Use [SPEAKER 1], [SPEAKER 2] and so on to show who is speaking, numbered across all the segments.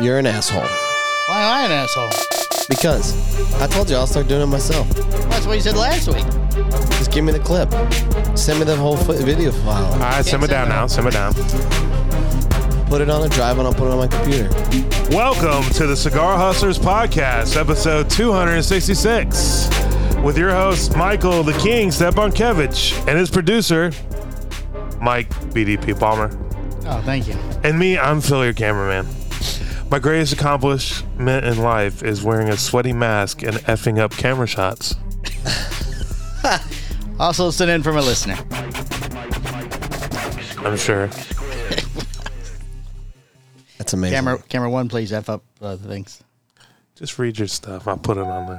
[SPEAKER 1] You're an asshole.
[SPEAKER 2] Why am I an asshole?
[SPEAKER 1] Because I told you I'll start doing it myself.
[SPEAKER 2] That's what you said last week.
[SPEAKER 1] Just give me the clip. Send me the whole foot video file.
[SPEAKER 3] All right, simmer down now. Simmer down.
[SPEAKER 1] Put it on a drive and I'll put it on my computer.
[SPEAKER 3] Welcome to the Cigar Hustlers Podcast, episode 266, with your host, Michael the King Stepankevich, and his producer, Mike BDP Palmer.
[SPEAKER 2] Oh, thank you.
[SPEAKER 3] And me, I'm Phil, your cameraman. My greatest accomplishment in life is wearing a sweaty mask and effing up camera shots.
[SPEAKER 2] Also sent in from a listener.
[SPEAKER 3] I'm sure.
[SPEAKER 1] That's amazing.
[SPEAKER 2] Camera, camera one, please f up uh, the things.
[SPEAKER 3] Just read your stuff. I'll put it on there.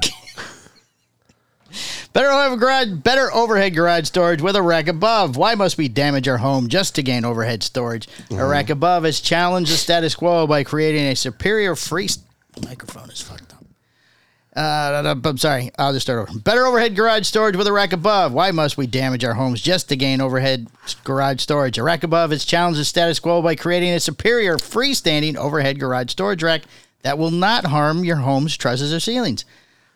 [SPEAKER 2] Better overhead garage, better overhead garage storage with a rack above. Why must we damage our home just to gain overhead storage? A rack above has challenged the status quo by creating a superior free. St- microphone is fucked up. Uh, da- da- I'm sorry. I'll just start over. Better overhead garage storage with a rack above. Why must we damage our homes just to gain overhead s- garage storage? A rack above has challenged the status quo by creating a superior freestanding overhead garage storage rack that will not harm your home's trusses or ceilings.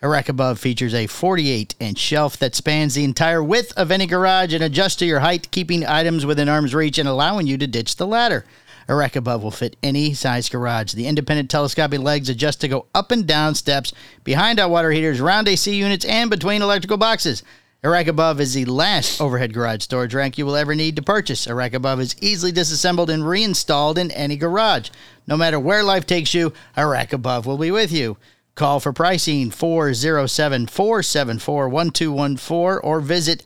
[SPEAKER 2] A rack above features a 48 inch shelf that spans the entire width of any garage and adjusts to your height, keeping items within arm's reach and allowing you to ditch the ladder. A rack above will fit any size garage. The independent telescopic legs adjust to go up and down steps, behind hot water heaters, round AC units, and between electrical boxes. A rack above is the last overhead garage storage rack you will ever need to purchase. A rack above is easily disassembled and reinstalled in any garage. No matter where life takes you, a rack above will be with you. Call for pricing 407 474 1214 or visit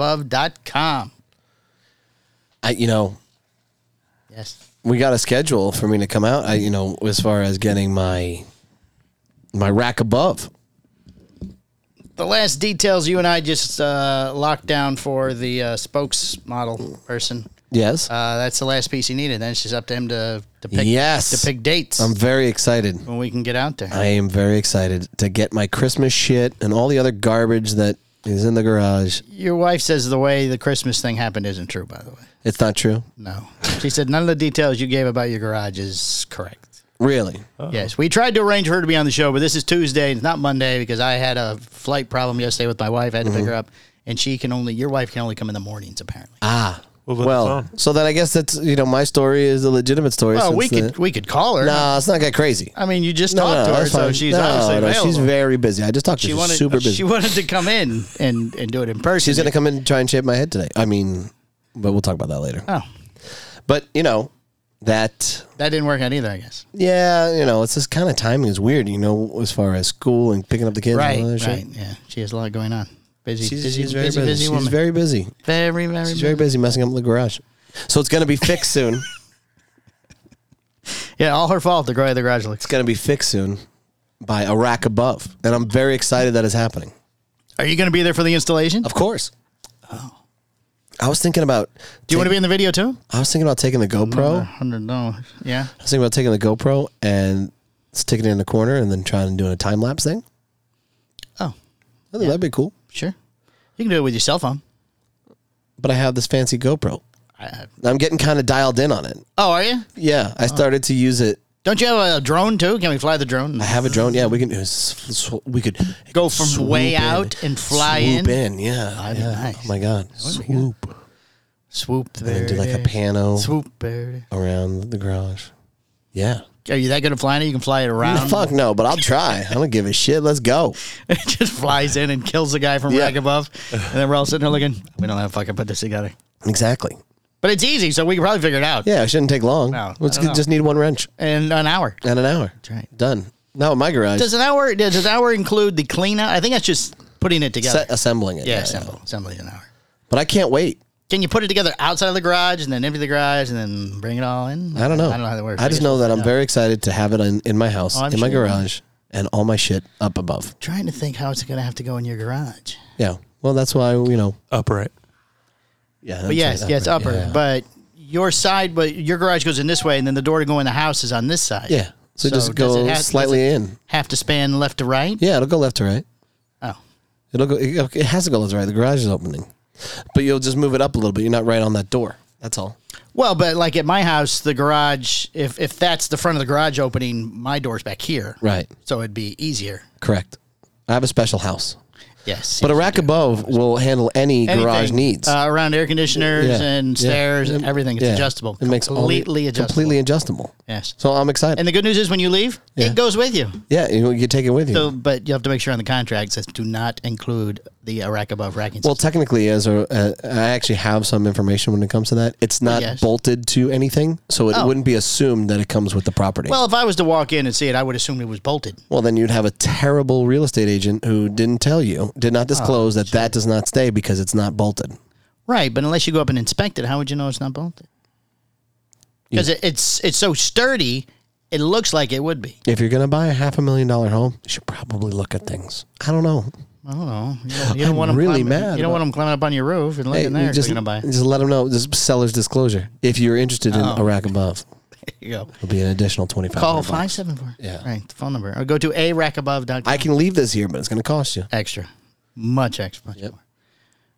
[SPEAKER 2] arackabove.com.
[SPEAKER 1] I, you know,
[SPEAKER 2] Yes.
[SPEAKER 1] we got a schedule for me to come out. I, you know, as far as getting my my rack above.
[SPEAKER 2] The last details you and I just uh, locked down for the uh, spokesmodel
[SPEAKER 1] Mm.
[SPEAKER 2] person.
[SPEAKER 1] Yes.
[SPEAKER 2] Uh, that's the last piece he needed. Then it's just up to him to, to pick
[SPEAKER 1] Yes.
[SPEAKER 2] to pick dates
[SPEAKER 1] I'm very excited.
[SPEAKER 2] when we can get out there.
[SPEAKER 1] I am very excited to get my Christmas shit and all the other garbage that is in the garage.
[SPEAKER 2] Your wife says the way the Christmas thing happened isn't true, by the way.
[SPEAKER 1] It's not true.
[SPEAKER 2] No. She said none of the details you gave about your garage is correct.
[SPEAKER 1] Really.
[SPEAKER 2] Yes, we tried to arrange for her to be on the show, but this is Tuesday, it's not Monday because I had a flight problem yesterday with my wife. I had to
[SPEAKER 1] Mm-hmm.
[SPEAKER 2] pick her up, and she can only your wife can only come in the mornings apparently.
[SPEAKER 1] Ah.
[SPEAKER 3] What about the
[SPEAKER 1] Well,
[SPEAKER 3] phone?
[SPEAKER 1] so then I guess that's, you know, my story is a legitimate story.
[SPEAKER 2] well, we
[SPEAKER 1] since the-
[SPEAKER 2] could we could call her.
[SPEAKER 1] Nah, it's not that crazy.
[SPEAKER 2] I mean, you just
[SPEAKER 1] No,
[SPEAKER 2] talked
[SPEAKER 1] no,
[SPEAKER 2] to her,
[SPEAKER 1] that's
[SPEAKER 2] so
[SPEAKER 1] fine.
[SPEAKER 2] she's
[SPEAKER 1] no,
[SPEAKER 2] obviously
[SPEAKER 1] no,
[SPEAKER 2] available.
[SPEAKER 1] she's very busy. I just talked to her.
[SPEAKER 2] she
[SPEAKER 1] She's
[SPEAKER 2] wanted uh,
[SPEAKER 1] super busy.
[SPEAKER 2] she wanted to come in and and do it in person.
[SPEAKER 1] she's going to come in and try and shape my head today. I mean, but we'll talk about that later.
[SPEAKER 2] Oh,
[SPEAKER 1] But, you know, that
[SPEAKER 2] that didn't work out either, I guess.
[SPEAKER 1] yeah, you know, it's this kind of timing is weird, you know, as far as school and picking up the kids
[SPEAKER 2] Right,
[SPEAKER 1] and all
[SPEAKER 2] right.
[SPEAKER 1] that shit.
[SPEAKER 2] Yeah, she has a lot going on. Busy,
[SPEAKER 1] She's,
[SPEAKER 2] busy,
[SPEAKER 1] she's very
[SPEAKER 2] busy,
[SPEAKER 1] busy.
[SPEAKER 2] busy,
[SPEAKER 1] she's
[SPEAKER 2] woman.
[SPEAKER 1] very busy.
[SPEAKER 2] very, very,
[SPEAKER 1] She's very busy messing up the garage. So it's going to be fixed soon. It's
[SPEAKER 2] Yeah, all her fault. The guy the garage looks.
[SPEAKER 1] going to be fixed soon by a rack above. And I'm very excited that it's happening.
[SPEAKER 2] Are you going to be there for the installation?
[SPEAKER 1] Of course. I was thinking about
[SPEAKER 2] Oh. Do you want to be in the video too?
[SPEAKER 1] I was thinking about taking the GoPro.
[SPEAKER 2] Hundred dollars. Yeah.
[SPEAKER 1] I was thinking about taking the GoPro and sticking it in the corner and then trying to do a time lapse thing.
[SPEAKER 2] Oh,
[SPEAKER 1] I think that'd be cool.
[SPEAKER 2] sure. You can do it with your cell phone.
[SPEAKER 1] But I have this fancy GoPro.
[SPEAKER 2] I,
[SPEAKER 1] I'm getting kind of dialed in on it.
[SPEAKER 2] oh, are you?
[SPEAKER 1] Yeah, I started to use it.
[SPEAKER 2] Don't you have a drone too? Can we fly the drone?
[SPEAKER 1] I have a drone. Yeah, we can. s- s- We could
[SPEAKER 2] Go from
[SPEAKER 1] swoop
[SPEAKER 2] way
[SPEAKER 1] in,
[SPEAKER 2] out and fly
[SPEAKER 1] swoop
[SPEAKER 2] in?
[SPEAKER 1] in. Yeah,
[SPEAKER 2] be
[SPEAKER 1] yeah.
[SPEAKER 2] nice.
[SPEAKER 1] Oh my god, swoop
[SPEAKER 2] Swoop there.
[SPEAKER 1] and do like a pano
[SPEAKER 2] Swoop there.
[SPEAKER 1] around the garage. Yeah.
[SPEAKER 2] Are you that good at flying it? You can fly it around.
[SPEAKER 1] Fuck no, but I'll try. I don't give a shit. Let's go.
[SPEAKER 2] it just flies in and kills the guy from
[SPEAKER 1] Yeah.
[SPEAKER 2] rack above. And then we're all sitting there looking, we don't know how to fucking put this together.
[SPEAKER 1] Exactly.
[SPEAKER 2] But it's easy, so we can probably figure it out
[SPEAKER 1] Yeah, it shouldn't take long.
[SPEAKER 2] No, I
[SPEAKER 1] it's
[SPEAKER 2] don't know.
[SPEAKER 1] just need one wrench
[SPEAKER 2] in an hour.
[SPEAKER 1] and an hour.
[SPEAKER 2] That's right.
[SPEAKER 1] Done. Now in my garage,
[SPEAKER 2] Does an hour does an hour include the clean out? I think that's just putting it together.
[SPEAKER 1] set, assembling it.
[SPEAKER 2] yeah, assemble. Assembly's an hour.
[SPEAKER 1] But I can't wait.
[SPEAKER 2] Can you put it together outside of the garage and then empty the garage and then bring it all in?
[SPEAKER 1] I don't know.
[SPEAKER 2] I don't know how that works.
[SPEAKER 1] I just
[SPEAKER 2] guess
[SPEAKER 1] know
[SPEAKER 2] we'll
[SPEAKER 1] that
[SPEAKER 2] find
[SPEAKER 1] I'm
[SPEAKER 2] out.
[SPEAKER 1] very excited to have it in, in my house,
[SPEAKER 2] Oh, I'm
[SPEAKER 1] in my
[SPEAKER 2] sure.
[SPEAKER 1] garage, and all my shit up above.
[SPEAKER 2] trying to think how it's going to have to go in your garage.
[SPEAKER 1] Yeah. Well, that's why you know.
[SPEAKER 3] Upright.
[SPEAKER 1] Yeah.
[SPEAKER 2] But yes, yes, upper. But your side, but your garage goes in this way, and then the door to go in the house is on this side.
[SPEAKER 1] yeah. So,
[SPEAKER 2] So
[SPEAKER 1] just
[SPEAKER 2] does
[SPEAKER 1] go
[SPEAKER 2] it have- does
[SPEAKER 1] slightly in.
[SPEAKER 2] Have to span left to right.
[SPEAKER 1] Yeah, it'll go left to right.
[SPEAKER 2] Oh,
[SPEAKER 1] It'll go. It, it has to go left to right. The garage is opening, but you'll just move it up a little bit. You're not right on that door. That's all.
[SPEAKER 2] Well, but like at my house, the garage, if, if that's the front of the garage opening, my door's back here.
[SPEAKER 1] Right.
[SPEAKER 2] So it'd be easier.
[SPEAKER 1] Correct. I have a special house.
[SPEAKER 2] Yes.
[SPEAKER 1] But a rack above will handle any
[SPEAKER 2] Anything,
[SPEAKER 1] garage needs.
[SPEAKER 2] uh, around air conditioners
[SPEAKER 1] Yeah,
[SPEAKER 2] and
[SPEAKER 1] yeah.
[SPEAKER 2] stairs and everything. It's
[SPEAKER 1] Yeah.
[SPEAKER 2] adjustable.
[SPEAKER 1] It makes all the-
[SPEAKER 2] completely adjustable.
[SPEAKER 1] Completely adjustable.
[SPEAKER 2] Yes.
[SPEAKER 1] So I'm excited.
[SPEAKER 2] And the good news is when you leave,
[SPEAKER 1] Yeah.
[SPEAKER 2] it goes with you.
[SPEAKER 1] yeah, you, you take it with you.
[SPEAKER 2] So, but you have to make sure on the contract it says do not include the uh, rack above racking.
[SPEAKER 1] well,
[SPEAKER 2] Well,
[SPEAKER 1] technically, as a, uh, I actually have some information when it comes to that. It's not
[SPEAKER 2] Yes.
[SPEAKER 1] bolted to anything, so it
[SPEAKER 2] Oh.
[SPEAKER 1] wouldn't be assumed that it comes with the property.
[SPEAKER 2] well, if I was to walk in and see it, I would assume it was bolted.
[SPEAKER 1] Well, then you'd have a terrible real estate agent who didn't tell you, did not disclose that that does not stay because it's not bolted.
[SPEAKER 2] Right, but unless you go up and inspect it, how would you know it's not bolted? Because it, it's it's so sturdy, it looks like it would be.
[SPEAKER 1] If you're going to buy a half a million dollar home, you should probably look at things. I don't know.
[SPEAKER 2] I don't know. You don't, you don't
[SPEAKER 1] I'm
[SPEAKER 2] want 'em
[SPEAKER 1] really
[SPEAKER 2] climbing,
[SPEAKER 1] mad
[SPEAKER 2] You don't
[SPEAKER 1] about-
[SPEAKER 2] want them climbing up on your roof and looking
[SPEAKER 1] Hey,
[SPEAKER 2] there.
[SPEAKER 1] you just,
[SPEAKER 2] Just, gonna buy. Oh.
[SPEAKER 1] just let them know. This seller's disclosure. If you're interested in a rack above,
[SPEAKER 2] you go.
[SPEAKER 1] it'll be an additional twenty five.
[SPEAKER 2] Call five seven four.
[SPEAKER 1] Yeah.
[SPEAKER 2] Right. The phone number. Or go to a rackabove.com.
[SPEAKER 1] I can leave this here, but it's going to cost you.
[SPEAKER 2] extra, much extra. Much more.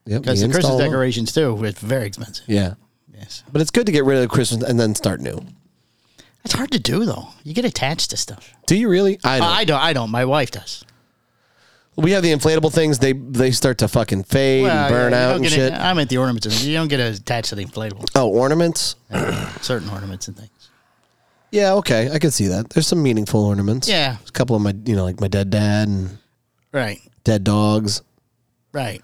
[SPEAKER 1] Yep,
[SPEAKER 2] Because the Christmas
[SPEAKER 1] install alone.
[SPEAKER 2] decorations too, it's very expensive.
[SPEAKER 1] Yeah,
[SPEAKER 2] Yes.
[SPEAKER 1] but it's good to get rid of the Christmas and then start new.
[SPEAKER 2] It's hard to do though. You get attached to stuff.
[SPEAKER 1] Do you really? I don't.
[SPEAKER 2] I don't. I don't. My wife does.
[SPEAKER 1] we have the inflatable things. They they start to fucking fade and burn
[SPEAKER 2] you
[SPEAKER 1] out
[SPEAKER 2] don't
[SPEAKER 1] and
[SPEAKER 2] get
[SPEAKER 1] shit.
[SPEAKER 2] it- I'm at the ornaments. You don't get attached to the inflatable.
[SPEAKER 1] Oh, ornaments.
[SPEAKER 2] certain ornaments and things.
[SPEAKER 1] Yeah, okay, I could see that. There's some meaningful ornaments.
[SPEAKER 2] Yeah.
[SPEAKER 1] a couple of my, you know, like my dead dad and
[SPEAKER 2] Right.
[SPEAKER 1] dead dogs.
[SPEAKER 2] Right.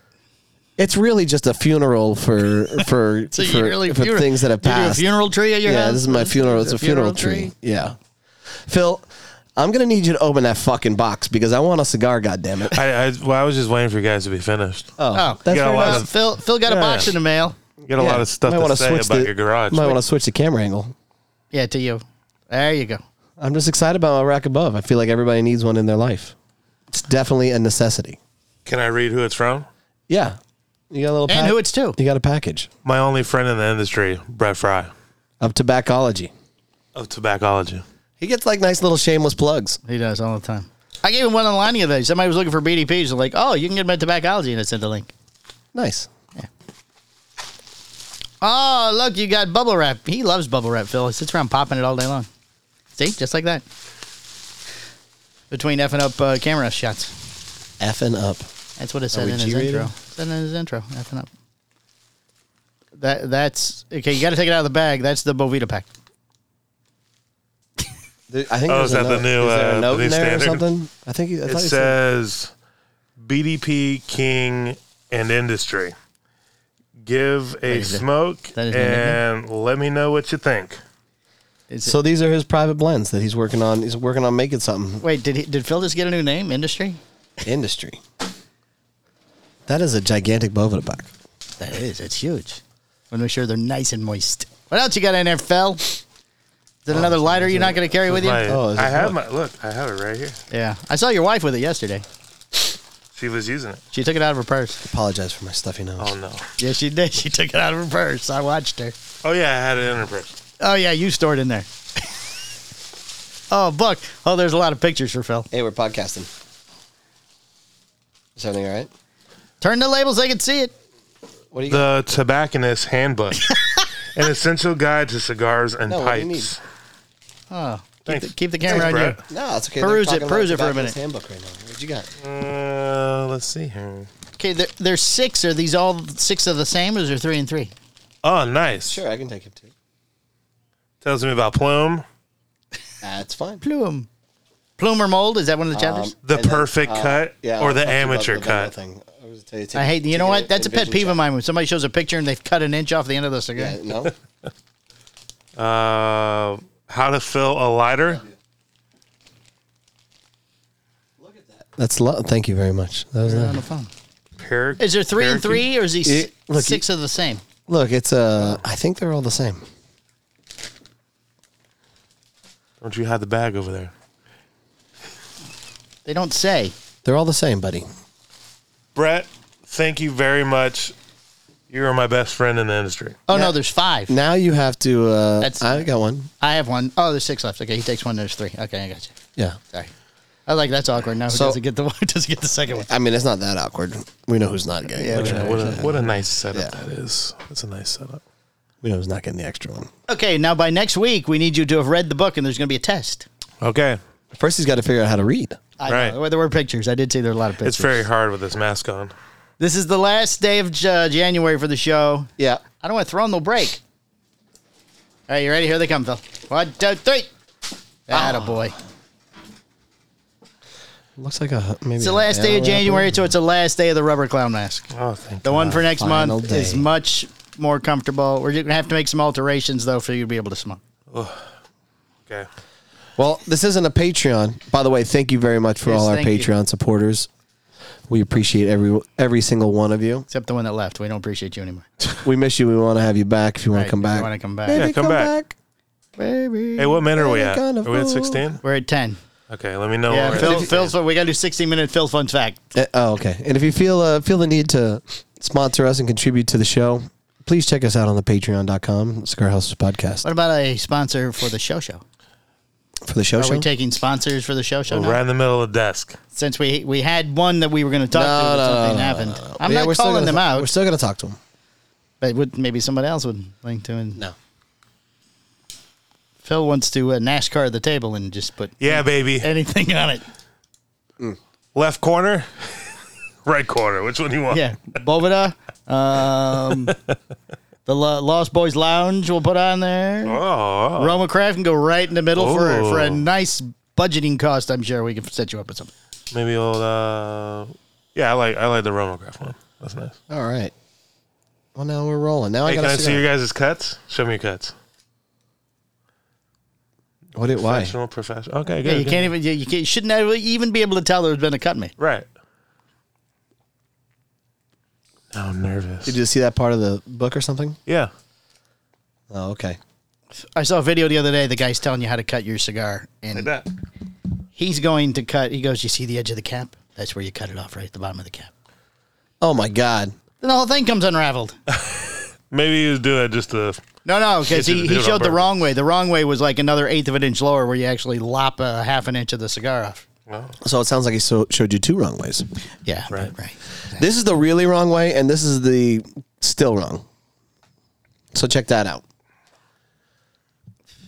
[SPEAKER 1] It's really just a funeral for for
[SPEAKER 2] So
[SPEAKER 1] for,
[SPEAKER 2] you really
[SPEAKER 1] for
[SPEAKER 2] funeral-
[SPEAKER 1] things that have
[SPEAKER 2] you do
[SPEAKER 1] passed.
[SPEAKER 2] a funeral tree at your
[SPEAKER 1] yeah,
[SPEAKER 2] house?
[SPEAKER 1] this is my funeral. It's a funeral, tree. Yeah, Phil, I'm gonna need you to open that fucking box because I want a cigar. goddamn it.
[SPEAKER 3] I, I, well, I was just waiting for you guys to be finished.
[SPEAKER 2] Oh,
[SPEAKER 1] that's
[SPEAKER 3] got a
[SPEAKER 1] fair
[SPEAKER 3] lot
[SPEAKER 1] enough.
[SPEAKER 2] Uh,
[SPEAKER 3] of-
[SPEAKER 2] Phil. Phil got a
[SPEAKER 3] Yeah.
[SPEAKER 2] box in the mail.
[SPEAKER 3] You got a lot of stuff
[SPEAKER 1] Might
[SPEAKER 3] to
[SPEAKER 1] wanna
[SPEAKER 3] say about
[SPEAKER 1] the,
[SPEAKER 3] your garage.
[SPEAKER 1] Might want to switch the camera angle.
[SPEAKER 2] Yeah, to you. There you go.
[SPEAKER 1] I'm just excited about my rack above. I feel like everybody needs one in their life. It's definitely a necessity.
[SPEAKER 3] Can I read who it's from?
[SPEAKER 1] Yeah, you got a little
[SPEAKER 2] And
[SPEAKER 1] pack-
[SPEAKER 2] who it's to.
[SPEAKER 1] You got a package
[SPEAKER 3] My only friend in the industry, Brett Fry
[SPEAKER 1] of tobaccology.
[SPEAKER 3] of Tobaccology.
[SPEAKER 1] He gets like nice little shameless plugs.
[SPEAKER 2] He does all the time. I gave him one online the other day. Somebody was looking for BDPs. They're like, oh, you can get them at Tobaccology, and I sent the link.
[SPEAKER 1] Nice.
[SPEAKER 2] Oh, look, you got bubble wrap. He loves bubble wrap, Phil. He sits around popping it all day long. See, just like that. Between effing up uh, camera shots.
[SPEAKER 1] Effing up.
[SPEAKER 2] That's what it said
[SPEAKER 1] we
[SPEAKER 2] in his
[SPEAKER 1] G-rated?
[SPEAKER 2] intro. Said in his intro, effing up. That that's okay. You got to take it out of the bag. That's the Bovita pack.
[SPEAKER 1] There- I think
[SPEAKER 3] Oh,
[SPEAKER 1] there's
[SPEAKER 3] is that
[SPEAKER 1] a
[SPEAKER 3] the
[SPEAKER 1] note-
[SPEAKER 3] new,
[SPEAKER 1] is there a
[SPEAKER 3] uh,
[SPEAKER 1] note
[SPEAKER 3] the
[SPEAKER 1] in
[SPEAKER 3] new
[SPEAKER 1] there or
[SPEAKER 3] standard?
[SPEAKER 1] something? I think he- I
[SPEAKER 3] It
[SPEAKER 1] thought he said,
[SPEAKER 3] says BDP King and Industry. Give a
[SPEAKER 2] is it?
[SPEAKER 3] smoke
[SPEAKER 2] That is my
[SPEAKER 3] and let me know what you think.
[SPEAKER 2] Is
[SPEAKER 1] so these are his private blends that he's working on. He's working on making
[SPEAKER 2] it,
[SPEAKER 1] something
[SPEAKER 2] wait, did he, did Phil just get a new name? Industry.
[SPEAKER 1] industry. That is a gigantic bovita pack.
[SPEAKER 2] That is. It's huge. Want to make sure they're nice and moist. What else you got in there, Phil? Is it another lighter you're Oh, not going to carry with you?
[SPEAKER 3] My-
[SPEAKER 1] Oh, is
[SPEAKER 3] I
[SPEAKER 1] it
[SPEAKER 3] have my look. I have it right here.
[SPEAKER 2] Yeah, I saw your wife with it yesterday.
[SPEAKER 3] She was using it.
[SPEAKER 2] She took it out of her purse.
[SPEAKER 1] Apologize for my stuffy nose.
[SPEAKER 3] Oh no.
[SPEAKER 2] Yeah, she did. She took it out of her purse. I watched her.
[SPEAKER 3] Oh yeah, I had it in her purse.
[SPEAKER 2] Oh yeah, you stored in there. oh, Buck. Oh, there's a lot of pictures for Phil.
[SPEAKER 1] Hey, we're podcasting. Is everything all right?
[SPEAKER 2] Turn the labels; they can see it.
[SPEAKER 1] What do you got?
[SPEAKER 3] The Tobacconist Handbook, an essential guide to cigars and
[SPEAKER 1] No, what do you
[SPEAKER 3] pipes.
[SPEAKER 2] Oh, keep
[SPEAKER 3] Thanks.
[SPEAKER 2] the, keep the camera
[SPEAKER 3] Thanks,
[SPEAKER 2] on you.
[SPEAKER 3] Brett.
[SPEAKER 1] No, it's okay.
[SPEAKER 2] Peruse
[SPEAKER 1] They're
[SPEAKER 2] it,
[SPEAKER 1] talking
[SPEAKER 2] peruse
[SPEAKER 1] about
[SPEAKER 2] it for a
[SPEAKER 1] tobacconist
[SPEAKER 2] minute.
[SPEAKER 1] Handbook right now. What you got?
[SPEAKER 3] Uh, let's see here.
[SPEAKER 2] Okay, there, there's six. Are these all six of the same, or is there three and three?
[SPEAKER 3] Oh, nice.
[SPEAKER 1] Sure, I can take it too.
[SPEAKER 3] Tells me about Plume,
[SPEAKER 1] That's Ah, fine.
[SPEAKER 2] Plume, plume or mold? Is that one of the
[SPEAKER 1] Um,
[SPEAKER 2] chapters?
[SPEAKER 3] the
[SPEAKER 1] And then,
[SPEAKER 3] perfect
[SPEAKER 1] uh,
[SPEAKER 3] cut,
[SPEAKER 1] yeah,
[SPEAKER 3] or
[SPEAKER 1] I'll
[SPEAKER 3] the
[SPEAKER 1] talk to you about
[SPEAKER 3] amateur
[SPEAKER 1] the vanilla
[SPEAKER 3] cut.
[SPEAKER 1] thing. I was gonna tell to
[SPEAKER 2] I hate.
[SPEAKER 1] take
[SPEAKER 2] You know
[SPEAKER 1] it
[SPEAKER 2] what? That's a pet
[SPEAKER 1] Envision
[SPEAKER 2] peeve
[SPEAKER 1] check.
[SPEAKER 2] of mine when somebody shows a picture and they've cut an inch off the end of the cigar.
[SPEAKER 1] Yeah, no.
[SPEAKER 3] Uh, how to fill a lighter.
[SPEAKER 1] That's lo- thank you very much. That was uh,
[SPEAKER 2] They're
[SPEAKER 1] nice.
[SPEAKER 2] on the phone.
[SPEAKER 3] Par-
[SPEAKER 2] Is there three and
[SPEAKER 3] parakeet?
[SPEAKER 2] three, or is these
[SPEAKER 1] It- look,
[SPEAKER 2] six of the same?
[SPEAKER 1] Look, it's uh I think they're all the same.
[SPEAKER 3] Don't you have the bag over there?
[SPEAKER 2] They don't say.
[SPEAKER 1] They're all the same, buddy.
[SPEAKER 3] Brett, thank you very much. You are my best friend in the industry.
[SPEAKER 2] Oh
[SPEAKER 1] Yeah.
[SPEAKER 2] no, there's five.
[SPEAKER 1] Now you have to uh
[SPEAKER 2] That's-
[SPEAKER 1] I got one.
[SPEAKER 2] I have one. Oh, there's six left. Okay, he takes one. There's three. Okay, I got you.
[SPEAKER 1] Yeah.
[SPEAKER 2] Sorry. I was like that's awkward. Now who
[SPEAKER 1] So-
[SPEAKER 2] doesn't get the one? who doesn't get the second one?
[SPEAKER 1] I mean, it's not that awkward. We know who's not getting
[SPEAKER 2] Yeah,
[SPEAKER 1] it.
[SPEAKER 2] we
[SPEAKER 3] Yeah,
[SPEAKER 2] know.
[SPEAKER 3] what, a, what a nice setup
[SPEAKER 1] Yeah.
[SPEAKER 3] that is. That's a nice setup.
[SPEAKER 1] We know he's not getting the extra one.
[SPEAKER 2] Okay, now by next week, we need you to have read the book, and there's going to be a test.
[SPEAKER 3] Okay.
[SPEAKER 1] First, he's got to figure out how to read.
[SPEAKER 2] I
[SPEAKER 3] Right.
[SPEAKER 2] know. Well, There were pictures. I did see there were a lot of pictures.
[SPEAKER 3] It's very hard with this mask on.
[SPEAKER 2] This is the last day of uh, January for the show.
[SPEAKER 1] Yeah.
[SPEAKER 2] I don't want to throw them. They'll break. All right, you ready? Here they come, Phil. One, two, three. Atta
[SPEAKER 1] Ah.
[SPEAKER 2] boy.
[SPEAKER 1] Looks like a maybe.
[SPEAKER 2] It's the last day of January, so it's the last day of the rubber clown mask.
[SPEAKER 3] Oh, thank
[SPEAKER 2] The one for next
[SPEAKER 1] Ah, final
[SPEAKER 2] month
[SPEAKER 1] day.
[SPEAKER 2] is much more comfortable. We're going to have to make some alterations, though, for you to be able to smoke.
[SPEAKER 3] Okay.
[SPEAKER 1] Well, this isn't a Patreon. By the way, thank you very much for
[SPEAKER 2] Yes,
[SPEAKER 1] all our
[SPEAKER 2] thank you.
[SPEAKER 1] Patreon supporters. We appreciate every every single one of you.
[SPEAKER 2] Except the one that left. We don't appreciate you anymore.
[SPEAKER 1] We miss you. We want to have you back if you want to come back.
[SPEAKER 2] want to come back.
[SPEAKER 1] Baby,
[SPEAKER 3] Yeah, come back.
[SPEAKER 1] Baby.
[SPEAKER 3] Hey, what minute are we
[SPEAKER 1] Any
[SPEAKER 3] at?
[SPEAKER 1] kind
[SPEAKER 3] Are
[SPEAKER 1] of
[SPEAKER 3] we at
[SPEAKER 1] fool.
[SPEAKER 3] 16?
[SPEAKER 2] We're at 10.
[SPEAKER 3] Okay, let me know.
[SPEAKER 2] Yeah,
[SPEAKER 3] when we're at
[SPEAKER 2] Phil,
[SPEAKER 3] 16.
[SPEAKER 2] Phil's fun. We got to do 60 minute Phil fun fact.
[SPEAKER 1] Uh, oh, okay. And if you feel uh, feel the need to sponsor us and contribute to the show, please check us out on the patreon.com, Cigar House Podcast.
[SPEAKER 2] What about a sponsor for the show show?
[SPEAKER 1] For the show
[SPEAKER 2] Are
[SPEAKER 1] show?
[SPEAKER 2] we taking sponsors for the show show?
[SPEAKER 3] We're
[SPEAKER 2] now?
[SPEAKER 3] right in the middle of the desk.
[SPEAKER 2] Since we we had one that we were going to talk to, but something happened. I'm
[SPEAKER 1] Yeah,
[SPEAKER 2] not
[SPEAKER 1] still
[SPEAKER 2] calling
[SPEAKER 1] gonna-
[SPEAKER 2] them out,
[SPEAKER 1] We're still going to talk to them.
[SPEAKER 2] but would, maybe somebody else would link to it.
[SPEAKER 1] No.
[SPEAKER 2] Phil wants to uh, NASCAR the table and just put
[SPEAKER 3] Yeah, baby.
[SPEAKER 2] anything on it.
[SPEAKER 3] Left corner, right corner. Which one do you want?
[SPEAKER 2] Yeah, Bovada, um, the Lo- Lost Boys Lounge we'll put on there.
[SPEAKER 3] Oh,
[SPEAKER 2] Roma Craft can go right in the middle for
[SPEAKER 3] Ooh.
[SPEAKER 2] for a nice budgeting cost. I'm sure we can set you up with something.
[SPEAKER 3] maybe old. Uh, yeah, I like I like the Romograph one. That's nice.
[SPEAKER 1] All right. Well, now we're rolling. Now I
[SPEAKER 3] Hey,
[SPEAKER 1] got
[SPEAKER 3] can I
[SPEAKER 1] to
[SPEAKER 3] see your guys' cuts? Show me your cuts.
[SPEAKER 1] What did, why?
[SPEAKER 3] Professional, professional. Okay, good.
[SPEAKER 2] Yeah, you
[SPEAKER 3] good.
[SPEAKER 2] can't even you, you can't, you shouldn't have even be able to tell there's been a cut made.
[SPEAKER 3] Right. Now I'm nervous.
[SPEAKER 1] Did you see that part of the book or something?
[SPEAKER 3] yeah.
[SPEAKER 1] Oh, okay.
[SPEAKER 2] I saw a video the other day. The guy's telling you how to cut your cigar,
[SPEAKER 3] Like
[SPEAKER 2] and
[SPEAKER 3] that.
[SPEAKER 2] he's going to cut. He goes, "You see the edge of the cap? That's where you cut it off, right at the bottom of the cap."
[SPEAKER 1] Oh, my God.
[SPEAKER 2] Then the whole thing comes unraveled.
[SPEAKER 3] Maybe he was doing that just to.
[SPEAKER 2] No, no, because
[SPEAKER 3] He
[SPEAKER 2] he,
[SPEAKER 3] didn't
[SPEAKER 2] he
[SPEAKER 3] do it on
[SPEAKER 2] showed the
[SPEAKER 3] purpose.
[SPEAKER 2] wrong way. The wrong way was like another eighth of an inch lower, where you actually lop a half an inch of the cigar off.
[SPEAKER 3] Oh,
[SPEAKER 1] So it sounds like he so- showed you two wrong ways.
[SPEAKER 2] Yeah, right, right.
[SPEAKER 1] This is the really wrong way, and this is the still wrong. So check that out.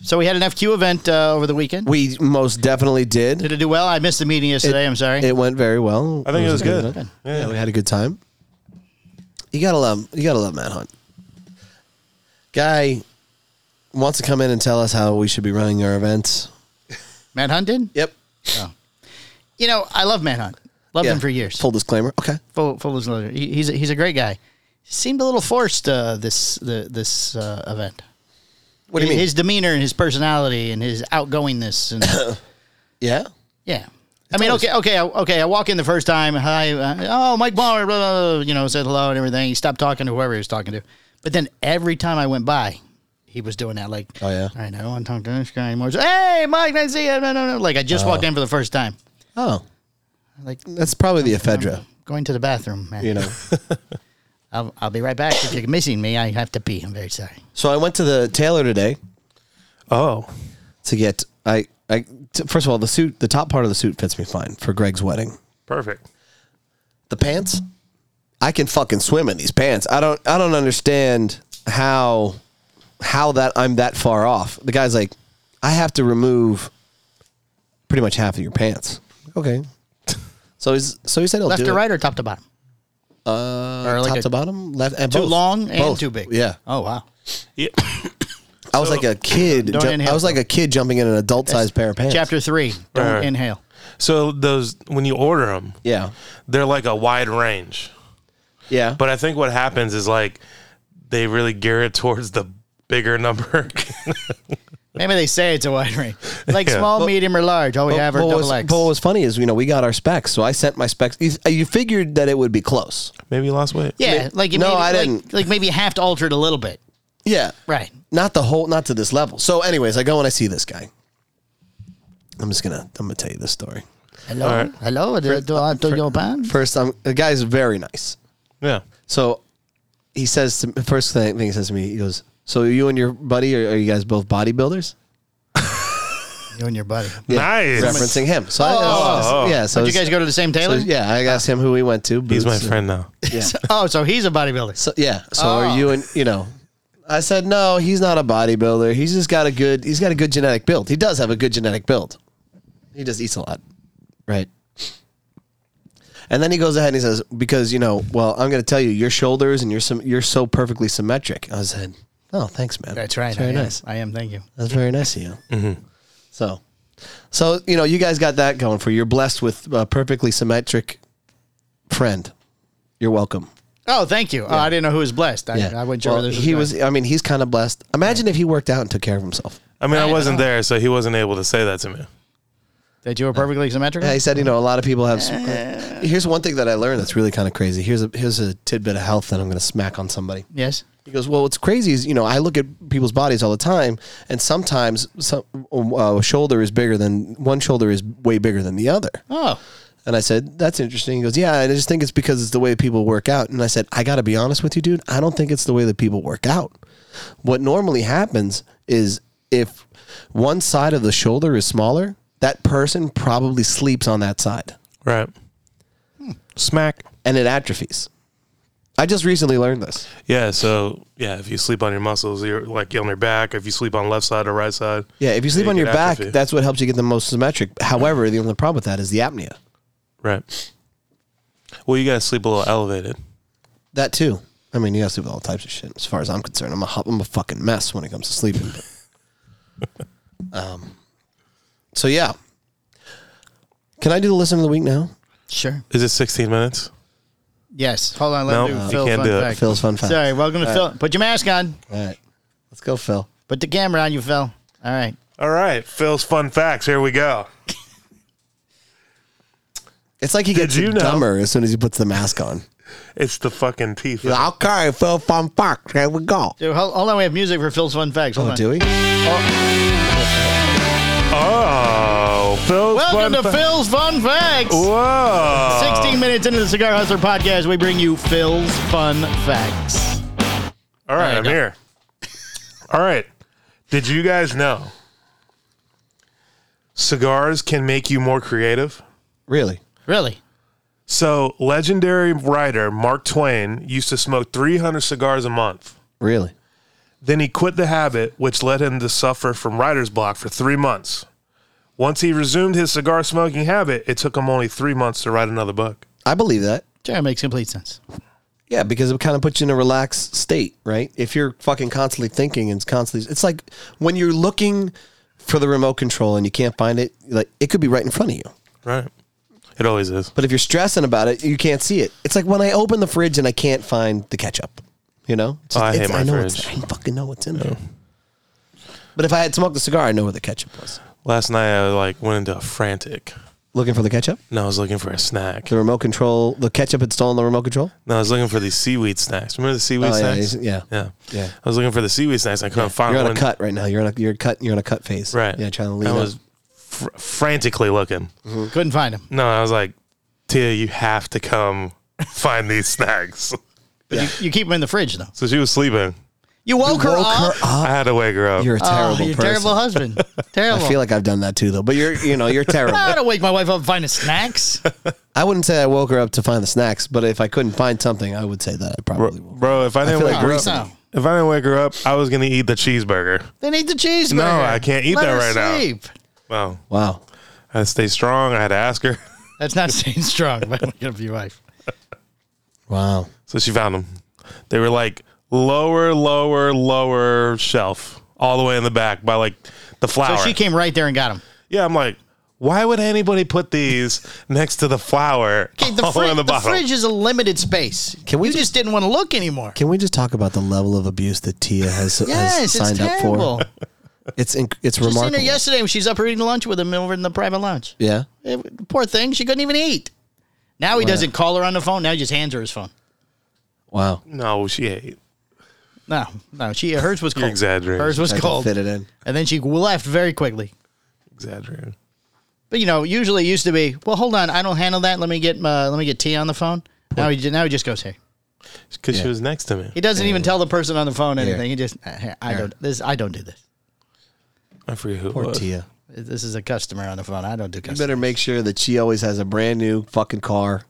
[SPEAKER 2] So we had an FQ event uh, over the weekend.
[SPEAKER 1] We most definitely did.
[SPEAKER 2] Did it do well? I missed the meeting yesterday. I'm sorry.
[SPEAKER 1] It went very well.
[SPEAKER 3] I think it was
[SPEAKER 1] a
[SPEAKER 3] good.
[SPEAKER 1] event.
[SPEAKER 3] Yeah.
[SPEAKER 1] Yeah. we had a good time. You gotta love. You gotta love Matt Hunt. Guy wants to come in and tell us how we should be running our events.
[SPEAKER 2] Matt Hunt did.
[SPEAKER 1] Yep.
[SPEAKER 2] You know, I love Matt Hunt. Loved
[SPEAKER 1] Yeah.
[SPEAKER 2] him for years.
[SPEAKER 1] Full disclaimer. Okay.
[SPEAKER 2] full full disclosure. He, he's a, he's a great guy. Seemed a little forced uh, this the, this uh, event.
[SPEAKER 1] What do you mean?
[SPEAKER 2] His demeanor and his personality and his outgoingness and
[SPEAKER 1] yeah.
[SPEAKER 2] yeah. I mean, okay, okay, I- okay. I walk in the first time. Hi, uh, oh, Mike Ballmer, blah, blah, blah, you know, said hello and everything. He stopped talking to whoever he was talking to. But then every time I went by, he was doing that. Like,
[SPEAKER 1] Oh, yeah?
[SPEAKER 2] All right, I don't want to talk to this guy anymore. So, hey, Mike, nice to see you. No, no, no. Like, I just walked in for the first time.
[SPEAKER 1] Oh,
[SPEAKER 2] Like,
[SPEAKER 1] that's probably the ephedra.
[SPEAKER 2] going to the bathroom, man.
[SPEAKER 1] You know.
[SPEAKER 2] I'll, I'll be right back. If you're missing me, I have to pee. I'm very sorry.
[SPEAKER 1] so I went to the tailor today
[SPEAKER 3] oh.
[SPEAKER 1] to get. I. I. T- first of all, the suit. The top part of the suit fits me fine for Greg's wedding.
[SPEAKER 3] perfect.
[SPEAKER 1] the pants i can fucking swim in these pants i don't i don't understand how how that i'm that far off the guy's like i have to remove pretty much half of your pants okay so he's so he said he'll
[SPEAKER 2] Left
[SPEAKER 1] do
[SPEAKER 2] to
[SPEAKER 1] it.
[SPEAKER 2] right or top to bottom? Uh, or like
[SPEAKER 1] top
[SPEAKER 2] a-
[SPEAKER 1] to bottom left and
[SPEAKER 2] too
[SPEAKER 1] both.
[SPEAKER 2] long and
[SPEAKER 1] Both.
[SPEAKER 2] too big.
[SPEAKER 1] yeah
[SPEAKER 2] Oh wow.
[SPEAKER 3] Yeah.
[SPEAKER 1] i was like a kid
[SPEAKER 2] Don't
[SPEAKER 1] jump-
[SPEAKER 2] inhale.
[SPEAKER 1] i was like a kid jumping in an adult-sized pair of pants
[SPEAKER 2] Chapter three. Don't
[SPEAKER 3] Right.
[SPEAKER 2] inhale.
[SPEAKER 3] so those when you order them,
[SPEAKER 1] yeah
[SPEAKER 3] they're like a wide range.
[SPEAKER 1] yeah
[SPEAKER 3] But I think what happens is like they really gear it towards the bigger number.
[SPEAKER 2] Maybe they say it's a wide range, like
[SPEAKER 3] Yeah.
[SPEAKER 2] small, medium, or large. All we have are
[SPEAKER 1] but,
[SPEAKER 2] double
[SPEAKER 1] what's-
[SPEAKER 2] X.
[SPEAKER 1] but what was funny is you know we got our specs so i sent my specs you, you figured that it would be close
[SPEAKER 3] Maybe you lost weight.
[SPEAKER 2] yeah, like you
[SPEAKER 1] No,
[SPEAKER 2] maybe-
[SPEAKER 1] I
[SPEAKER 2] like-
[SPEAKER 1] didn't.
[SPEAKER 2] Like maybe half to alter it a little bit.
[SPEAKER 1] yeah
[SPEAKER 2] Right.
[SPEAKER 1] not the whole not to this level so anyways i go and i see this guy i'm just gonna i'm gonna tell you this story
[SPEAKER 2] Hello.
[SPEAKER 3] All right.
[SPEAKER 2] Hello. Do, do I do your band?
[SPEAKER 1] first i'm the guy's very nice
[SPEAKER 3] Yeah.
[SPEAKER 1] so he says to, first thing, thing he says to me he goes so you and your buddy are, are you guys both bodybuilders
[SPEAKER 2] You and your buddy.
[SPEAKER 3] Nice.
[SPEAKER 1] referencing him so I,
[SPEAKER 3] Oh.
[SPEAKER 1] yeah so
[SPEAKER 2] Did you
[SPEAKER 1] it's-
[SPEAKER 2] guys go to the same
[SPEAKER 1] so,
[SPEAKER 2] tailor?
[SPEAKER 1] yeah i asked him who we went to
[SPEAKER 3] He's my
[SPEAKER 1] Boots, and-
[SPEAKER 3] friend now.
[SPEAKER 1] yeah
[SPEAKER 2] Oh, so he's a bodybuilder.
[SPEAKER 1] so yeah so are
[SPEAKER 2] Oh.
[SPEAKER 1] you and you know I said, no, he's not a bodybuilder. He's just got a good. He's got a good genetic build. He does have a good genetic build. He just eats a lot, right? And then he goes ahead and he says, because you know, well, I'm going to tell you, your shoulders and your sym- you're so perfectly symmetric. I said, oh, thanks, man.
[SPEAKER 2] That's right.
[SPEAKER 1] It's very
[SPEAKER 2] I am.
[SPEAKER 1] nice.
[SPEAKER 2] I am. Thank you.
[SPEAKER 1] That's very nice of you. So, so you know, you guys got that going for you. You're blessed with a perfectly symmetric friend. You're welcome.
[SPEAKER 2] Oh, thank you. Oh, I didn't know who was blessed. I, I wasn't sure
[SPEAKER 1] Well,
[SPEAKER 2] whether this
[SPEAKER 1] he
[SPEAKER 2] going-
[SPEAKER 1] was. I mean, he's kind of blessed. Imagine if he worked out and took care of himself.
[SPEAKER 3] I mean, I, wasn't there, so he wasn't able to say that to me.
[SPEAKER 2] that you were perfectly symmetrical.
[SPEAKER 1] Yeah, he said, you know, a lot of people have. here's one thing that I learned that's really kind of crazy. Here's a here's a tidbit of health that I'm going to smack on somebody.
[SPEAKER 2] yes.
[SPEAKER 1] He goes, well, what's crazy is you know I look at people's bodies all the time, and sometimes some uh, a shoulder is bigger than one shoulder is way bigger than the other.
[SPEAKER 2] Oh,
[SPEAKER 1] And I said, that's interesting. He goes, yeah, and I just think it's because it's the way people work out. And I said, I got to be honest with you, dude. I don't think it's the way that people work out. What normally happens is if one side of the shoulder is smaller, that person probably sleeps on that side
[SPEAKER 3] Right. Smack.
[SPEAKER 1] and it atrophies. I just recently learned this.
[SPEAKER 3] Yeah. So yeah, if you sleep on your muscles, you're like on your back. If you sleep on left side or right side.
[SPEAKER 1] Yeah, if you sleep
[SPEAKER 3] you
[SPEAKER 1] on your
[SPEAKER 3] get
[SPEAKER 1] back,
[SPEAKER 3] atrophy.
[SPEAKER 1] that's what helps you get the most symmetric. However, the only problem with that is the apnea.
[SPEAKER 3] Right. Well, you gotta sleep a little elevated.
[SPEAKER 1] That too. I mean, you got to sleep with all types of shit. As far as I'm concerned, I'm a hu- I'm a fucking mess when it comes to sleeping. But, um, so yeah. Can I do the listen of the week now?
[SPEAKER 2] sure.
[SPEAKER 3] Is it 16 minutes?
[SPEAKER 2] Yes. Hold on. Let
[SPEAKER 3] No,
[SPEAKER 2] me do
[SPEAKER 3] you
[SPEAKER 2] Phil
[SPEAKER 3] can't
[SPEAKER 2] fun
[SPEAKER 3] do it.
[SPEAKER 2] fact.
[SPEAKER 1] Phil's fun fact.
[SPEAKER 2] Sorry. Welcome to Phil. Put your mask on.
[SPEAKER 1] All right, let's go, Phil.
[SPEAKER 2] Put the camera on you, Phil. All right.
[SPEAKER 3] All right, Phil's fun facts. Here we go.
[SPEAKER 1] It's like he gets
[SPEAKER 3] you know-
[SPEAKER 1] dumber as soon as he puts the mask on.
[SPEAKER 3] It's the fucking teeth.
[SPEAKER 1] okay, Phil, fun fact. Here we go.
[SPEAKER 2] Dude, hold, hold on. We have music for Phil's fun facts. Hold
[SPEAKER 1] Oh,
[SPEAKER 2] on.
[SPEAKER 1] do we?
[SPEAKER 3] Oh, Phil's
[SPEAKER 2] Welcome to
[SPEAKER 3] fun fa-
[SPEAKER 2] Phil's fun facts.
[SPEAKER 3] Whoa.
[SPEAKER 2] 16 minutes into the Cigar Hustler podcast, we bring you Phil's fun facts.
[SPEAKER 3] All
[SPEAKER 2] There
[SPEAKER 3] right, I'm
[SPEAKER 2] you go.
[SPEAKER 3] here. All right. Did you guys know cigars can make you more creative?
[SPEAKER 1] Really?
[SPEAKER 2] Really?
[SPEAKER 3] So, legendary writer Mark Twain used to smoke 300 cigars a month.
[SPEAKER 1] Really?
[SPEAKER 3] Then he quit the habit, which led him to suffer from writer's block for three months. Once he resumed his cigar smoking habit, it took him only three months to write another book.
[SPEAKER 1] I believe that.
[SPEAKER 2] Sure, makes complete sense.
[SPEAKER 1] Yeah, because it kind of puts you in a relaxed state, right? If you're fucking constantly thinking and constantly, it's like when you're looking for the remote control and you can't find it, like it could be right in front of you.
[SPEAKER 3] Right. It always is.
[SPEAKER 1] But if you're stressing about it, you can't see it. It's like when I open the fridge and I can't find the ketchup. You know, It's
[SPEAKER 3] Oh, I hate
[SPEAKER 1] it's-
[SPEAKER 3] my
[SPEAKER 1] know it's-
[SPEAKER 3] fridge.
[SPEAKER 1] I fucking know what's in there. But if I had smoked a cigar, I know where the ketchup was.
[SPEAKER 3] Last night I like went into a frantic.
[SPEAKER 1] Looking for the ketchup,
[SPEAKER 3] No, I was looking for a snack.
[SPEAKER 1] the remote control, the ketchup had stolen the remote control.
[SPEAKER 3] No, I was looking for these seaweed snacks. Remember the seaweed
[SPEAKER 1] Oh, yeah,
[SPEAKER 3] snacks?
[SPEAKER 1] he's- yeah.
[SPEAKER 3] yeah,
[SPEAKER 1] Yeah.
[SPEAKER 3] I was looking for the seaweed snacks. I couldn't find
[SPEAKER 1] You're on
[SPEAKER 3] one.
[SPEAKER 1] a cut right now. You're on a you're cut. You're on a cut phase.
[SPEAKER 3] Right.
[SPEAKER 1] Yeah, trying to lean.
[SPEAKER 3] I
[SPEAKER 1] up.
[SPEAKER 3] was fr- frantically looking.
[SPEAKER 2] Couldn't find him.
[SPEAKER 3] No, I was like, Tia, you have to come find these snacks.
[SPEAKER 2] But you, you keep him in the fridge, though.
[SPEAKER 3] So she was sleeping.
[SPEAKER 2] You woke, her,
[SPEAKER 1] Woke
[SPEAKER 2] up.
[SPEAKER 1] her up.
[SPEAKER 3] I had to wake her up.
[SPEAKER 1] You're a
[SPEAKER 2] Oh,
[SPEAKER 1] terrible
[SPEAKER 2] you're a
[SPEAKER 1] person.
[SPEAKER 2] terrible husband. terrible.
[SPEAKER 1] I feel like I've done that too, though. But you're, you know, you're terrible.
[SPEAKER 2] I don't wake my wife up finding snacks.
[SPEAKER 1] I wouldn't say I woke her up to find the snacks, but if I couldn't find something, I would say that I probably would.
[SPEAKER 3] Bro, if I didn't
[SPEAKER 1] feel
[SPEAKER 2] Oh,
[SPEAKER 3] wake
[SPEAKER 1] like
[SPEAKER 3] her
[SPEAKER 1] recently-
[SPEAKER 3] up, if I didn't wake her up, I was gonna eat the cheeseburger.
[SPEAKER 2] Then eat the cheeseburger.
[SPEAKER 3] No, I can't eat
[SPEAKER 2] Let
[SPEAKER 3] that
[SPEAKER 2] her
[SPEAKER 3] right now.
[SPEAKER 2] sleep.
[SPEAKER 3] Well,
[SPEAKER 1] Wow.
[SPEAKER 3] I had to stay strong. I had to ask her,
[SPEAKER 2] That's not staying strong. But wake up your wife.
[SPEAKER 1] Wow.
[SPEAKER 3] so she found them. They were like lower, lower, lower shelf, all the way in the back by like the
[SPEAKER 2] So
[SPEAKER 3] flower.
[SPEAKER 2] she came right there and got him.
[SPEAKER 3] yeah, I'm like, why would anybody put these next to the flower
[SPEAKER 2] Okay, the,
[SPEAKER 1] Oh,
[SPEAKER 3] all
[SPEAKER 2] fri-
[SPEAKER 3] in
[SPEAKER 2] the
[SPEAKER 3] the bottom?
[SPEAKER 2] fridge is a limited space.
[SPEAKER 1] Can we
[SPEAKER 2] you
[SPEAKER 1] just-
[SPEAKER 2] just, didn't want to look anymore.
[SPEAKER 1] Can we just talk about the level of abuse that Tia has,
[SPEAKER 2] yes,
[SPEAKER 1] has
[SPEAKER 2] it's
[SPEAKER 1] signed up
[SPEAKER 2] terrible.
[SPEAKER 1] for? It's inc- it's
[SPEAKER 2] Just seen her
[SPEAKER 1] remarkable.
[SPEAKER 2] yesterday when she's up eating lunch with him over in the private lunch.
[SPEAKER 1] Yeah.
[SPEAKER 2] It- poor thing, she couldn't even eat. Now he doesn't call her on the phone. Now he just hands her his phone.
[SPEAKER 1] Wow.
[SPEAKER 3] no, she ate.
[SPEAKER 2] No, no, she hers was cold.
[SPEAKER 3] exaggerating.
[SPEAKER 2] Hers was
[SPEAKER 1] I can
[SPEAKER 2] cold,
[SPEAKER 1] fit it in.
[SPEAKER 2] and then she left very quickly.
[SPEAKER 3] Exaggerating.
[SPEAKER 2] But you know, usually it used to be, well, hold on, I don't handle that. Let me get my, let me get T on the phone. Now he now he just goes, hey.
[SPEAKER 3] Because
[SPEAKER 1] Yeah.
[SPEAKER 3] she was next to me.
[SPEAKER 2] He doesn't even tell the person on the phone anything.
[SPEAKER 1] Here.
[SPEAKER 2] He just, "Uh, hey, I don't this. I don't do this.
[SPEAKER 3] I forget who it
[SPEAKER 1] Poor
[SPEAKER 3] was.
[SPEAKER 1] Tia.
[SPEAKER 2] This is a customer on the phone. I don't do
[SPEAKER 1] You
[SPEAKER 2] customer.
[SPEAKER 1] better make sure that she always has a brand new fucking car,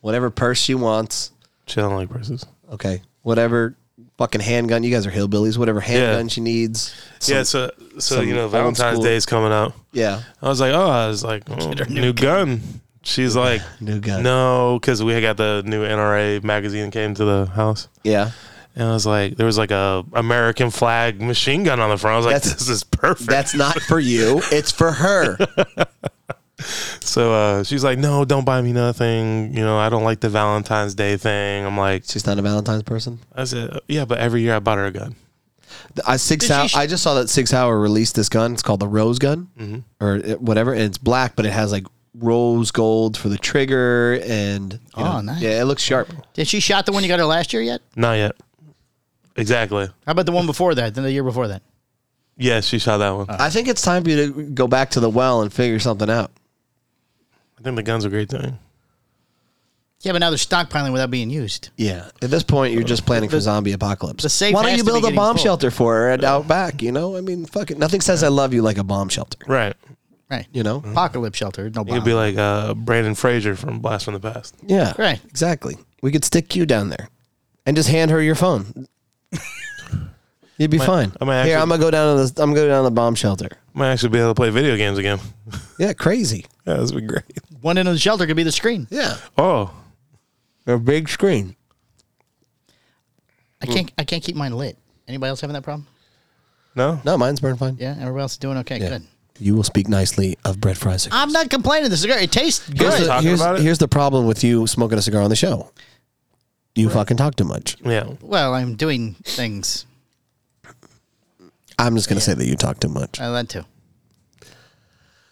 [SPEAKER 1] whatever purse she wants.
[SPEAKER 3] She don't like purses.
[SPEAKER 1] Okay. Whatever fucking handgun. You guys are hillbillies. Whatever handgun she needs.
[SPEAKER 3] yeah, so so
[SPEAKER 1] some
[SPEAKER 3] you know
[SPEAKER 1] old
[SPEAKER 3] Valentine's
[SPEAKER 1] school-
[SPEAKER 3] Day is coming up.
[SPEAKER 1] Yeah.
[SPEAKER 3] I was like, oh, I was like, oh, new, gun. She's like,
[SPEAKER 1] New gun.
[SPEAKER 3] No, because we had got the new NRA magazine came to the house,
[SPEAKER 1] Yeah.
[SPEAKER 3] and I was like, there was like a American flag machine gun on the front. I was like,
[SPEAKER 1] That's-
[SPEAKER 3] this is perfect.
[SPEAKER 1] That's not for you. It's for her.
[SPEAKER 3] so uh, she's like, no, don't buy me nothing. You know, I don't like the Valentine's Day thing. I'm like,
[SPEAKER 1] She's not a Valentine's person.
[SPEAKER 3] I said, yeah, but every year I bought her a gun.
[SPEAKER 1] I uh, six
[SPEAKER 2] Did
[SPEAKER 1] hour.
[SPEAKER 2] she sh-
[SPEAKER 1] I just saw that six hour released this gun. It's called the Rose Gun
[SPEAKER 2] Mm-hmm.
[SPEAKER 1] or it- whatever, and it's black, but it has like rose gold for the trigger, and you
[SPEAKER 2] Oh,
[SPEAKER 1] know,
[SPEAKER 2] nice.
[SPEAKER 1] yeah, it looks sharp.
[SPEAKER 2] Did she shot the one you got her last year yet?
[SPEAKER 3] Not yet. Exactly.
[SPEAKER 2] How about the one before that? Then the year before that?
[SPEAKER 3] Yeah, she shot that one.
[SPEAKER 1] I think it's time for you to go back to the well and figure something out.
[SPEAKER 3] I think the gun's a great thing.
[SPEAKER 2] Yeah, but now they're stockpiling without being used.
[SPEAKER 1] Yeah, at this point, you're just planning for zombie apocalypse.
[SPEAKER 2] the safe
[SPEAKER 1] Why don't
[SPEAKER 2] has
[SPEAKER 1] you
[SPEAKER 2] to be
[SPEAKER 1] build a
[SPEAKER 2] getting
[SPEAKER 1] bomb
[SPEAKER 2] full.
[SPEAKER 1] shelter for her at out back? You know, I mean, fuck it. Nothing says I love you like a bomb shelter.
[SPEAKER 3] Right.
[SPEAKER 2] Right.
[SPEAKER 1] You know,
[SPEAKER 2] Apocalypse shelter. No
[SPEAKER 3] You'd
[SPEAKER 2] bomb.
[SPEAKER 3] be like uh, Brandon Fraser from Blast from the Past.
[SPEAKER 1] yeah,
[SPEAKER 2] Right.
[SPEAKER 1] exactly. We could stick you down there, and just hand her your phone. You'd be fine.
[SPEAKER 3] I might
[SPEAKER 1] Here,
[SPEAKER 3] actually-
[SPEAKER 1] I'm gonna go down to the I'm gonna go down to the bomb shelter.
[SPEAKER 3] Might actually be able to play video games again.
[SPEAKER 1] Yeah, crazy.
[SPEAKER 3] Yeah, this would be great.
[SPEAKER 2] one end of the shelter could be the screen.
[SPEAKER 1] Yeah,
[SPEAKER 3] Oh,
[SPEAKER 1] a big screen. Mm.
[SPEAKER 2] I can't. I can't keep mine lit. Anybody else having that problem?
[SPEAKER 3] no?
[SPEAKER 1] No, mine's burned fine.
[SPEAKER 2] Yeah. Everybody else is doing okay.
[SPEAKER 1] Yeah.
[SPEAKER 2] Good.
[SPEAKER 1] You will speak nicely of bread fries. cigar.
[SPEAKER 2] I'm not complaining. The cigar. It tastes good.
[SPEAKER 1] Here's the,
[SPEAKER 3] Talking
[SPEAKER 1] here's,
[SPEAKER 3] about it?
[SPEAKER 1] here's the problem with you smoking a cigar on the show. You fucking talk too much.
[SPEAKER 3] Yeah.
[SPEAKER 2] well, I'm doing things.
[SPEAKER 1] I'm just gonna say that you talk too much.
[SPEAKER 2] I that too.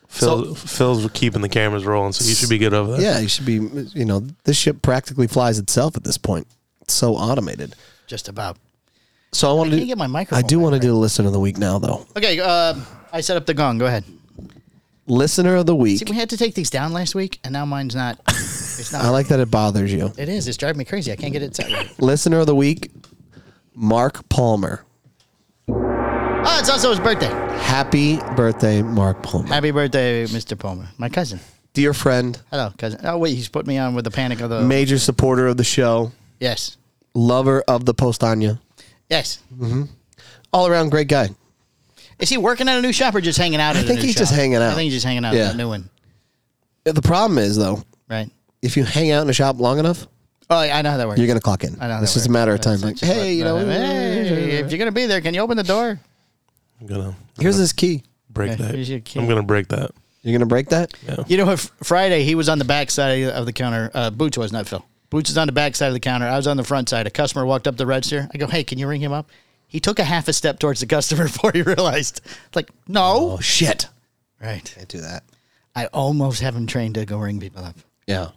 [SPEAKER 3] Phil, Phil's keeping the cameras rolling, so you should be good over that.
[SPEAKER 1] Yeah, you should be. You know, this ship practically flies itself at this point. It's so automated.
[SPEAKER 2] Just about.
[SPEAKER 1] So I want
[SPEAKER 2] can't
[SPEAKER 1] to
[SPEAKER 2] get my
[SPEAKER 1] I
[SPEAKER 2] microphone
[SPEAKER 1] do
[SPEAKER 2] back,
[SPEAKER 1] want to do the listener of the week now, though.
[SPEAKER 2] Okay. Uh, I set up the gong. Go ahead.
[SPEAKER 1] Listener of the
[SPEAKER 2] See,
[SPEAKER 1] week.
[SPEAKER 2] we had to take these down last week, and now mine's not. It's not.
[SPEAKER 1] I like that it bothers you.
[SPEAKER 2] it is. It's driving me crazy. I can't get it set right.
[SPEAKER 1] Listener of the week, Mark Palmer.
[SPEAKER 2] Oh, it's also his birthday.
[SPEAKER 1] Happy birthday, Mark Palmer.
[SPEAKER 2] Happy birthday, Mr. Palmer, my cousin.
[SPEAKER 1] Dear friend,
[SPEAKER 2] Hello, cousin. Oh wait, he's put me on with the panic of the.
[SPEAKER 1] major supporter of the show,
[SPEAKER 2] yes.
[SPEAKER 1] lover of the Postanya,
[SPEAKER 2] Yes.
[SPEAKER 1] all around great guy.
[SPEAKER 2] Is he working at a new shop or just hanging out? At
[SPEAKER 1] think he's just hanging out.
[SPEAKER 2] I think he's just hanging out
[SPEAKER 1] Yeah.
[SPEAKER 2] at a new one,
[SPEAKER 1] The problem is, though,
[SPEAKER 2] right?
[SPEAKER 1] if you hang out in a shop long enough,
[SPEAKER 2] Oh, I I know how that works.
[SPEAKER 1] you're going to clock in.
[SPEAKER 2] I know how
[SPEAKER 1] It's
[SPEAKER 2] that
[SPEAKER 1] just a
[SPEAKER 2] works.
[SPEAKER 1] matter of time.
[SPEAKER 2] So
[SPEAKER 1] Like,
[SPEAKER 2] it's just
[SPEAKER 1] hey, you know,
[SPEAKER 2] hey, if you're gonna be there, can you open the door?
[SPEAKER 3] I'm gonna
[SPEAKER 1] here's this key.
[SPEAKER 3] break
[SPEAKER 2] Okay,
[SPEAKER 3] that.
[SPEAKER 2] here's your key.
[SPEAKER 3] I'm gonna break that.
[SPEAKER 1] You're going to break that?
[SPEAKER 2] You know, if Friday he was on the back side of the counter. Uh, Boots was not Phil. Boots was on the back side of the counter. I was on the front side. A customer walked up the register. I go, "Hey, can you ring him up?" He took a half a step towards the customer before he realized. Like, no,
[SPEAKER 1] Oh, shit.
[SPEAKER 2] right?
[SPEAKER 1] Can't do that.
[SPEAKER 2] I almost have him trained to go ring people up.
[SPEAKER 1] Yeah.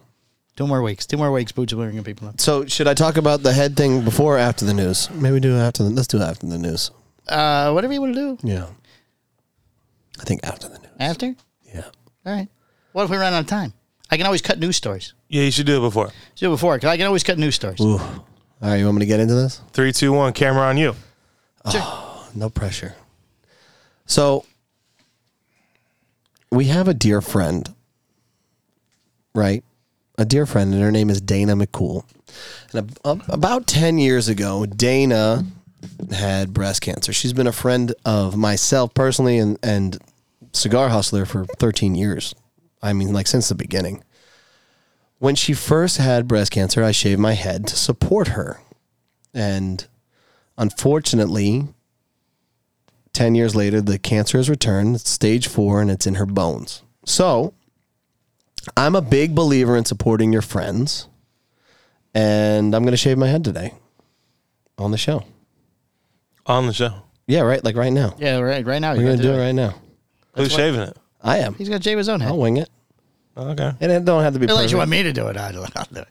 [SPEAKER 2] Two more weeks. Two more weeks. Boots will be ringing people up.
[SPEAKER 1] So, should I talk about the head thing before or after the news? Maybe do it after the Let's do it after the news.
[SPEAKER 2] Uh, whatever you want to do
[SPEAKER 1] Yeah. I think after the news.
[SPEAKER 2] after.
[SPEAKER 1] Yeah.
[SPEAKER 2] All right. What if we run out of time? I can always cut news stories.
[SPEAKER 3] Yeah, you should do it before.
[SPEAKER 2] Let's Do it before, 'cause I can always cut news stories.
[SPEAKER 1] Ooh. All right. You want me to get into this?
[SPEAKER 3] Three, two, one. Camera on you.
[SPEAKER 1] No pressure. So we have a dear friend, right? A dear friend, and her name is Dana McCool. And ab- ab- about 10 years ago, Dana had breast cancer. She's been a friend of myself personally and, and Cigar Hustler for 13 years. I mean, like since the beginning. When she first had breast cancer, I shaved my head to support her. And unfortunately, 10 years later, the cancer has returned, it's stage four, and it's in her bones. So I'm a big believer in supporting your friends, and I'm going to shave my head today on the show.
[SPEAKER 3] On the show.
[SPEAKER 1] Yeah, right, like right now.
[SPEAKER 2] Yeah, right. Right now,
[SPEAKER 1] We're going to do it right now.
[SPEAKER 3] Who's shaving it? Oh,
[SPEAKER 1] I am.
[SPEAKER 2] He's gonna shave his own head.
[SPEAKER 1] I'll wing it.
[SPEAKER 3] Okay.
[SPEAKER 1] And it don't have to be
[SPEAKER 2] Unless
[SPEAKER 1] perfect.
[SPEAKER 2] you want me to do it, I don't, I'll do it.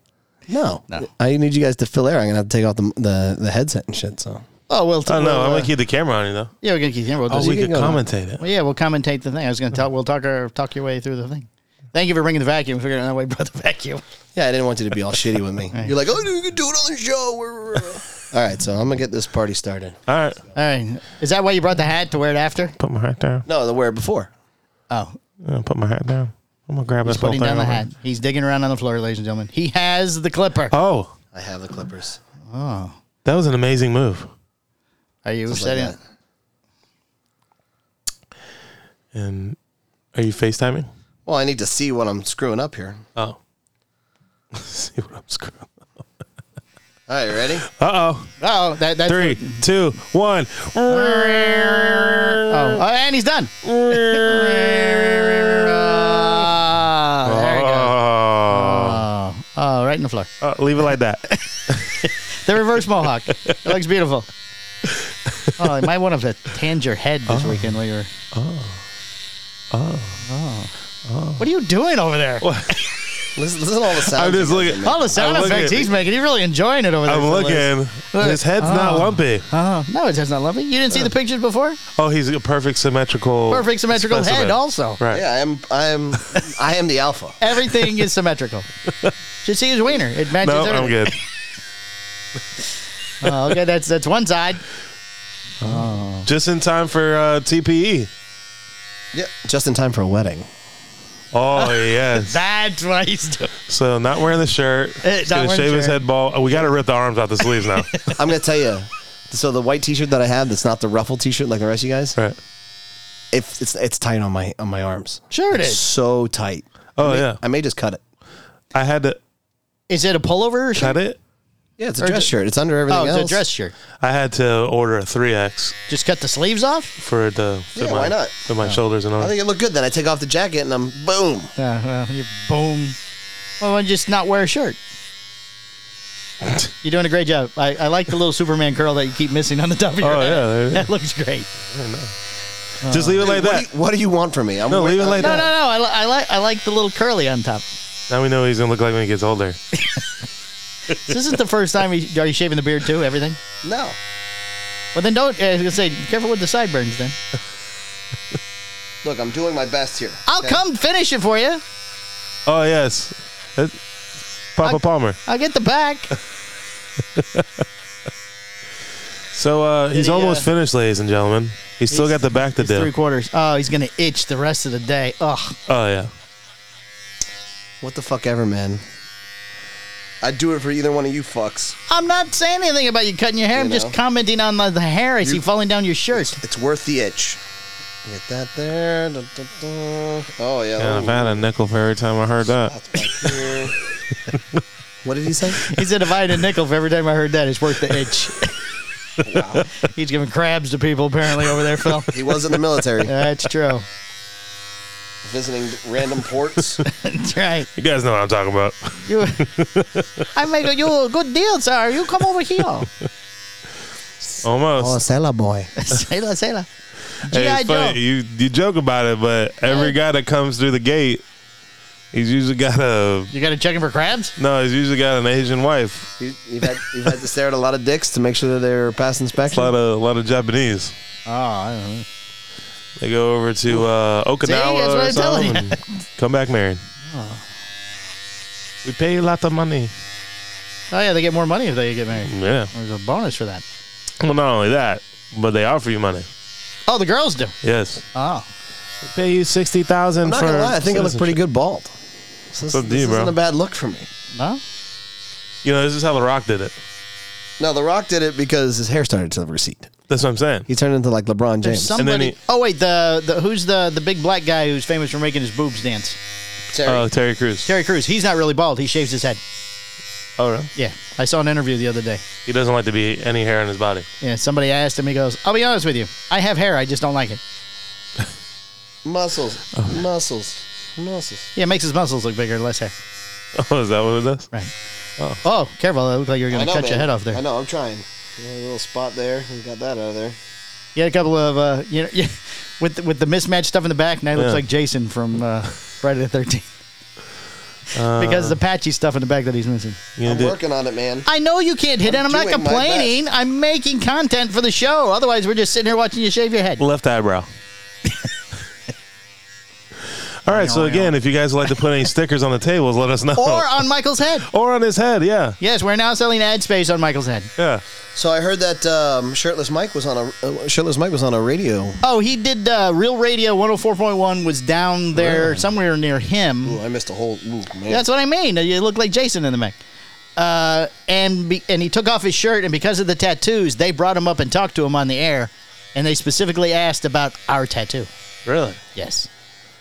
[SPEAKER 1] no.
[SPEAKER 2] No.
[SPEAKER 1] I need you guys to fill air. I'm going to have to take off the, the, the headset and shit, so.
[SPEAKER 2] Oh well.
[SPEAKER 3] I don't know.
[SPEAKER 2] we'll,
[SPEAKER 3] I'm
[SPEAKER 2] uh,
[SPEAKER 3] gonna keep the camera on you though.
[SPEAKER 2] Yeah, we're gonna keep here. We'll
[SPEAKER 3] Oh,
[SPEAKER 2] just,
[SPEAKER 3] we
[SPEAKER 1] can
[SPEAKER 3] could
[SPEAKER 1] go now.
[SPEAKER 3] commentate it.
[SPEAKER 2] well, yeah, we'll commentate the thing. I was gonna talk. We'll talk our talk your way through the thing. Thank you for bringing the vacuum. Figuring out how we brought the vacuum.
[SPEAKER 1] Yeah, I didn't want you to be all shitty with me. You're like, oh, you can do it on the show. all right, so I'm going to get this party started.
[SPEAKER 3] All right.
[SPEAKER 2] All right. Is that why you brought the hat to wear it after?
[SPEAKER 3] Put my hat down.
[SPEAKER 1] No, the where before.
[SPEAKER 2] Oh,
[SPEAKER 3] Yeah, put my hat down. I'm gonna grab this whole
[SPEAKER 2] putting
[SPEAKER 3] thing.
[SPEAKER 2] down the
[SPEAKER 3] over.
[SPEAKER 2] hat. He's digging around on the floor, ladies and gentlemen. He has the clipper.
[SPEAKER 3] Oh,
[SPEAKER 1] I have the clippers.
[SPEAKER 2] Oh,
[SPEAKER 3] That was an amazing move.
[SPEAKER 2] Are you
[SPEAKER 1] like
[SPEAKER 2] setting?
[SPEAKER 1] that.
[SPEAKER 3] And are you FaceTiming?
[SPEAKER 1] Well, I need to see what I'm screwing up here.
[SPEAKER 3] Oh. See what I'm screwing.
[SPEAKER 1] All right, ready?
[SPEAKER 3] Uh oh.
[SPEAKER 2] Oh, that that's
[SPEAKER 3] Three, two, one.
[SPEAKER 2] Oh, oh, and he's done. Ah, there we go.
[SPEAKER 3] Oh.
[SPEAKER 2] Oh, oh, right in the floor.
[SPEAKER 3] Uh, leave it like that.
[SPEAKER 2] The reverse mohawk. It looks beautiful. Oh, you might want to tanned your head this weekend while you're. Oh. Oh. What are you doing over there?
[SPEAKER 1] Listen, listen to all the sounds.
[SPEAKER 3] I'm just
[SPEAKER 1] you guys
[SPEAKER 3] looking.
[SPEAKER 1] are making.
[SPEAKER 2] All the sound
[SPEAKER 3] I'm looking
[SPEAKER 2] effects
[SPEAKER 3] at-
[SPEAKER 2] he's making. He's really enjoying it over there.
[SPEAKER 3] I'm looking. His head's not lumpy.
[SPEAKER 2] Oh, no, it says not lovely. You didn't
[SPEAKER 3] Uh.
[SPEAKER 2] see the pictures before?
[SPEAKER 3] Oh, he's a perfect symmetrical.
[SPEAKER 2] Perfect symmetrical head,
[SPEAKER 3] specimen.
[SPEAKER 2] also.
[SPEAKER 3] Right.
[SPEAKER 1] Yeah, I'm. I'm. I am the alpha.
[SPEAKER 2] Everything is symmetrical. Should see his wiener. It matches
[SPEAKER 3] No,
[SPEAKER 2] everything.
[SPEAKER 3] I'm good.
[SPEAKER 2] Oh, okay, that's that's one side.
[SPEAKER 3] Just in time for uh, TPE.
[SPEAKER 1] Yeah, just in time for a wedding.
[SPEAKER 3] Oh yes.
[SPEAKER 2] That's what he's doing.
[SPEAKER 3] So not wearing the shirt.
[SPEAKER 2] Eh,
[SPEAKER 3] He's
[SPEAKER 2] not
[SPEAKER 3] gonna
[SPEAKER 2] wearing
[SPEAKER 3] shave
[SPEAKER 2] the
[SPEAKER 3] his
[SPEAKER 2] shirt.
[SPEAKER 3] head bald. Oh, we got to rip the arms out the sleeves now.
[SPEAKER 1] I'm gonna tell you. So the white T-shirt that I have, that's not the ruffle T-shirt like the rest of you guys.
[SPEAKER 3] right.
[SPEAKER 1] If it's it's tight on my on my arms.
[SPEAKER 2] Sure it
[SPEAKER 1] It's
[SPEAKER 2] is.
[SPEAKER 1] so tight. I
[SPEAKER 3] Oh
[SPEAKER 1] may,
[SPEAKER 3] yeah.
[SPEAKER 1] I may just cut it.
[SPEAKER 3] I had to
[SPEAKER 2] Is it a pullover or shirt?
[SPEAKER 3] cut it.
[SPEAKER 1] Yeah, it's a
[SPEAKER 2] Or
[SPEAKER 1] dress
[SPEAKER 2] ju-
[SPEAKER 1] shirt. It's under everything
[SPEAKER 2] Oh,
[SPEAKER 1] else.
[SPEAKER 2] it's a dress shirt.
[SPEAKER 3] I had to order a three X
[SPEAKER 2] Just cut the sleeves off.
[SPEAKER 3] for the fit
[SPEAKER 1] Yeah,
[SPEAKER 3] my,
[SPEAKER 1] why not?
[SPEAKER 3] fit my shoulders and
[SPEAKER 1] I
[SPEAKER 3] arms.
[SPEAKER 1] think it looked good. Then I take off the jacket and I'm boom.
[SPEAKER 2] Yeah. Well, you boom. Well, why don't you just not wear a shirt? You're doing a great job. I, I like the little Superman curl that you keep missing on the top of your
[SPEAKER 3] Oh,
[SPEAKER 2] head.
[SPEAKER 3] yeah, there it is.
[SPEAKER 2] that looks great.
[SPEAKER 3] Just leave it like
[SPEAKER 1] what,
[SPEAKER 3] that.
[SPEAKER 1] Do you, what do you want from me? I'm
[SPEAKER 3] No, leave it
[SPEAKER 1] I'm-
[SPEAKER 3] like
[SPEAKER 2] No, no,
[SPEAKER 3] that.
[SPEAKER 2] no. I, li- I like I like the little curly on top.
[SPEAKER 3] Now we know what he's gonna look like when he gets older.
[SPEAKER 2] This isn't the first time. He, are you shaving the beard too? Everything.
[SPEAKER 1] No.
[SPEAKER 2] Well, then don't. Uh, I was gonna say, careful with the sideburns. Then
[SPEAKER 1] Look, I'm doing my best here.
[SPEAKER 2] I'll Oh, come finish it for you.
[SPEAKER 3] Oh yes. It- Papa Palmer.
[SPEAKER 2] I'll get the back.
[SPEAKER 3] So uh, he's
[SPEAKER 2] he,
[SPEAKER 3] almost
[SPEAKER 2] uh,
[SPEAKER 3] finished, ladies and gentlemen. He's still got the back to
[SPEAKER 2] It's three
[SPEAKER 3] do.
[SPEAKER 2] quarters. Oh, he's gonna itch the rest of the day. Ugh.
[SPEAKER 3] Oh yeah.
[SPEAKER 1] What the fuck ever, man. I'd do it for either one of you fucks.
[SPEAKER 2] I'm not saying anything about you cutting your hair. I'm
[SPEAKER 1] You
[SPEAKER 2] just
[SPEAKER 1] know.
[SPEAKER 2] commenting on the, the hair I see falling down your shirt.
[SPEAKER 1] It's worth the itch. Get that there. da, da, da. Oh yeah.
[SPEAKER 3] And I've
[SPEAKER 1] Ooh,
[SPEAKER 3] had a nickel for every time I heard that.
[SPEAKER 1] that's back here. what did he say?
[SPEAKER 2] He said, "If I had a nickel for every time I heard that, it's worth the itch." He's giving crabs to people apparently over there, Phil.
[SPEAKER 1] He was in the military,
[SPEAKER 2] That's true.
[SPEAKER 1] visiting random ports.
[SPEAKER 2] That's right.
[SPEAKER 3] You guys know what I'm talking about.
[SPEAKER 2] You, I make you a good deal, sir. You come over here.
[SPEAKER 3] Almost.
[SPEAKER 1] Sella Oh, boy.
[SPEAKER 2] sailor, sailor.
[SPEAKER 3] Hey,
[SPEAKER 2] G.I.
[SPEAKER 3] it's funny.
[SPEAKER 2] Joe.
[SPEAKER 3] You you joke about it, but every guy that comes through the gate, he's usually got a
[SPEAKER 2] You got to check him for crabs?
[SPEAKER 3] no. He's usually got an Asian wife.
[SPEAKER 1] You, you've had you've had to stare at a lot of dicks to make sure that they're past
[SPEAKER 3] A
[SPEAKER 1] inspection.
[SPEAKER 3] lot of a lot of Japanese.
[SPEAKER 2] Oh, I don't know.
[SPEAKER 3] They go over to uh,
[SPEAKER 2] that's what
[SPEAKER 3] Okinawa or
[SPEAKER 2] I'm telling
[SPEAKER 3] something. and Come back married. We pay you a lot of money.
[SPEAKER 2] Oh yeah, they get more money if they get married.
[SPEAKER 3] Yeah.
[SPEAKER 2] There's a bonus for that.
[SPEAKER 3] Well, not only that, but they offer you money.
[SPEAKER 2] Oh, the girls do.
[SPEAKER 3] Yes.
[SPEAKER 2] Oh,
[SPEAKER 3] We pay you sixty thousand.
[SPEAKER 1] I'm not gonna lie, I think I look pretty good bald. So this,
[SPEAKER 3] Up to
[SPEAKER 1] this
[SPEAKER 3] you, bro.
[SPEAKER 1] isn't a bad look for me.
[SPEAKER 2] no.
[SPEAKER 3] You know, this is how The Rock did it.
[SPEAKER 1] No, The Rock did it because his hair started to recede.
[SPEAKER 3] That's what I'm saying.
[SPEAKER 1] He turned into like LeBron
[SPEAKER 2] There's
[SPEAKER 1] James.
[SPEAKER 2] somebody.
[SPEAKER 3] he-
[SPEAKER 2] oh wait, the, the who's the the big black guy who's famous for making his boobs dance?
[SPEAKER 1] Terry.
[SPEAKER 3] Oh, Terry Crews.
[SPEAKER 2] Terry Crews. He's not really bald. He shaves his head.
[SPEAKER 3] Oh, really?
[SPEAKER 2] Yeah, I saw an interview the other day.
[SPEAKER 3] He doesn't like to be any hair on his body.
[SPEAKER 2] Yeah, somebody asked him. He goes, "I'll be honest with you. I have hair. I just don't like it.
[SPEAKER 1] muscles,
[SPEAKER 2] Oh.
[SPEAKER 1] muscles, muscles.
[SPEAKER 2] Yeah, it makes his muscles look bigger, less hair.
[SPEAKER 3] Oh, is that what it does?
[SPEAKER 2] Right.
[SPEAKER 3] Oh.
[SPEAKER 2] Oh, careful! It looked like you were
[SPEAKER 1] I
[SPEAKER 2] gonna
[SPEAKER 1] know,
[SPEAKER 2] cut your
[SPEAKER 1] man.
[SPEAKER 2] head off
[SPEAKER 1] I
[SPEAKER 2] there.
[SPEAKER 1] know. I'm trying. Yeah, a little spot there. We got that out of there.
[SPEAKER 2] You had a couple of uh, you know, yeah, with the, with the mismatched stuff in the back. Now he looks
[SPEAKER 3] Yeah.
[SPEAKER 2] like Jason from uh, Friday the Thirteenth.
[SPEAKER 3] Uh.
[SPEAKER 2] because the patchy stuff in the back that he's missing.
[SPEAKER 3] You
[SPEAKER 1] I'm
[SPEAKER 3] gonna do-
[SPEAKER 1] working on it, man.
[SPEAKER 2] I know you can't hit
[SPEAKER 1] I'm
[SPEAKER 2] it. I'm not
[SPEAKER 1] doing my
[SPEAKER 2] complaining. I'm making content for the show. Otherwise, we're just sitting here watching you shave your head.
[SPEAKER 3] left eyebrow. All right. So again, if you guys would like to put any stickers on the tables, let us know.
[SPEAKER 2] Or on Michael's head.
[SPEAKER 3] Or on his head. Yeah.
[SPEAKER 2] Yes, we're now selling ad space on Michael's head.
[SPEAKER 3] Yeah.
[SPEAKER 1] So I heard that um, shirtless Mike was on a uh, shirtless Mike was on a radio.
[SPEAKER 2] Oh, he did uh, Real Radio 104.1 was down there somewhere near him.
[SPEAKER 1] Ooh, I missed a whole. Ooh, man.
[SPEAKER 2] That's what I mean. You look like Jason in the Mac. Uh, and be, and he took off his shirt, and because of the tattoos, they brought him up and talked to him on the air, and they specifically asked about our tattoo.
[SPEAKER 3] Really?
[SPEAKER 2] Yes.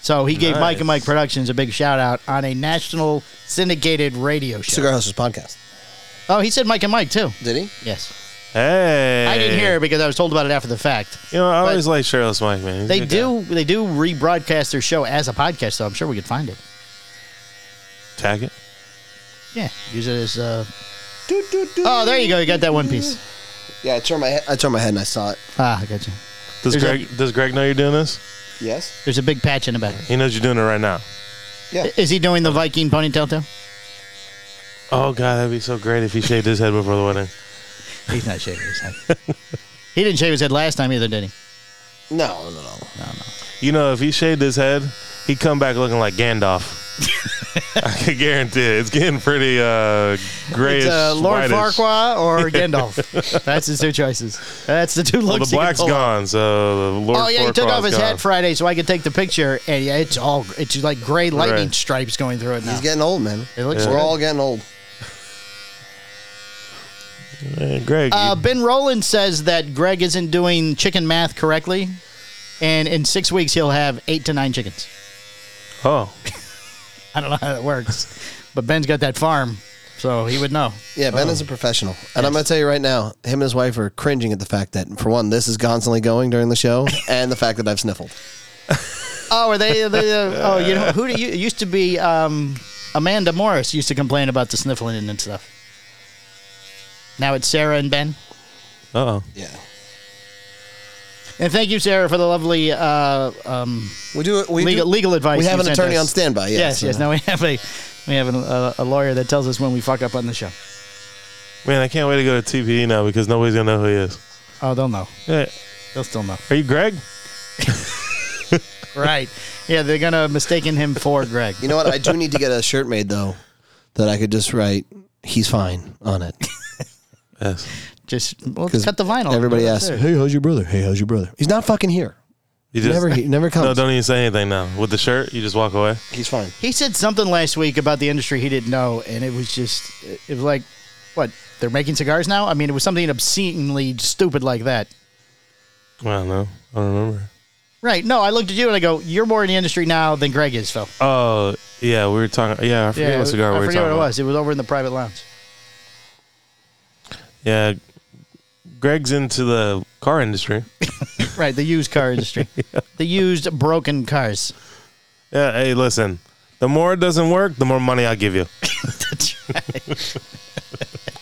[SPEAKER 2] So he gave Mike and Mike
[SPEAKER 3] Nice.
[SPEAKER 2] Productions a big shout out on a national syndicated radio show.
[SPEAKER 1] Cigar Hustlers podcast.
[SPEAKER 2] Oh, he said Mike and Mike too.
[SPEAKER 1] Did he?
[SPEAKER 2] Yes.
[SPEAKER 3] Hey.
[SPEAKER 2] I didn't hear it because I was told about it after the fact.
[SPEAKER 3] You know, I
[SPEAKER 2] but-
[SPEAKER 3] always like shirtless Mike, man. He's a
[SPEAKER 2] They
[SPEAKER 3] good
[SPEAKER 2] do they do rebroadcast their show as a podcast, so I'm sure we could find it.
[SPEAKER 3] guy. Tag it.
[SPEAKER 2] Yeah, use it as. Uh... Oh, there you go. You got that one piece.
[SPEAKER 1] Yeah, I turned my head. I turned my head and I saw it.
[SPEAKER 2] Ah, I got you.
[SPEAKER 3] Does
[SPEAKER 2] There's
[SPEAKER 3] Greg does Greg know you're doing this?
[SPEAKER 1] Yes.
[SPEAKER 2] There's a big patch in the back.
[SPEAKER 3] He knows you're doing it right now.
[SPEAKER 1] Yeah.
[SPEAKER 2] Is he doing the Viking ponytail too?
[SPEAKER 3] Oh god, that'd be so great if he shaved his head before the wedding.
[SPEAKER 2] He's not shaving his head. he didn't shave his head last time either, did he?
[SPEAKER 1] No, no, no.
[SPEAKER 3] You know, if he shaved his head, he'd come back looking like Gandalf. I can guarantee it. It's getting pretty uh grayish.
[SPEAKER 2] It's uh, Lord
[SPEAKER 3] whitish.
[SPEAKER 2] Farquaad or Gandalf. That's his two choices. That's the two looks.
[SPEAKER 3] Well, the
[SPEAKER 2] he can
[SPEAKER 3] black's
[SPEAKER 2] pull off.
[SPEAKER 3] gone, so Lord
[SPEAKER 2] Oh yeah, he took
[SPEAKER 3] Farquaad's
[SPEAKER 2] off his
[SPEAKER 3] gone.
[SPEAKER 2] hat Friday so I could take the picture, and yeah, it's all it's like gray lightning
[SPEAKER 3] Right.
[SPEAKER 2] stripes going through it now.
[SPEAKER 1] He's getting old, man.
[SPEAKER 2] It looks
[SPEAKER 1] We're
[SPEAKER 2] good.
[SPEAKER 1] all getting old.
[SPEAKER 3] Hey, Greg,
[SPEAKER 2] Uh, ben Rowland says that Greg isn't doing chicken math correctly, and in six weeks he'll have eight to nine chickens.
[SPEAKER 3] you- oh,
[SPEAKER 2] I don't know how that works, but Ben's got that farm, so he would know.
[SPEAKER 1] Yeah,
[SPEAKER 2] Oh.
[SPEAKER 1] Ben is a professional, and I'm going to tell you right now, him and his wife are cringing at the fact that, for one, this is constantly going during the show, and the fact that I've sniffled.
[SPEAKER 2] Oh, are they? Are they uh, oh, you know who do you it used to be? Um, Amanda Morris used to complain about the sniffling and stuff. Now it's Sarah and Ben.
[SPEAKER 3] oh,
[SPEAKER 1] Yeah,
[SPEAKER 2] And thank you, Sarah, for the lovely uh, um,
[SPEAKER 1] we do. We
[SPEAKER 2] legal,
[SPEAKER 1] do,
[SPEAKER 2] legal advice.
[SPEAKER 1] We have
[SPEAKER 2] you
[SPEAKER 1] an
[SPEAKER 2] sent
[SPEAKER 1] attorney
[SPEAKER 2] us.
[SPEAKER 1] on standby. Uh-huh. Yeah,
[SPEAKER 2] yes,
[SPEAKER 1] so-
[SPEAKER 2] yes. Now we have a we have an, uh, a lawyer that tells us when we fuck up on the show.
[SPEAKER 3] man, I can't wait to go to TPE now because nobody's gonna know who he is.
[SPEAKER 2] Oh, they'll know.
[SPEAKER 3] Hey,
[SPEAKER 2] They'll still know.
[SPEAKER 3] are you Greg?
[SPEAKER 2] Right. Yeah, they're gonna mistaken him for Greg.
[SPEAKER 1] You know what? I do need to get a shirt made though, that I could just write "He's fine" on it.
[SPEAKER 3] Yes,
[SPEAKER 2] Just well, let's cut the vinyl.
[SPEAKER 1] Everybody asks, "Hey, how's your brother? Hey, how's your brother?" He's not fucking here.
[SPEAKER 3] you
[SPEAKER 1] never, he never comes.
[SPEAKER 3] No, don't even say anything now. With the shirt, you just walk away.
[SPEAKER 1] He's fine.
[SPEAKER 2] He said something last week about the industry he didn't know, and it was just it was like, what they're making cigars now. I mean, it was something obscenely stupid like that.
[SPEAKER 3] Well, no, I don't remember.
[SPEAKER 2] Right. No, I looked at you and I go, you're more in the industry now than Greg is, Phil.
[SPEAKER 3] Oh, yeah, we were talking. Yeah, I forget what cigar
[SPEAKER 2] I
[SPEAKER 3] we were
[SPEAKER 2] forget what
[SPEAKER 3] talking
[SPEAKER 2] it
[SPEAKER 3] about.
[SPEAKER 2] was. It was over in the private lounge.
[SPEAKER 3] Yeah, Greg's into the car industry.
[SPEAKER 2] Right, the used car industry. The used broken cars.
[SPEAKER 3] Yeah, hey, listen. The more it doesn't work, the more money I'll give you.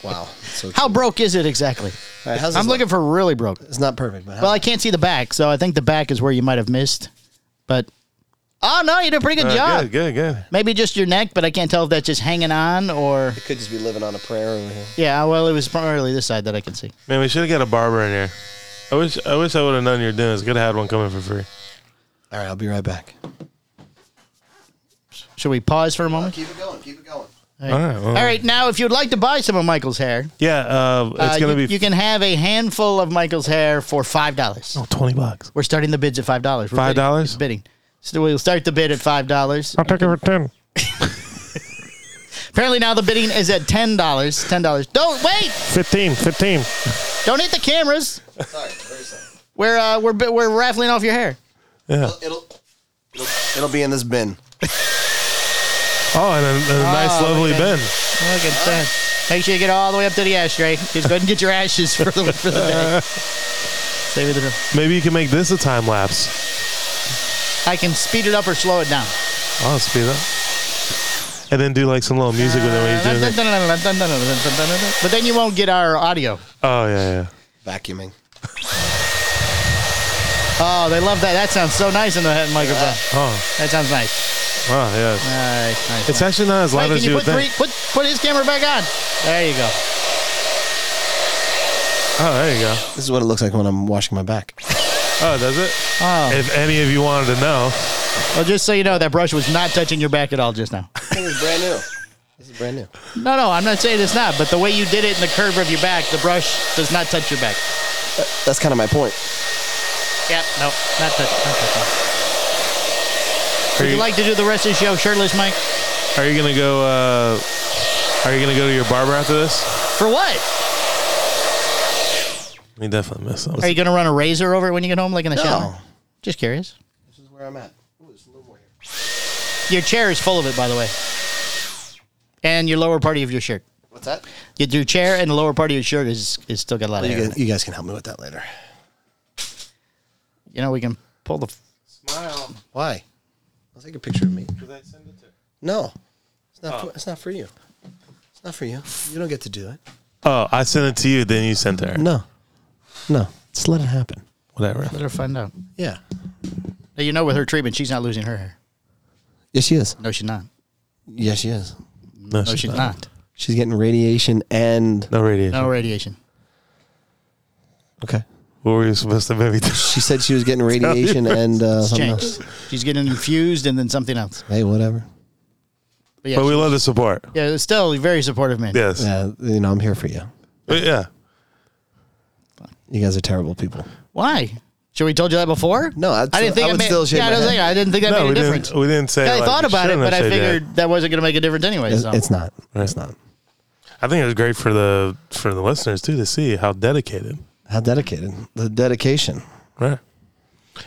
[SPEAKER 1] Wow. So
[SPEAKER 2] How broke is it exactly?
[SPEAKER 1] All right, how's this
[SPEAKER 2] I'm
[SPEAKER 1] look?
[SPEAKER 2] looking for really broke.
[SPEAKER 1] It's not perfect, but how-
[SPEAKER 2] Well, I can't see the back, so I think the back is where you might have missed. But oh no, you did a pretty good
[SPEAKER 3] Uh,
[SPEAKER 2] job.
[SPEAKER 3] Good, good, good.
[SPEAKER 2] Maybe just your neck, but I can't tell if that's just hanging on or
[SPEAKER 1] could just be living on a prayer over here.
[SPEAKER 2] yeah. Well, it was primarily this side that I can see.
[SPEAKER 3] Man, we should have got a barber in here. I wish I wish I would have known you were doing this. Could have had one coming for free.
[SPEAKER 1] All right, I'll be right back.
[SPEAKER 2] Should we pause for a moment?
[SPEAKER 1] Keep it going. Keep it going.
[SPEAKER 2] All
[SPEAKER 3] All right, well.
[SPEAKER 2] All right. Now, if you'd like to buy some of Michael's hair,
[SPEAKER 3] Yeah, uh, it's
[SPEAKER 2] uh,
[SPEAKER 3] gonna
[SPEAKER 2] you,
[SPEAKER 3] be
[SPEAKER 2] you can have a handful of Michael's hair for five dollars.
[SPEAKER 3] oh, twenty bucks.
[SPEAKER 2] We're starting the bids at five dollars.
[SPEAKER 3] $5?
[SPEAKER 2] bidding. So we'll start the bid at five dollars.
[SPEAKER 3] I'll take it for ten.
[SPEAKER 2] Apparently now the bidding is at ten dollars. Ten dollars. Don't wait.
[SPEAKER 3] Fifteen, fifteen.
[SPEAKER 2] Don't hit the cameras.
[SPEAKER 1] Sorry, very sorry.
[SPEAKER 2] We're uh, we're bi- we're raffling off your hair.
[SPEAKER 3] Yeah.
[SPEAKER 1] It'll, it'll it'll be in this bin.
[SPEAKER 3] Oh, and a, and a nice, lovely
[SPEAKER 2] Look
[SPEAKER 3] bin.
[SPEAKER 2] at that. Make sure you get all the way up to the ashtray. Just go ahead and get your ashes for the for the day. Save it. to-
[SPEAKER 3] Maybe you can make this a time lapse.
[SPEAKER 2] I can speed it up or slow it down.
[SPEAKER 3] I'll Oh, speed up. And then do like some little music with it when you
[SPEAKER 2] Uh,
[SPEAKER 3] do it.
[SPEAKER 2] But then you won't get our audio.
[SPEAKER 3] Oh yeah, yeah.
[SPEAKER 1] Vacuuming.
[SPEAKER 2] Oh, they love that. That sounds so nice in the head microphone.
[SPEAKER 3] Oh,
[SPEAKER 2] That sounds nice.
[SPEAKER 3] wow, yeah.
[SPEAKER 2] Nice, nice.
[SPEAKER 3] It's actually not as
[SPEAKER 2] Mike,
[SPEAKER 3] loud
[SPEAKER 2] can
[SPEAKER 3] as you,
[SPEAKER 2] you
[SPEAKER 3] would
[SPEAKER 2] put,
[SPEAKER 3] think.
[SPEAKER 2] three, put put his camera back on? There you go.
[SPEAKER 3] Oh, there you go.
[SPEAKER 1] This is what it looks like when I'm washing my back.
[SPEAKER 3] Oh, does it?
[SPEAKER 2] Oh.
[SPEAKER 3] If any of you wanted to know,
[SPEAKER 2] Well, just so you know, that brush was not touching your back at all just now.
[SPEAKER 1] This is brand new. This is brand new.
[SPEAKER 2] No, no, I'm not saying it's not, but the way you did it in the curve of your back, the brush does not touch your back.
[SPEAKER 1] That's kind of my point.
[SPEAKER 2] Yeah, no, not touch. Not touch.
[SPEAKER 3] are
[SPEAKER 2] Would you
[SPEAKER 3] you,
[SPEAKER 2] like to do the rest of the show shirtless, Mike?
[SPEAKER 3] are you gonna go? Uh, Are you gonna go to your barber after this?
[SPEAKER 2] For what?
[SPEAKER 3] We definitely missed
[SPEAKER 2] Are
[SPEAKER 3] something.
[SPEAKER 2] you going to run a razor over it when you get home, like in the shower? Just curious.
[SPEAKER 1] This is where I'm at. Ooh, there's a little more here.
[SPEAKER 2] Your chair is full of it, by the way. And your lower party of your shirt.
[SPEAKER 1] What's that?
[SPEAKER 2] Your- Your chair and the lower part of your shirt is, is still got a lot of
[SPEAKER 1] You
[SPEAKER 2] hair. in
[SPEAKER 1] guys,
[SPEAKER 2] it.
[SPEAKER 1] you guys can help me with that later.
[SPEAKER 2] You know, we can pull the.
[SPEAKER 3] Smile.
[SPEAKER 1] Why? I'll take a picture of me.
[SPEAKER 3] Did I send it to?
[SPEAKER 1] No, it's not. For, it's not for you. It's not for you. You don't get to do it.
[SPEAKER 3] Oh, I sent it to you. Then you sent it to her.
[SPEAKER 1] No, no. Just let it happen.
[SPEAKER 3] Whatever.
[SPEAKER 2] Let her find out.
[SPEAKER 1] Yeah.
[SPEAKER 2] Now, you know, with her treatment, she's not losing her hair.
[SPEAKER 1] Yes, she is.
[SPEAKER 2] No, she's not.
[SPEAKER 1] Yes, she is.
[SPEAKER 3] No,
[SPEAKER 2] No, she's not.
[SPEAKER 1] She's getting radiation and
[SPEAKER 3] No radiation.
[SPEAKER 2] No radiation.
[SPEAKER 1] okay.
[SPEAKER 3] What were you supposed to maybe do?
[SPEAKER 1] She said she was getting radiation and uh, something
[SPEAKER 2] Change.
[SPEAKER 1] else.
[SPEAKER 2] She's getting infused and then something else.
[SPEAKER 1] Hey, whatever.
[SPEAKER 2] But yeah,
[SPEAKER 3] But we love the support.
[SPEAKER 2] she- yeah, still a very supportive man.
[SPEAKER 3] Yes. Yeah.
[SPEAKER 1] Yeah, you know I'm here for you.
[SPEAKER 3] yeah.
[SPEAKER 1] You guys are terrible people.
[SPEAKER 2] Why? Should we told you that before?
[SPEAKER 1] No, I'd
[SPEAKER 2] I didn't
[SPEAKER 1] still-
[SPEAKER 2] think
[SPEAKER 1] I
[SPEAKER 2] I
[SPEAKER 1] would
[SPEAKER 2] made,
[SPEAKER 1] still shave
[SPEAKER 2] yeah, I
[SPEAKER 1] my
[SPEAKER 2] don't
[SPEAKER 1] head.
[SPEAKER 2] think I didn't think that
[SPEAKER 3] No,
[SPEAKER 2] made
[SPEAKER 3] we
[SPEAKER 2] a difference.
[SPEAKER 3] didn't. We didn't say.
[SPEAKER 2] I
[SPEAKER 3] like,
[SPEAKER 2] thought
[SPEAKER 3] you
[SPEAKER 2] about it,
[SPEAKER 3] shouldn't
[SPEAKER 2] but I
[SPEAKER 3] have said that.
[SPEAKER 2] figured that wasn't going to make a difference anyway.
[SPEAKER 1] It's,
[SPEAKER 2] so.
[SPEAKER 1] it's not. It's
[SPEAKER 3] Right.
[SPEAKER 1] not.
[SPEAKER 3] I think it was great for the for the listeners too to see how dedicated.
[SPEAKER 1] How dedicated? The dedication.
[SPEAKER 3] Right.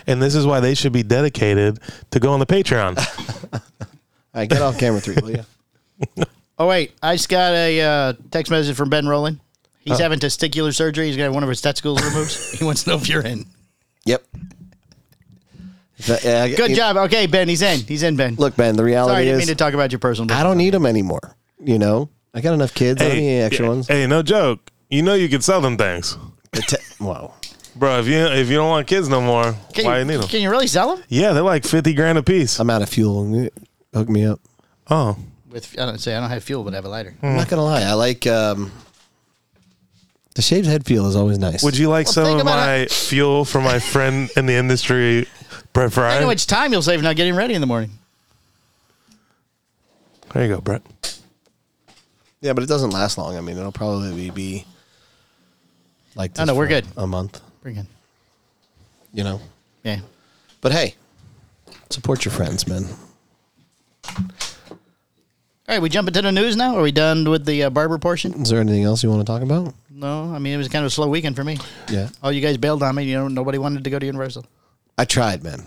[SPEAKER 3] And this is why they should be dedicated to go on the Patreon.
[SPEAKER 1] All right, get off camera three, will you?
[SPEAKER 2] Oh wait, I just got a uh, text message from Ben Rowland. He's having testicular surgery. He's gonna have one of his testicles removed. Uh-huh. he wants to know if you're in.
[SPEAKER 1] Yep. The- yeah, I-
[SPEAKER 2] Good
[SPEAKER 1] you-
[SPEAKER 2] job. Okay, Ben. He's in. He's in. Ben.
[SPEAKER 1] Look, Ben. The reality
[SPEAKER 2] Sorry, I didn't mean
[SPEAKER 1] is,
[SPEAKER 2] to talk about your personal.
[SPEAKER 1] I don't need them anymore. You know, I got enough kids. I don't need any extra
[SPEAKER 3] yeah,
[SPEAKER 1] ones.
[SPEAKER 3] hey, no joke. You know you can sell them things,
[SPEAKER 1] The te- Whoa.
[SPEAKER 3] bro. If you if you don't want kids no more,
[SPEAKER 2] Can
[SPEAKER 3] why
[SPEAKER 2] you,
[SPEAKER 3] you need them?
[SPEAKER 2] Can you really sell them?
[SPEAKER 3] Yeah, they're like fifty grand a piece.
[SPEAKER 1] I'm out of fuel. Hook me up.
[SPEAKER 3] Oh,
[SPEAKER 2] With I don't say I don't have fuel, but I have a lighter.
[SPEAKER 3] Hmm.
[SPEAKER 1] I'm not gonna lie. I like um, the shaved head feel is always nice.
[SPEAKER 3] would you like some
[SPEAKER 2] think
[SPEAKER 3] of
[SPEAKER 2] about
[SPEAKER 3] my fuel for my friend in the industry, Brett
[SPEAKER 2] I
[SPEAKER 3] Fry?
[SPEAKER 2] know how much time you'll save not getting ready in the morning.
[SPEAKER 3] There you go, Brett.
[SPEAKER 1] Yeah, but it doesn't last long. I mean, it'll probably be like. This
[SPEAKER 2] no, we're
[SPEAKER 1] for
[SPEAKER 2] good.
[SPEAKER 1] A month,
[SPEAKER 2] Bring in.
[SPEAKER 1] you know.
[SPEAKER 2] Yeah.
[SPEAKER 1] But hey, support your friends, man.
[SPEAKER 2] All right, we jump into the news now. Are we done with the uh, barber portion?
[SPEAKER 1] Is there anything else you want to talk about?
[SPEAKER 2] No, I mean it was kind of a slow weekend for me.
[SPEAKER 1] Yeah,
[SPEAKER 2] Oh, you guys bailed on me. You know, nobody wanted to go to Universal.
[SPEAKER 1] I tried, man.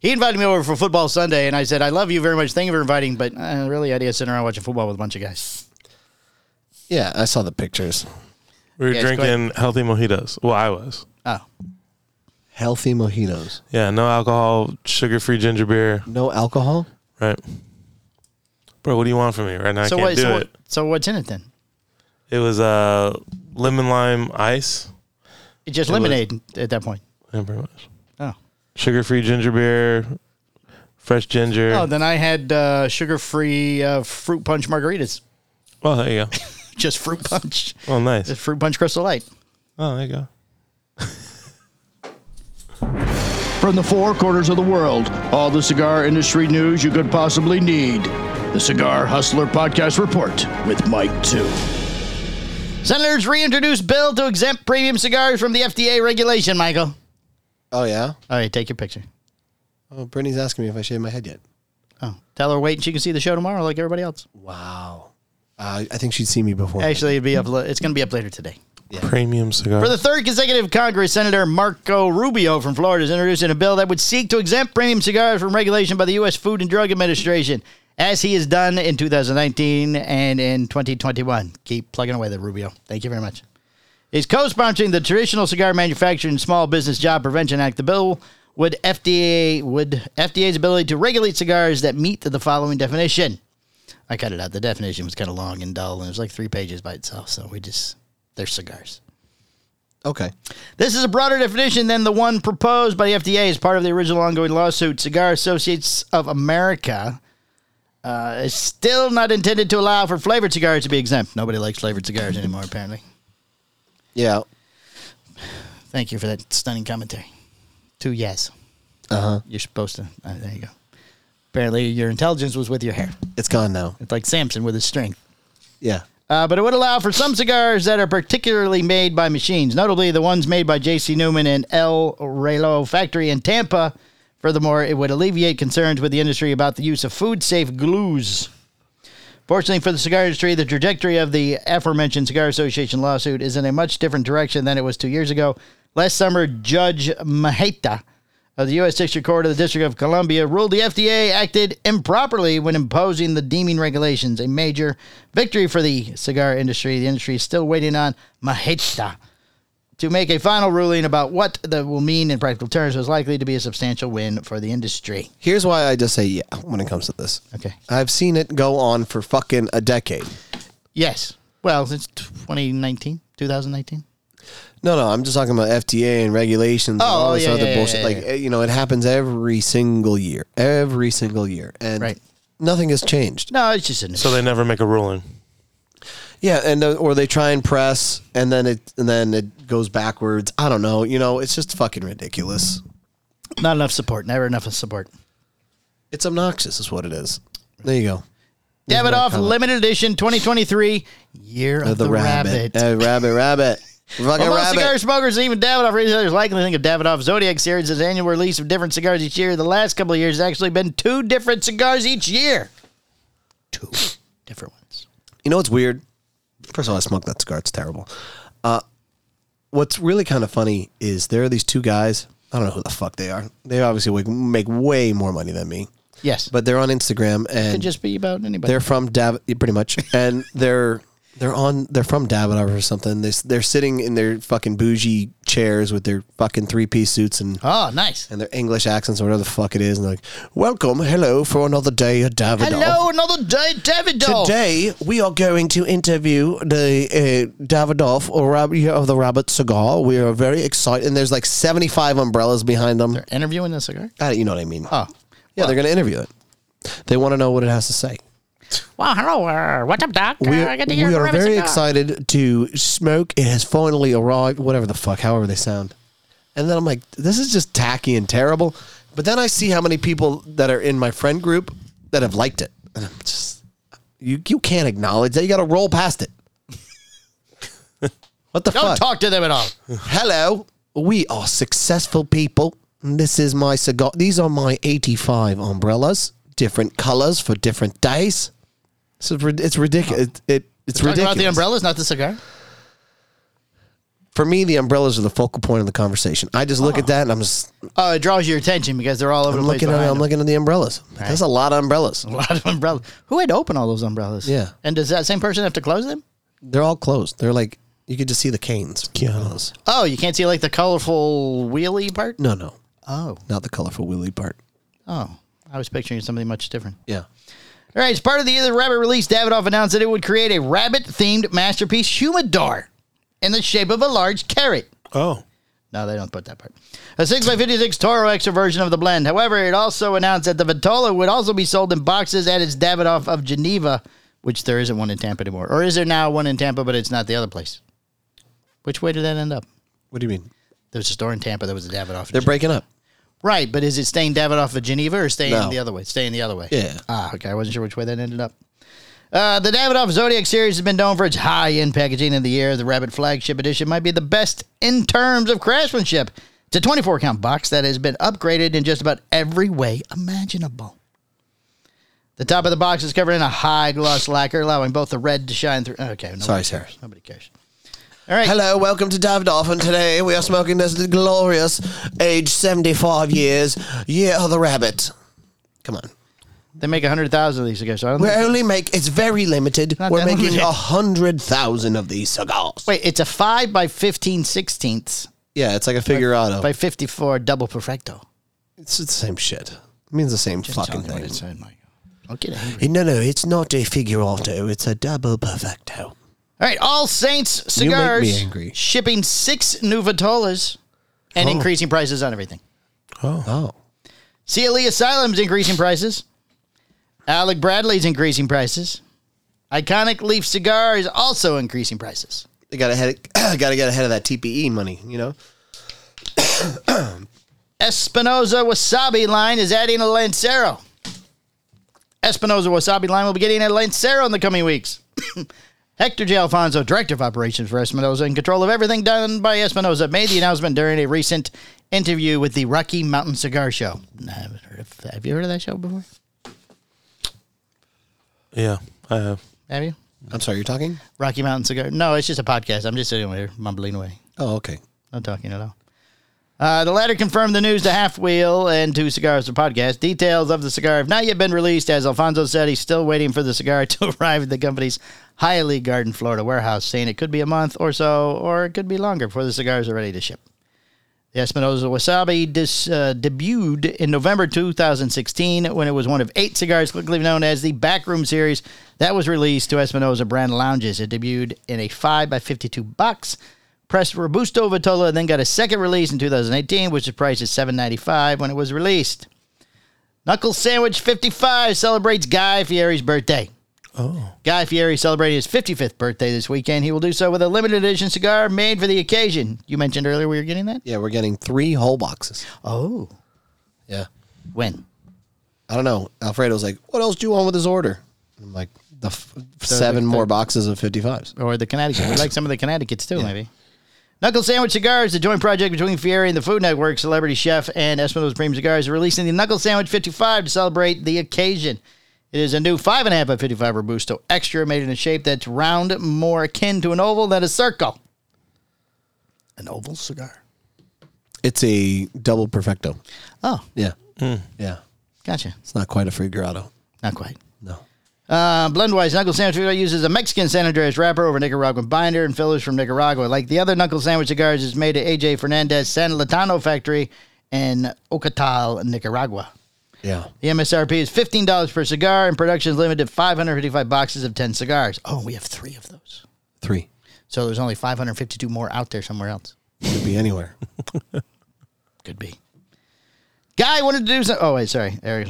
[SPEAKER 2] He invited me over for football Sunday, and I said, "I love you very much. Thank you for inviting, but uh, really, I did sitting around watching football with a bunch of guys."
[SPEAKER 1] Yeah, I saw the pictures.
[SPEAKER 3] We were
[SPEAKER 2] Yes, go ahead.
[SPEAKER 3] drinking healthy mojitos. Well, I was.
[SPEAKER 2] Oh,
[SPEAKER 1] Healthy mojitos,
[SPEAKER 3] Yeah, no alcohol, sugar free ginger beer.
[SPEAKER 1] no alcohol.
[SPEAKER 3] Right. Bro, what do you want from me right now? I
[SPEAKER 2] so
[SPEAKER 3] can't
[SPEAKER 2] what?
[SPEAKER 3] do
[SPEAKER 2] So,
[SPEAKER 3] it.
[SPEAKER 2] what, so what's in it then?
[SPEAKER 3] It was uh, lemon lime ice.
[SPEAKER 2] It's just
[SPEAKER 3] It was-
[SPEAKER 2] lemonade at that point.
[SPEAKER 3] Yeah, pretty much.
[SPEAKER 2] Oh,
[SPEAKER 3] Sugar free ginger beer, fresh ginger.
[SPEAKER 2] oh.
[SPEAKER 3] Oh,
[SPEAKER 2] Then I had uh, sugar-free uh, fruit punch margaritas.
[SPEAKER 3] well, there you go.
[SPEAKER 2] Just fruit punch.
[SPEAKER 3] Oh, nice.
[SPEAKER 2] Just fruit punch Crystal Light.
[SPEAKER 3] Oh, there you go.
[SPEAKER 2] From the four corners of the world, all the cigar industry news you could possibly need. The Cigar Hustler Podcast Report with Mike Two. Senators reintroduce bill to exempt premium cigars from the FDA regulation, Michael.
[SPEAKER 1] Oh yeah.
[SPEAKER 2] All right, take your picture.
[SPEAKER 1] Oh, Brittany's asking me if I shaved my head yet.
[SPEAKER 2] Oh, tell her wait, and she can see the show tomorrow, like everybody else.
[SPEAKER 1] Wow. Uh, I think she'd seen me before.
[SPEAKER 2] Actually, it'd be up. It's going to be up later today.
[SPEAKER 3] Premium cigar.
[SPEAKER 2] For the third consecutive Congress, Senator Marco Rubio from Florida is introducing a bill that would seek to exempt premium cigars from regulation by the U.S. Food and Drug Administration, as he has done in 2019 and in 2021. Keep plugging away there, Rubio. Thank you very much. He's co sponsoring the Traditional Cigar Manufacturing Small Business Job Prevention Act. The bill would FDA would FDA's ability to regulate cigars that meet the following definition. I cut it out. The definition was kind of long and dull, and it was like three pages by itself. So we just they're cigars.
[SPEAKER 1] okay.
[SPEAKER 2] This is a broader definition than the one proposed by the FDA as part of the original ongoing lawsuit. Cigar Associates of America uh, is still not intended to allow for flavored cigars to be exempt. Nobody likes flavored cigars anymore, apparently.
[SPEAKER 1] Yeah.
[SPEAKER 2] Thank you for that stunning commentary. Two yes.
[SPEAKER 1] Uh-huh.
[SPEAKER 2] Uh huh. You're supposed to. Uh, there you go. Apparently, your intelligence was with your hair.
[SPEAKER 1] It's gone now.
[SPEAKER 2] It's like Samson with his strength.
[SPEAKER 1] Yeah.
[SPEAKER 2] Uh, but it would allow for some cigars that are particularly made by machines, notably the ones made by J.C. Newman and El Relo factory in Tampa. Furthermore, it would alleviate concerns with the industry about the use of food safe glues. Fortunately for the cigar industry, the trajectory of the aforementioned Cigar Association lawsuit is in a much different direction than it was two years ago. Last summer, Judge Maheta of the U.S. District Court of the District of Columbia ruled the FDA acted improperly when imposing the deeming regulations, a major victory for the cigar industry. The industry is still waiting on Maheta to make a final ruling about what that will mean in practical terms was likely to be a substantial win for the industry.
[SPEAKER 1] Here's why I just say yeah when it comes to this.
[SPEAKER 2] Okay.
[SPEAKER 1] I've seen it go on for fucking a decade.
[SPEAKER 2] Yes. Well, since 2019, 2019.
[SPEAKER 1] No, no, I'm just talking about FDA and regulations and
[SPEAKER 2] Oh,
[SPEAKER 1] all this
[SPEAKER 2] yeah,
[SPEAKER 1] other
[SPEAKER 2] yeah,
[SPEAKER 1] bullshit.
[SPEAKER 2] yeah, yeah,
[SPEAKER 1] like eh, you know, it happens every single year, every single year, and
[SPEAKER 2] Right.
[SPEAKER 1] nothing has changed.
[SPEAKER 2] No, it's just an
[SPEAKER 3] So they never make a ruling.
[SPEAKER 1] Yeah, and uh, or they try and press, and then it and then it goes backwards. I don't know. You know, it's just fucking ridiculous.
[SPEAKER 2] not enough support. Never enough support.
[SPEAKER 1] It's obnoxious, is what it is. There you go.
[SPEAKER 2] Davidoff
[SPEAKER 1] comment.
[SPEAKER 2] limited edition 2023 year of, the, rabbit.
[SPEAKER 1] Eh, rabbit, rabbit, fucking
[SPEAKER 2] Well, most cigar
[SPEAKER 1] rabbit.
[SPEAKER 2] smokers, even Davidoff retailers, likely think of Davidoff Zodiac series as annual release of different cigars each year. The last couple of years, has actually been two different cigars each year. Two different ones.
[SPEAKER 1] You know what's weird? First of all, I smoked that cigar. It's terrible. Uh, what's really kind of funny is there are these two guys. I don't know who the fuck they are. They obviously would make way more money than me,
[SPEAKER 2] Yes, but
[SPEAKER 1] but they're on Instagram
[SPEAKER 2] could
[SPEAKER 1] and
[SPEAKER 2] just be about anybody.
[SPEAKER 1] they're from Dav, yeah, pretty much, and they're they're on they're from Davidoff or something. They, s- they're sitting in their fucking bougie chairs with their fucking three piece suits and
[SPEAKER 2] Oh, nice.
[SPEAKER 1] and their English accents or whatever the fuck it is, and they're like, "Welcome, hello for another day at Davidoff."
[SPEAKER 2] Hello, another day, Davidoff.
[SPEAKER 1] Today we are going to interview the uh, Davidoff or Rab- yeah, of the Rabbit cigar. We are very excited, and there's like 75 umbrellas behind them.
[SPEAKER 2] Interviewing the cigar.
[SPEAKER 1] Ah, you know what I mean?
[SPEAKER 2] Oh,
[SPEAKER 1] yeah, they're going to interview it. They want to know what it has to say.
[SPEAKER 4] Well, hello. Uh, what's up, Doc?
[SPEAKER 1] We,
[SPEAKER 4] uh, I got to hear
[SPEAKER 1] we
[SPEAKER 4] from
[SPEAKER 1] are
[SPEAKER 4] Rabbit
[SPEAKER 1] very
[SPEAKER 4] Cigar.
[SPEAKER 1] excited to smoke. It has finally arrived. Whatever the fuck, however they sound. And then I'm like, this is just tacky and terrible. But then I see how many people that are in my friend group that have liked it, and I'm just, you you can't acknowledge that. You got to roll past it. what the
[SPEAKER 2] Don't
[SPEAKER 1] fuck?
[SPEAKER 2] talk to them at all.
[SPEAKER 1] Hello, we are successful people. And This is my cigar. These are my 85 umbrellas, different colors for different days. So it's rid- it's ridiculous. It, it, it's
[SPEAKER 2] Talk
[SPEAKER 1] ridiculous.
[SPEAKER 2] about the umbrellas, not the cigar.
[SPEAKER 1] For me, the umbrellas are the focal point of the conversation. I just look at that and I'm just
[SPEAKER 2] Oh, it draws your attention because they're all over
[SPEAKER 1] I'm
[SPEAKER 2] the place.
[SPEAKER 1] looking at
[SPEAKER 2] behind
[SPEAKER 1] I'm looking at the umbrellas. There's a lot of umbrellas.
[SPEAKER 2] them. a lot of umbrellas. Who had to open all those umbrellas?
[SPEAKER 1] Yeah.
[SPEAKER 2] And does that same person have to close them?
[SPEAKER 1] They're all closed. They're like you could just see the canes. Kianos.
[SPEAKER 2] Oh, you can't see like the colorful wheelie part.
[SPEAKER 1] No, no,
[SPEAKER 2] Oh,
[SPEAKER 1] not the colorful willy part.
[SPEAKER 2] oh. I was picturing something much different.
[SPEAKER 1] Yeah.
[SPEAKER 2] All right, as part of the other rabbit release, Davidoff announced that it would create a rabbit-themed masterpiece humidor in the shape of a large carrot.
[SPEAKER 3] Oh.
[SPEAKER 2] No, they don't put that part. A 6x56 Toro Extra version of the blend. However, it also announced that the Vitola would also be sold in boxes at its Davidoff of Geneva, which there isn't one in Tampa anymore. Or is there now one in Tampa, but it's not the other place? Which way did that end up?
[SPEAKER 1] What do you mean?
[SPEAKER 2] There was a store in Tampa that was a Davidoff.
[SPEAKER 1] They're breaking up.
[SPEAKER 2] right, but is it staying Davidoff of Geneva or staying
[SPEAKER 1] No.
[SPEAKER 2] the other way? Staying the other way.
[SPEAKER 1] Yeah.
[SPEAKER 2] Ah, okay. I wasn't sure which way that ended up. Uh, the Davidoff Zodiac series has been known for its high-end packaging of the year. The Rabbit Flagship Edition might be the best in terms of craftsmanship. It's a 24-count box that has been upgraded in just about every way imaginable. The top of the box is covered in a high-gloss lacquer, allowing both the red to shine through. Okay, nobody
[SPEAKER 1] Sorry,
[SPEAKER 2] cares.
[SPEAKER 1] sir.
[SPEAKER 2] Nobody cares. All right.
[SPEAKER 1] Hello, welcome to Davidoff, and today we are smoking this glorious, age 75 years, Year of the Rabbit. Come on.
[SPEAKER 2] They make 100,000 of these cigars. So I don't
[SPEAKER 1] We
[SPEAKER 2] think-
[SPEAKER 1] only make, it's very limited.
[SPEAKER 2] Not
[SPEAKER 1] We're
[SPEAKER 2] that
[SPEAKER 1] making
[SPEAKER 2] limited.
[SPEAKER 1] 100,000 of these cigars.
[SPEAKER 2] Wait, it's a 5 by 15 sixteenths
[SPEAKER 1] Yeah, it's like a figurado.
[SPEAKER 2] by 54 double perfecto.
[SPEAKER 1] It's the same shit. It means the same fucking
[SPEAKER 2] Tell me what
[SPEAKER 1] thing.
[SPEAKER 2] it said, Michael. Don't get angry.
[SPEAKER 1] No, no, it's not a figurato. It's a double perfecto.
[SPEAKER 2] All right, All
[SPEAKER 1] You
[SPEAKER 2] Saints
[SPEAKER 1] make me
[SPEAKER 2] cigars
[SPEAKER 1] angry.
[SPEAKER 2] shipping six new Vitolas and increasing prices on everything.
[SPEAKER 1] Oh.
[SPEAKER 2] CLE Asylum's increasing prices. Alec Bradley's increasing prices. Iconic Leaf Cigar is also increasing prices.
[SPEAKER 1] They got ahead. got to get ahead of that TPE money, you know.
[SPEAKER 2] Espinosa Wasabi line is adding a Lancero. Espinosa Wasabi line will be getting a Lancero in the coming weeks. Hector J. Alfonso, director of operations for Espinosa, in control of everything done by Espinosa, made the announcement during a recent interview with the Rocky Mountain Cigar Show. Nah, I haven't heard of- Have you heard of that show before?
[SPEAKER 3] Yeah. I I have.
[SPEAKER 2] Have you?
[SPEAKER 1] I'm sorry, you're talking?
[SPEAKER 2] Rocky Mountain Cigar. No, it's just a podcast. I'm just sitting over here mumbling away.
[SPEAKER 1] Oh, okay.
[SPEAKER 2] Not talking at all. Uh, the latter confirmed the news to Half Wheel and to Cigars the podcast. Details of the cigar have not yet been released, as Alfonso said he's still waiting for the cigar to arrive at the company's Highly Garden, Florida warehouse, saying it could be a month or so, or it could be longer before the cigars are ready to ship. The Espinosa Wasabi dis, uh, debuted in November 2016 when it was one of eight cigars quickly known as the Backroom Series that was released to Espinosa brand lounges. It debuted in a 5 by 52 box, pressed Robusto Vitola, and then got a second release in 2018, which was priced at $7.95 when it was released. Knuckle Sandwich 55 celebrates Guy Fieri's birthday. Guy Fieri celebrating his 55th birthday this weekend. He will do so with a limited edition cigar made for the occasion. You mentioned earlier we were getting that?
[SPEAKER 1] Yeah, we're getting three whole boxes.
[SPEAKER 2] Oh.
[SPEAKER 1] Yeah.
[SPEAKER 2] When?
[SPEAKER 1] I don't know. Alfredo's like, what else do you want with this order? I'm like, the f- seven more boxes of 55s.
[SPEAKER 2] Or the Connecticut. We like some of the Connecticut's too, maybe. Knuckle Sandwich Cigars, the joint project between Fieri and the Food Network, celebrity chef, and Espinosa Premium Cigars, are releasing the Knuckle Sandwich 55 to celebrate the occasion. It is a new 5.5 by 55 Robusto Extra made in a shape that's round, more akin to an oval than a circle. An oval cigar.
[SPEAKER 1] It's a double perfecto.
[SPEAKER 2] Oh,
[SPEAKER 1] Yeah. Yeah.
[SPEAKER 2] gotcha.
[SPEAKER 1] It's not quite a figurado.
[SPEAKER 2] Not quite.
[SPEAKER 1] No.
[SPEAKER 2] Uh, Blendwise Knuckle Sandwich Cigar uses a Mexican San Andreas wrapper over Nicaraguan binder and fillers from Nicaragua. Like the other Knuckle Sandwich cigars, it's made at AJ Fernandez San Latano factory in Ocotal, Nicaragua.
[SPEAKER 1] Yeah.
[SPEAKER 2] The MSRP is $15 per cigar and production is limited to 555 boxes of 10 cigars. Oh, we have three of those.
[SPEAKER 1] Three.
[SPEAKER 2] So there's only 552 more out there somewhere else.
[SPEAKER 1] Could be anywhere.
[SPEAKER 2] Could be. Guy wanted to do something. Oh, wait, sorry. Eric.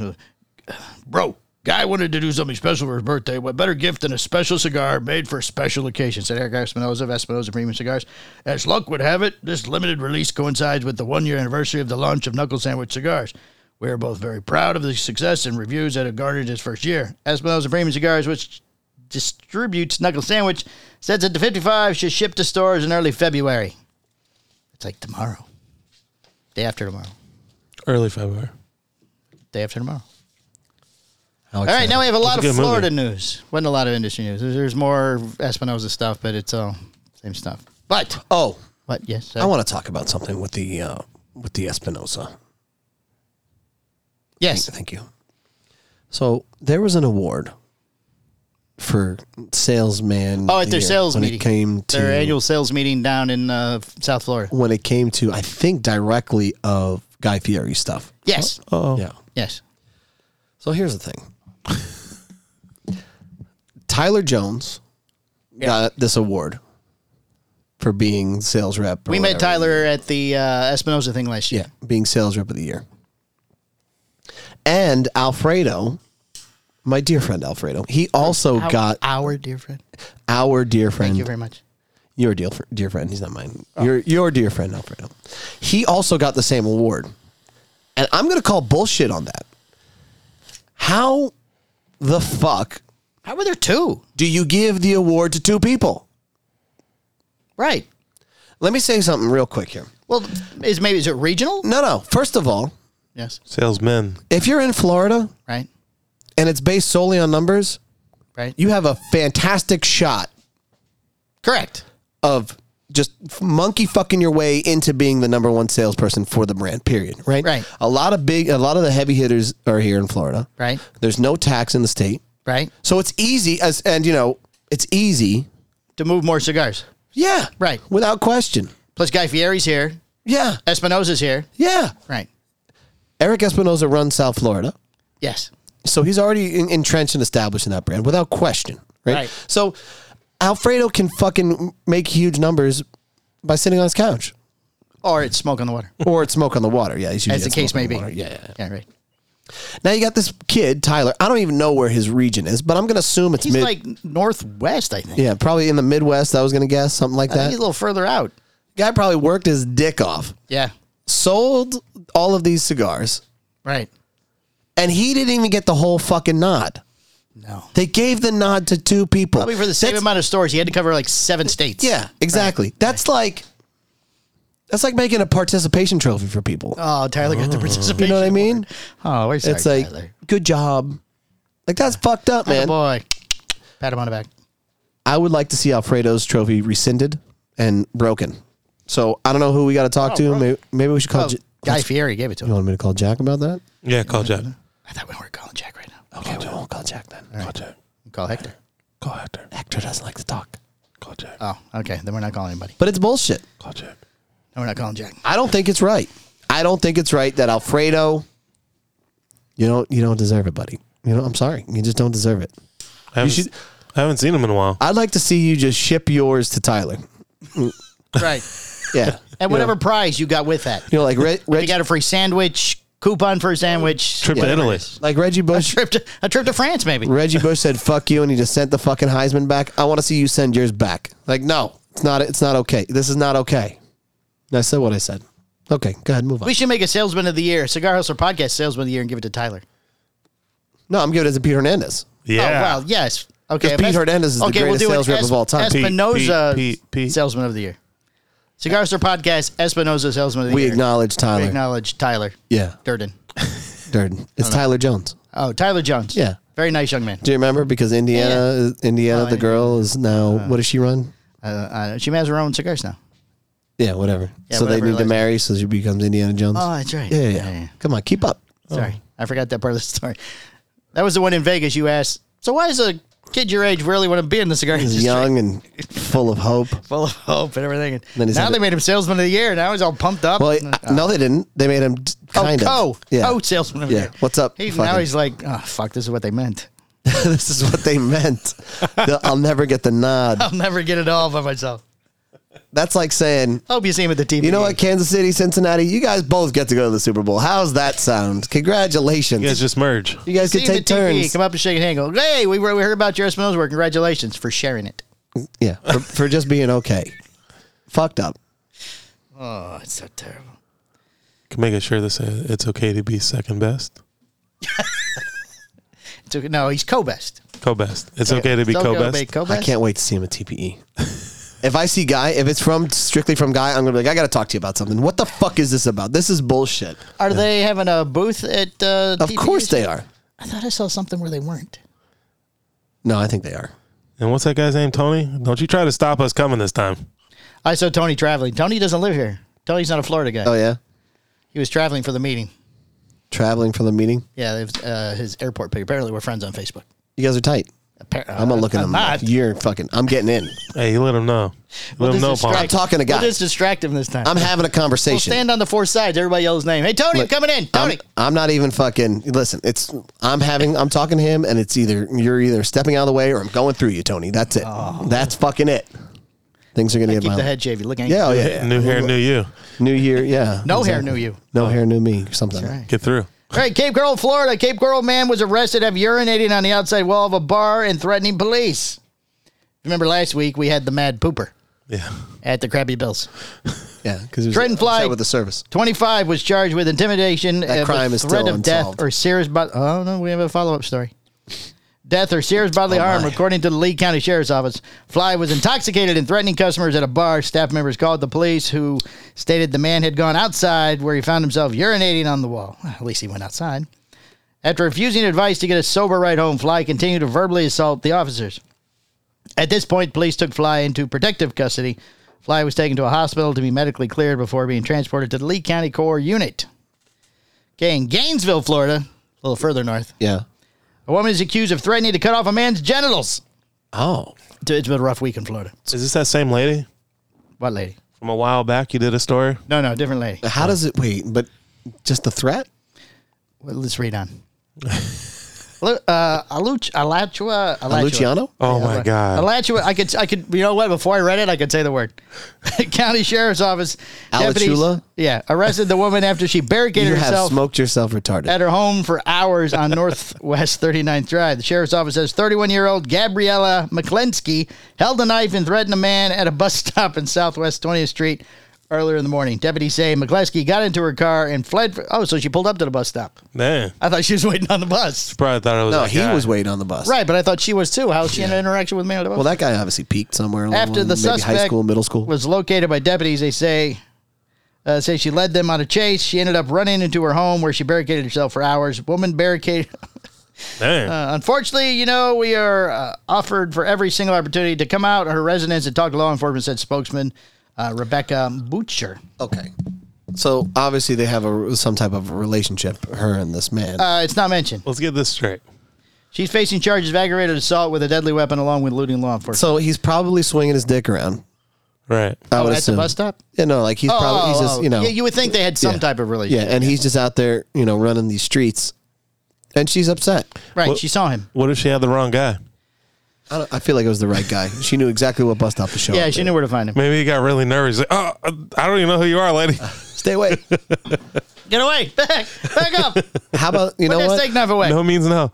[SPEAKER 2] Bro, guy wanted to do something special for his birthday. What better gift than a special cigar made for special occasion? Said Eric Espinosa of Espinosa Premium Cigars. As luck would have it, this limited release coincides with the one year anniversary of the launch of Knuckle Sandwich Cigars. We are both very proud of the success and reviews that have garnered its first year. Espinosa Premium Cigars, which distributes Knuckle Sandwich, says that the 55 should ship to stores in early February. It's like tomorrow. Day after tomorrow.
[SPEAKER 5] Early February.
[SPEAKER 2] Day after tomorrow.
[SPEAKER 1] How
[SPEAKER 2] All right, now we have a lot
[SPEAKER 3] That's a
[SPEAKER 2] of
[SPEAKER 3] good movie.
[SPEAKER 2] Florida news. Wasn't a lot of industry news. There's- There's more Espinosa stuff, but it's all same stuff. But
[SPEAKER 1] Oh,
[SPEAKER 2] what? Yes, sir.
[SPEAKER 1] I want to talk about something with the uh, with the Espinosa.
[SPEAKER 2] yes.
[SPEAKER 1] Thank you. So there was an award for salesman.
[SPEAKER 2] Oh,
[SPEAKER 1] of
[SPEAKER 2] at
[SPEAKER 1] the
[SPEAKER 2] their
[SPEAKER 1] year
[SPEAKER 2] sales
[SPEAKER 1] when
[SPEAKER 2] meeting,
[SPEAKER 1] it came to
[SPEAKER 2] their annual sales meeting down in uh, South Florida.
[SPEAKER 1] when it came to I think directly of Guy Fieri stuff.
[SPEAKER 2] Yes,
[SPEAKER 5] Oh,
[SPEAKER 1] Yeah.
[SPEAKER 2] yes.
[SPEAKER 1] So here's the thing. Tyler Jones got this award for being sales rep. or
[SPEAKER 2] We met
[SPEAKER 1] whatever.
[SPEAKER 2] Tyler at the uh, Espinosa thing last year.
[SPEAKER 1] Yeah, being sales rep of the year. And Alfredo, my dear friend Alfredo, he also
[SPEAKER 2] Our-
[SPEAKER 1] got
[SPEAKER 2] our dear friend.
[SPEAKER 1] our dear friend.
[SPEAKER 2] Thank you very Oh. much.
[SPEAKER 1] your dear, fr- dear friend. He's not mine. Your your dear friend Alfredo. He also got the same award, and I'm gonna call bullshit on that. How the fuck
[SPEAKER 2] How were there two?
[SPEAKER 1] do you give the award to two people?
[SPEAKER 2] Right.
[SPEAKER 1] Let me say something real quick here.
[SPEAKER 2] Well, is maybe is it regional?
[SPEAKER 1] No, no. First of all,
[SPEAKER 2] Yes.
[SPEAKER 5] salesmen.
[SPEAKER 1] if you're in Florida
[SPEAKER 2] Right.
[SPEAKER 1] and it's based solely on numbers,
[SPEAKER 2] Right.
[SPEAKER 1] you have a fantastic shot
[SPEAKER 2] correct.
[SPEAKER 1] of just monkey fucking your way into being the number one salesperson for the brand. Period. Right.
[SPEAKER 2] Right.
[SPEAKER 1] A lot of big, a lot of the heavy hitters are here in Florida.
[SPEAKER 2] Right.
[SPEAKER 1] There's no tax in the state,
[SPEAKER 2] Right.
[SPEAKER 1] so it's easy as and you know it's easy.
[SPEAKER 2] To move more cigars.
[SPEAKER 1] Yeah.
[SPEAKER 2] Right.
[SPEAKER 1] Without question.
[SPEAKER 2] Plus, Guy Fieri's here.
[SPEAKER 1] Yeah.
[SPEAKER 2] Espinosa's here.
[SPEAKER 1] Yeah.
[SPEAKER 2] Right.
[SPEAKER 1] Eric Espinosa runs South Florida.
[SPEAKER 2] Yes.
[SPEAKER 1] So he's already en- entrenched and established in that brand without question, right?
[SPEAKER 2] Right.
[SPEAKER 1] So Alfredo can fucking make huge numbers by sitting on his couch
[SPEAKER 2] Or it's smoke on the water,
[SPEAKER 1] or at Smoke on the Water. Yeah, he's usually
[SPEAKER 2] as the
[SPEAKER 1] at
[SPEAKER 2] case
[SPEAKER 1] Smoke
[SPEAKER 2] may
[SPEAKER 1] on the
[SPEAKER 2] be.
[SPEAKER 1] Water. Yeah, yeah.
[SPEAKER 2] Yeah, right.
[SPEAKER 1] Now you got this kid Tyler. I don't even know where his region is, but I'm gonna assume it's
[SPEAKER 2] He's
[SPEAKER 1] mid.
[SPEAKER 2] like northwest, I think.
[SPEAKER 1] yeah, probably in the Midwest. I was gonna guess something like
[SPEAKER 2] I think
[SPEAKER 1] that.
[SPEAKER 2] he's a little further out.
[SPEAKER 1] Guy probably worked his dick off,
[SPEAKER 2] Yeah.
[SPEAKER 1] sold all of these cigars,
[SPEAKER 2] Right.
[SPEAKER 1] and he didn't even get the whole fucking nod.
[SPEAKER 2] No.
[SPEAKER 1] They gave the nod to two people.
[SPEAKER 2] Probably for the same
[SPEAKER 1] That's-
[SPEAKER 2] amount of stores, he had to cover like seven states.
[SPEAKER 1] Yeah, exactly. That's like that's like making a participation trophy for people.
[SPEAKER 2] Oh, Tyler got the participation.
[SPEAKER 1] you know what I mean?
[SPEAKER 2] Oh, we're sorry,
[SPEAKER 1] it's like
[SPEAKER 2] Tyler.
[SPEAKER 1] good job. Like that's fucked up, man.
[SPEAKER 2] Atta boy. Pat him on the back.
[SPEAKER 1] I would like to see Alfredo's trophy rescinded and broken. So I don't know who we got to talk to. Maybe, maybe we should call.
[SPEAKER 2] Oh,
[SPEAKER 1] J-
[SPEAKER 2] Guy Fieri gave it to
[SPEAKER 1] you
[SPEAKER 2] him.
[SPEAKER 1] want me to call Jack about that?
[SPEAKER 5] Yeah, call Jack.
[SPEAKER 2] I thought we were calling Jack right now.
[SPEAKER 1] Okay, we won't call Jack then.
[SPEAKER 5] Call Jack.
[SPEAKER 2] Call Hector.
[SPEAKER 5] Call Hector.
[SPEAKER 1] Hector doesn't like to talk.
[SPEAKER 5] Call Jack.
[SPEAKER 2] Oh, okay. Then we're not calling anybody.
[SPEAKER 1] But it's bullshit.
[SPEAKER 5] Call Jack.
[SPEAKER 2] No, we're not calling Jack.
[SPEAKER 1] I don't think it's right. I don't think it's right that Alfredo. You don't. You don't deserve it, buddy. You know. I'm sorry. You just don't deserve it.
[SPEAKER 5] I haven't,
[SPEAKER 1] should-
[SPEAKER 5] I haven't seen him in a while.
[SPEAKER 1] I'd like to see you just ship yours to Tyler.
[SPEAKER 2] Right.
[SPEAKER 1] Yeah.
[SPEAKER 2] At whatever prize you got with that.
[SPEAKER 1] You know, like Re-
[SPEAKER 2] You
[SPEAKER 1] Reg-
[SPEAKER 2] got a free sandwich, coupon for a sandwich,
[SPEAKER 5] Trip to Italy.
[SPEAKER 1] like Reggie Bush.
[SPEAKER 2] trip to, a trip to France, maybe.
[SPEAKER 1] Reggie Bush said "fuck you" and he just sent the fucking Heisman back. I want to see you send yours back. Like, no, it's not. It's not okay. This is not okay. And I said what I said. Okay, go ahead, move on.
[SPEAKER 2] We should make a salesman of the year, cigar hustler podcast salesman of the year, and give it to Tyler.
[SPEAKER 1] No, I'm giving it to Pete Hernandez.
[SPEAKER 2] Oh,
[SPEAKER 3] Yeah.
[SPEAKER 2] wow. Yes. Okay.
[SPEAKER 1] Pete
[SPEAKER 2] Esp-
[SPEAKER 1] Hernandez is the greatest
[SPEAKER 2] an
[SPEAKER 1] sales rep
[SPEAKER 2] Es-
[SPEAKER 1] of all time. Pete,
[SPEAKER 2] Espinoza
[SPEAKER 5] Pete, Pete, Pete.
[SPEAKER 2] salesman of the year. Cigar hustler podcast Espinoza salesman of the
[SPEAKER 1] We
[SPEAKER 2] year.
[SPEAKER 1] acknowledge Tyler.
[SPEAKER 2] We acknowledge Tyler
[SPEAKER 1] yeah,
[SPEAKER 2] Durden.
[SPEAKER 1] Durden. It's Tyler Jones.
[SPEAKER 2] Oh, Tyler Jones.
[SPEAKER 1] Yeah.
[SPEAKER 2] Very nice young man.
[SPEAKER 1] Do you remember? Because Indiana,
[SPEAKER 2] Oh,
[SPEAKER 1] Indiana, the girl is now.
[SPEAKER 2] Uh-huh.
[SPEAKER 1] what does she run?
[SPEAKER 2] Uh, uh, she has her own cigars now.
[SPEAKER 1] Yeah, whatever.
[SPEAKER 2] Yeah,
[SPEAKER 1] so they
[SPEAKER 2] whatever her
[SPEAKER 1] need to
[SPEAKER 2] last
[SPEAKER 1] marry, so she becomes Indiana Jones.
[SPEAKER 2] Oh, that's right.
[SPEAKER 1] yeah, yeah, Oh.
[SPEAKER 2] Yeah,
[SPEAKER 1] yeah.
[SPEAKER 2] yeah. Oh,
[SPEAKER 1] Come on, keep up.
[SPEAKER 2] Sorry. I forgot that part of the story. That was the one in Vegas you asked. So why is a kid your age really want to be in the cigar
[SPEAKER 1] He's
[SPEAKER 2] industry?
[SPEAKER 1] young and full of hope.
[SPEAKER 2] Full of hope and everything. And
[SPEAKER 1] Then he
[SPEAKER 2] now
[SPEAKER 1] said
[SPEAKER 2] they
[SPEAKER 1] it-
[SPEAKER 2] made him salesman of the year. Now he's all pumped up.
[SPEAKER 1] Well,
[SPEAKER 2] And- uh,
[SPEAKER 1] I- no, they didn't. They made him d-
[SPEAKER 2] Oh,
[SPEAKER 1] kind
[SPEAKER 2] co.
[SPEAKER 1] of. Yeah.
[SPEAKER 2] Co salesman of the
[SPEAKER 1] Yeah.
[SPEAKER 2] year.
[SPEAKER 1] What's up,
[SPEAKER 2] He, now
[SPEAKER 1] fucking-
[SPEAKER 2] he's like, oh, fuck, this is what they meant.
[SPEAKER 1] this is what they meant. The- I'll never get the nod.
[SPEAKER 2] I'll never get it all by myself.
[SPEAKER 1] That's like saying,
[SPEAKER 2] Hope you see him at the TV.
[SPEAKER 1] you know what, Kansas City, Cincinnati, you guys both get to go to the Super Bowl. How's that sound? Congratulations.
[SPEAKER 5] You guys just merge.
[SPEAKER 1] you guys
[SPEAKER 2] See
[SPEAKER 1] can
[SPEAKER 2] him
[SPEAKER 1] take
[SPEAKER 2] at TV.
[SPEAKER 1] turns.
[SPEAKER 2] Come up and shake a hand. Go, hey, we, were, we heard about your Espinosa work. Congratulations for sharing it.
[SPEAKER 1] Yeah, for, for just being okay. Fucked up.
[SPEAKER 2] Oh, it's so terrible.
[SPEAKER 5] Can make a shirt that says uh, it's okay to be second best.
[SPEAKER 2] It's okay. No, he's co-best.
[SPEAKER 5] Co best. It's okay to be
[SPEAKER 2] Don't
[SPEAKER 5] co
[SPEAKER 2] go be
[SPEAKER 5] best.
[SPEAKER 2] co-best.
[SPEAKER 1] I can't wait to see him at TPE. if I see Guy, if it's from strictly from Guy, I'm gonna be like, I gotta talk to you about something. What the fuck is this about? This is bullshit.
[SPEAKER 2] Are they having a booth at? Uh,
[SPEAKER 1] Of course they are.
[SPEAKER 2] I thought I saw something where they weren't.
[SPEAKER 1] No, I think they are.
[SPEAKER 5] And what's that guy's name, Tony? Don't you try to stop us coming this time.
[SPEAKER 2] I saw Tony traveling. Tony doesn't live here. Tony's not a Florida guy.
[SPEAKER 1] Oh yeah,
[SPEAKER 2] He was traveling for the meeting.
[SPEAKER 1] traveling for the meeting.
[SPEAKER 2] Yeah, it was, uh, his airport pick. Apparently, we're friends on Facebook.
[SPEAKER 1] You guys are tight.
[SPEAKER 2] Appar- uh,
[SPEAKER 1] I'm gonna look at
[SPEAKER 2] I'm
[SPEAKER 1] him.
[SPEAKER 2] not.
[SPEAKER 1] You're fucking. I'm getting in.
[SPEAKER 5] Hey, you let him know. Let
[SPEAKER 2] We'll
[SPEAKER 5] him know,
[SPEAKER 2] just
[SPEAKER 5] Paul.
[SPEAKER 1] I'm talking to
[SPEAKER 2] We'll
[SPEAKER 1] Guy.
[SPEAKER 2] just distract him this time.
[SPEAKER 1] I'm having a
[SPEAKER 2] we'll
[SPEAKER 1] conversation.
[SPEAKER 2] stand on the four sides. Everybody yell his name. Hey, Tony,
[SPEAKER 1] Look,
[SPEAKER 2] I'm coming in. Tony.
[SPEAKER 1] I'm, I'm not even fucking. Listen, it's. I'm having. I'm talking to him, and it's either you're either stepping out of the way or I'm going through you, Tony. That's it. That's fucking it. Things are gonna get
[SPEAKER 2] Oh. Keep the
[SPEAKER 1] violent.
[SPEAKER 2] head shave. You look angry.
[SPEAKER 1] Yeah, oh yeah, yeah.
[SPEAKER 5] New hair, new you.
[SPEAKER 1] New year, yeah.
[SPEAKER 2] No hair,
[SPEAKER 1] exactly.
[SPEAKER 2] new you.
[SPEAKER 1] No hair, new me. or Something.
[SPEAKER 5] Get through.
[SPEAKER 2] All right, Cape Coral, Florida. Cape Coral man was arrested after urinating on the outside wall of a bar and threatening police. Remember last week we had the mad pooper
[SPEAKER 5] Yeah.
[SPEAKER 2] at the Krabby Bills.
[SPEAKER 1] Yeah, because
[SPEAKER 2] Tread and fly.
[SPEAKER 1] with the service.
[SPEAKER 2] 25 was charged with intimidation
[SPEAKER 1] That
[SPEAKER 2] of
[SPEAKER 1] crime
[SPEAKER 2] the
[SPEAKER 1] is
[SPEAKER 2] threat
[SPEAKER 1] still
[SPEAKER 2] of death
[SPEAKER 1] unsolved.
[SPEAKER 2] or serious but oh no we have a follow-up story death or serious bodily harm
[SPEAKER 1] Oh, my.
[SPEAKER 2] according to the lee county sheriff's office fly was intoxicated and threatening customers at a bar staff members called the police who stated the man had gone outside where he found himself urinating on the wall Well, at least he went outside after refusing advice to get a sober ride home fly continued to verbally assault the officers at this point, police took Fly into protective custody. Fly was taken to a hospital to be medically cleared before being transported to the Lee County Corps unit. Okay, in Gainesville, Florida, a little further north,
[SPEAKER 1] Yeah.
[SPEAKER 2] a woman is accused of threatening to cut off a man's genitals.
[SPEAKER 1] Oh.
[SPEAKER 2] Dude, It's been a rough week in Florida.
[SPEAKER 5] Is this that same lady
[SPEAKER 2] What lady?
[SPEAKER 5] from a while back? You did a story.
[SPEAKER 2] No, no, different lady.
[SPEAKER 1] How does it wait? But just the threat?
[SPEAKER 2] Well, let's read on. Lu- uh, Aluch, Alachua, Alachua.
[SPEAKER 1] Luciano?
[SPEAKER 5] Oh my God.
[SPEAKER 2] Alachua, I could, I could, you know what? Before I read it, I could say the word. County Sheriff's Office. deputies-
[SPEAKER 1] Alachula?
[SPEAKER 2] Yeah, arrested the woman after she barricaded
[SPEAKER 1] You have
[SPEAKER 2] herself.
[SPEAKER 1] smoked yourself retarded.
[SPEAKER 2] at her home for hours on Northwest 39th Drive. The sheriff's office says 31 year old Gabriella McClensky held a knife and threatened a man at a bus stop in Southwest 20th Street earlier in the morning. Deputies say McClensky got into her car and fled. For, oh, so she pulled up to the bus stop.
[SPEAKER 5] Man.
[SPEAKER 2] I thought she was waiting on the bus.
[SPEAKER 5] Probably thought it was.
[SPEAKER 1] no,
[SPEAKER 5] that
[SPEAKER 1] he
[SPEAKER 5] guy.
[SPEAKER 1] was waiting on the bus.
[SPEAKER 2] Right, but I thought she was too. How is she in an interaction with me on the bus?
[SPEAKER 1] Well, that guy obviously peaked somewhere along
[SPEAKER 2] After the
[SPEAKER 1] maybe
[SPEAKER 2] suspect
[SPEAKER 1] high school, middle school.
[SPEAKER 2] was located by deputies, they say. Uh, say she led them on a chase. She ended up running into her home where she barricaded herself for hours. Woman barricaded.
[SPEAKER 3] Dang.
[SPEAKER 2] Uh. Unfortunately, you know, we are uh, offered for every single opportunity to come out her residence and talk to law enforcement, said spokesman uh, Rebecca Butcher.
[SPEAKER 1] Okay. So obviously they have a some type of relationship, her and this man.
[SPEAKER 2] Uh, it's not mentioned.
[SPEAKER 5] Let's get this straight.
[SPEAKER 2] She's facing charges of aggravated assault with a deadly weapon along with looting law enforcement.
[SPEAKER 1] so he's probably swinging his dick around.
[SPEAKER 5] Right.
[SPEAKER 1] I
[SPEAKER 2] Oh,
[SPEAKER 1] would
[SPEAKER 2] at the
[SPEAKER 1] assume.
[SPEAKER 2] bus stop? Oh,
[SPEAKER 1] Yeah, no, like he's probably he's just you know
[SPEAKER 2] yeah, you would think they had some
[SPEAKER 1] Yeah.
[SPEAKER 2] type of
[SPEAKER 1] yeah,
[SPEAKER 2] relationship.
[SPEAKER 1] and he's just out there you know running these streets, and she's upset.
[SPEAKER 2] Right,
[SPEAKER 5] Well-
[SPEAKER 2] she saw him.
[SPEAKER 5] What if she had the wrong guy?
[SPEAKER 1] I, don't, I feel like it was the right guy. She knew exactly what bus stop to show.
[SPEAKER 2] Yeah,
[SPEAKER 1] up
[SPEAKER 2] she
[SPEAKER 1] at.
[SPEAKER 2] knew where to find him.
[SPEAKER 5] Maybe he got really nervous. He's like, oh, I don't even know who you are, lady.
[SPEAKER 1] Stay away.
[SPEAKER 2] Get away! Back! Back up!
[SPEAKER 1] How about you know
[SPEAKER 2] Put that
[SPEAKER 1] what?
[SPEAKER 2] steak knife away.
[SPEAKER 5] no means no.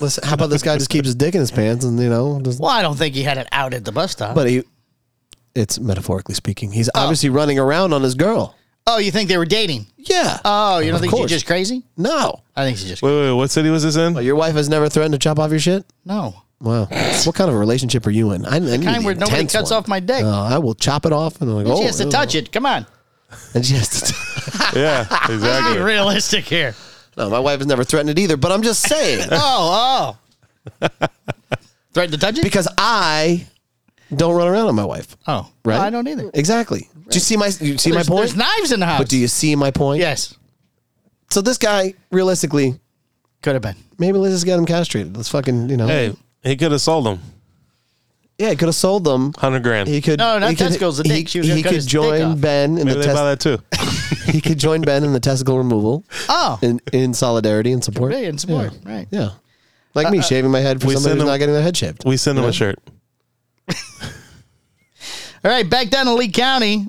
[SPEAKER 1] Listen, how about this guy just keeps his dick in his pants and you know just
[SPEAKER 2] Well, I don't think he had it out at the bus stop.
[SPEAKER 1] But he, it's metaphorically speaking. He's obviously running around on his girl.
[SPEAKER 2] oh, you think they were dating?
[SPEAKER 1] Yeah.
[SPEAKER 2] Oh, you don't
[SPEAKER 1] Of
[SPEAKER 2] think
[SPEAKER 1] course.
[SPEAKER 2] she's just crazy?
[SPEAKER 1] no.
[SPEAKER 2] I think she's just
[SPEAKER 5] Wait, wait, what city was this in?
[SPEAKER 1] But your wife has never threatened to chop off your shit.
[SPEAKER 2] no.
[SPEAKER 1] Wow. what kind of a relationship are you in? I, I need
[SPEAKER 2] kind
[SPEAKER 1] the
[SPEAKER 2] where nobody
[SPEAKER 1] intense
[SPEAKER 2] cuts
[SPEAKER 1] one.
[SPEAKER 2] off my dick.
[SPEAKER 1] Uh, I will chop it off, and I'm like, oh,
[SPEAKER 2] she has to
[SPEAKER 1] ew.
[SPEAKER 2] touch it. Come on,
[SPEAKER 1] And she has to.
[SPEAKER 5] yeah,
[SPEAKER 2] be
[SPEAKER 5] exactly.
[SPEAKER 2] realistic here.
[SPEAKER 1] no, my wife has never threatened it either. But I'm just saying
[SPEAKER 2] Oh, oh. Threatened to touch it?
[SPEAKER 1] because I don't run around on my wife.
[SPEAKER 2] oh,
[SPEAKER 1] Right?
[SPEAKER 2] No, I don't either.
[SPEAKER 1] Exactly. Do you see my? You see
[SPEAKER 2] There's-
[SPEAKER 1] my
[SPEAKER 2] There's
[SPEAKER 1] point?
[SPEAKER 2] knives in the house.
[SPEAKER 1] But do you see my point?
[SPEAKER 2] Yes,
[SPEAKER 1] So this guy, realistically,
[SPEAKER 2] could have been.
[SPEAKER 1] maybe let's just get him castrated. Let's fucking, you know.
[SPEAKER 5] Hey, he could have sold him.
[SPEAKER 1] Yeah, could have sold them.
[SPEAKER 5] 100 grand.
[SPEAKER 1] He could.
[SPEAKER 2] No, not
[SPEAKER 1] he could,
[SPEAKER 2] testicles, the
[SPEAKER 1] he-
[SPEAKER 2] dick. She was
[SPEAKER 1] He,
[SPEAKER 2] gonna cut
[SPEAKER 1] could
[SPEAKER 2] his dick off.
[SPEAKER 1] join Ben in
[SPEAKER 5] Maybe
[SPEAKER 1] the
[SPEAKER 5] they buy
[SPEAKER 1] test,
[SPEAKER 5] that too.
[SPEAKER 1] He could join Ben in the testicle removal
[SPEAKER 2] Oh,
[SPEAKER 1] in, in solidarity and support.
[SPEAKER 2] hey, and Uh, support. Right.
[SPEAKER 1] Yeah, Yeah. like me shaving my head for
[SPEAKER 5] we
[SPEAKER 1] somebody
[SPEAKER 5] send
[SPEAKER 1] who's
[SPEAKER 5] him-
[SPEAKER 1] not getting their head shaved.
[SPEAKER 5] We send him a shirt.
[SPEAKER 2] All right, back down to Lee County,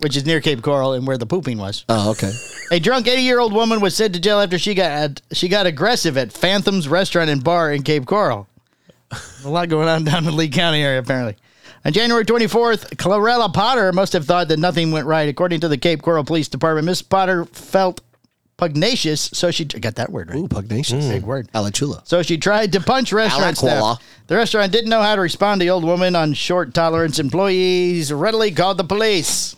[SPEAKER 2] which is near Cape Coral and where the pooping was.
[SPEAKER 1] oh, okay.
[SPEAKER 2] A drunk 80 year old woman was sent to jail after she got she got aggressive at Phantom's restaurant and bar in Cape Coral. A lot going on down in Lee County area, apparently. On January 24th, Clarella Potter must have thought that nothing went right. According to the Cape Coral Police Department, Miss Potter felt pugnacious, so she I got that word right.
[SPEAKER 1] Ooh, pugnacious.
[SPEAKER 5] Mm.
[SPEAKER 2] Big word.
[SPEAKER 1] Alachula.
[SPEAKER 2] So she tried to punch restaurant
[SPEAKER 1] Alacola.
[SPEAKER 2] staff. The restaurant didn't know how to respond to the old woman on short tolerance. Employees readily called the police.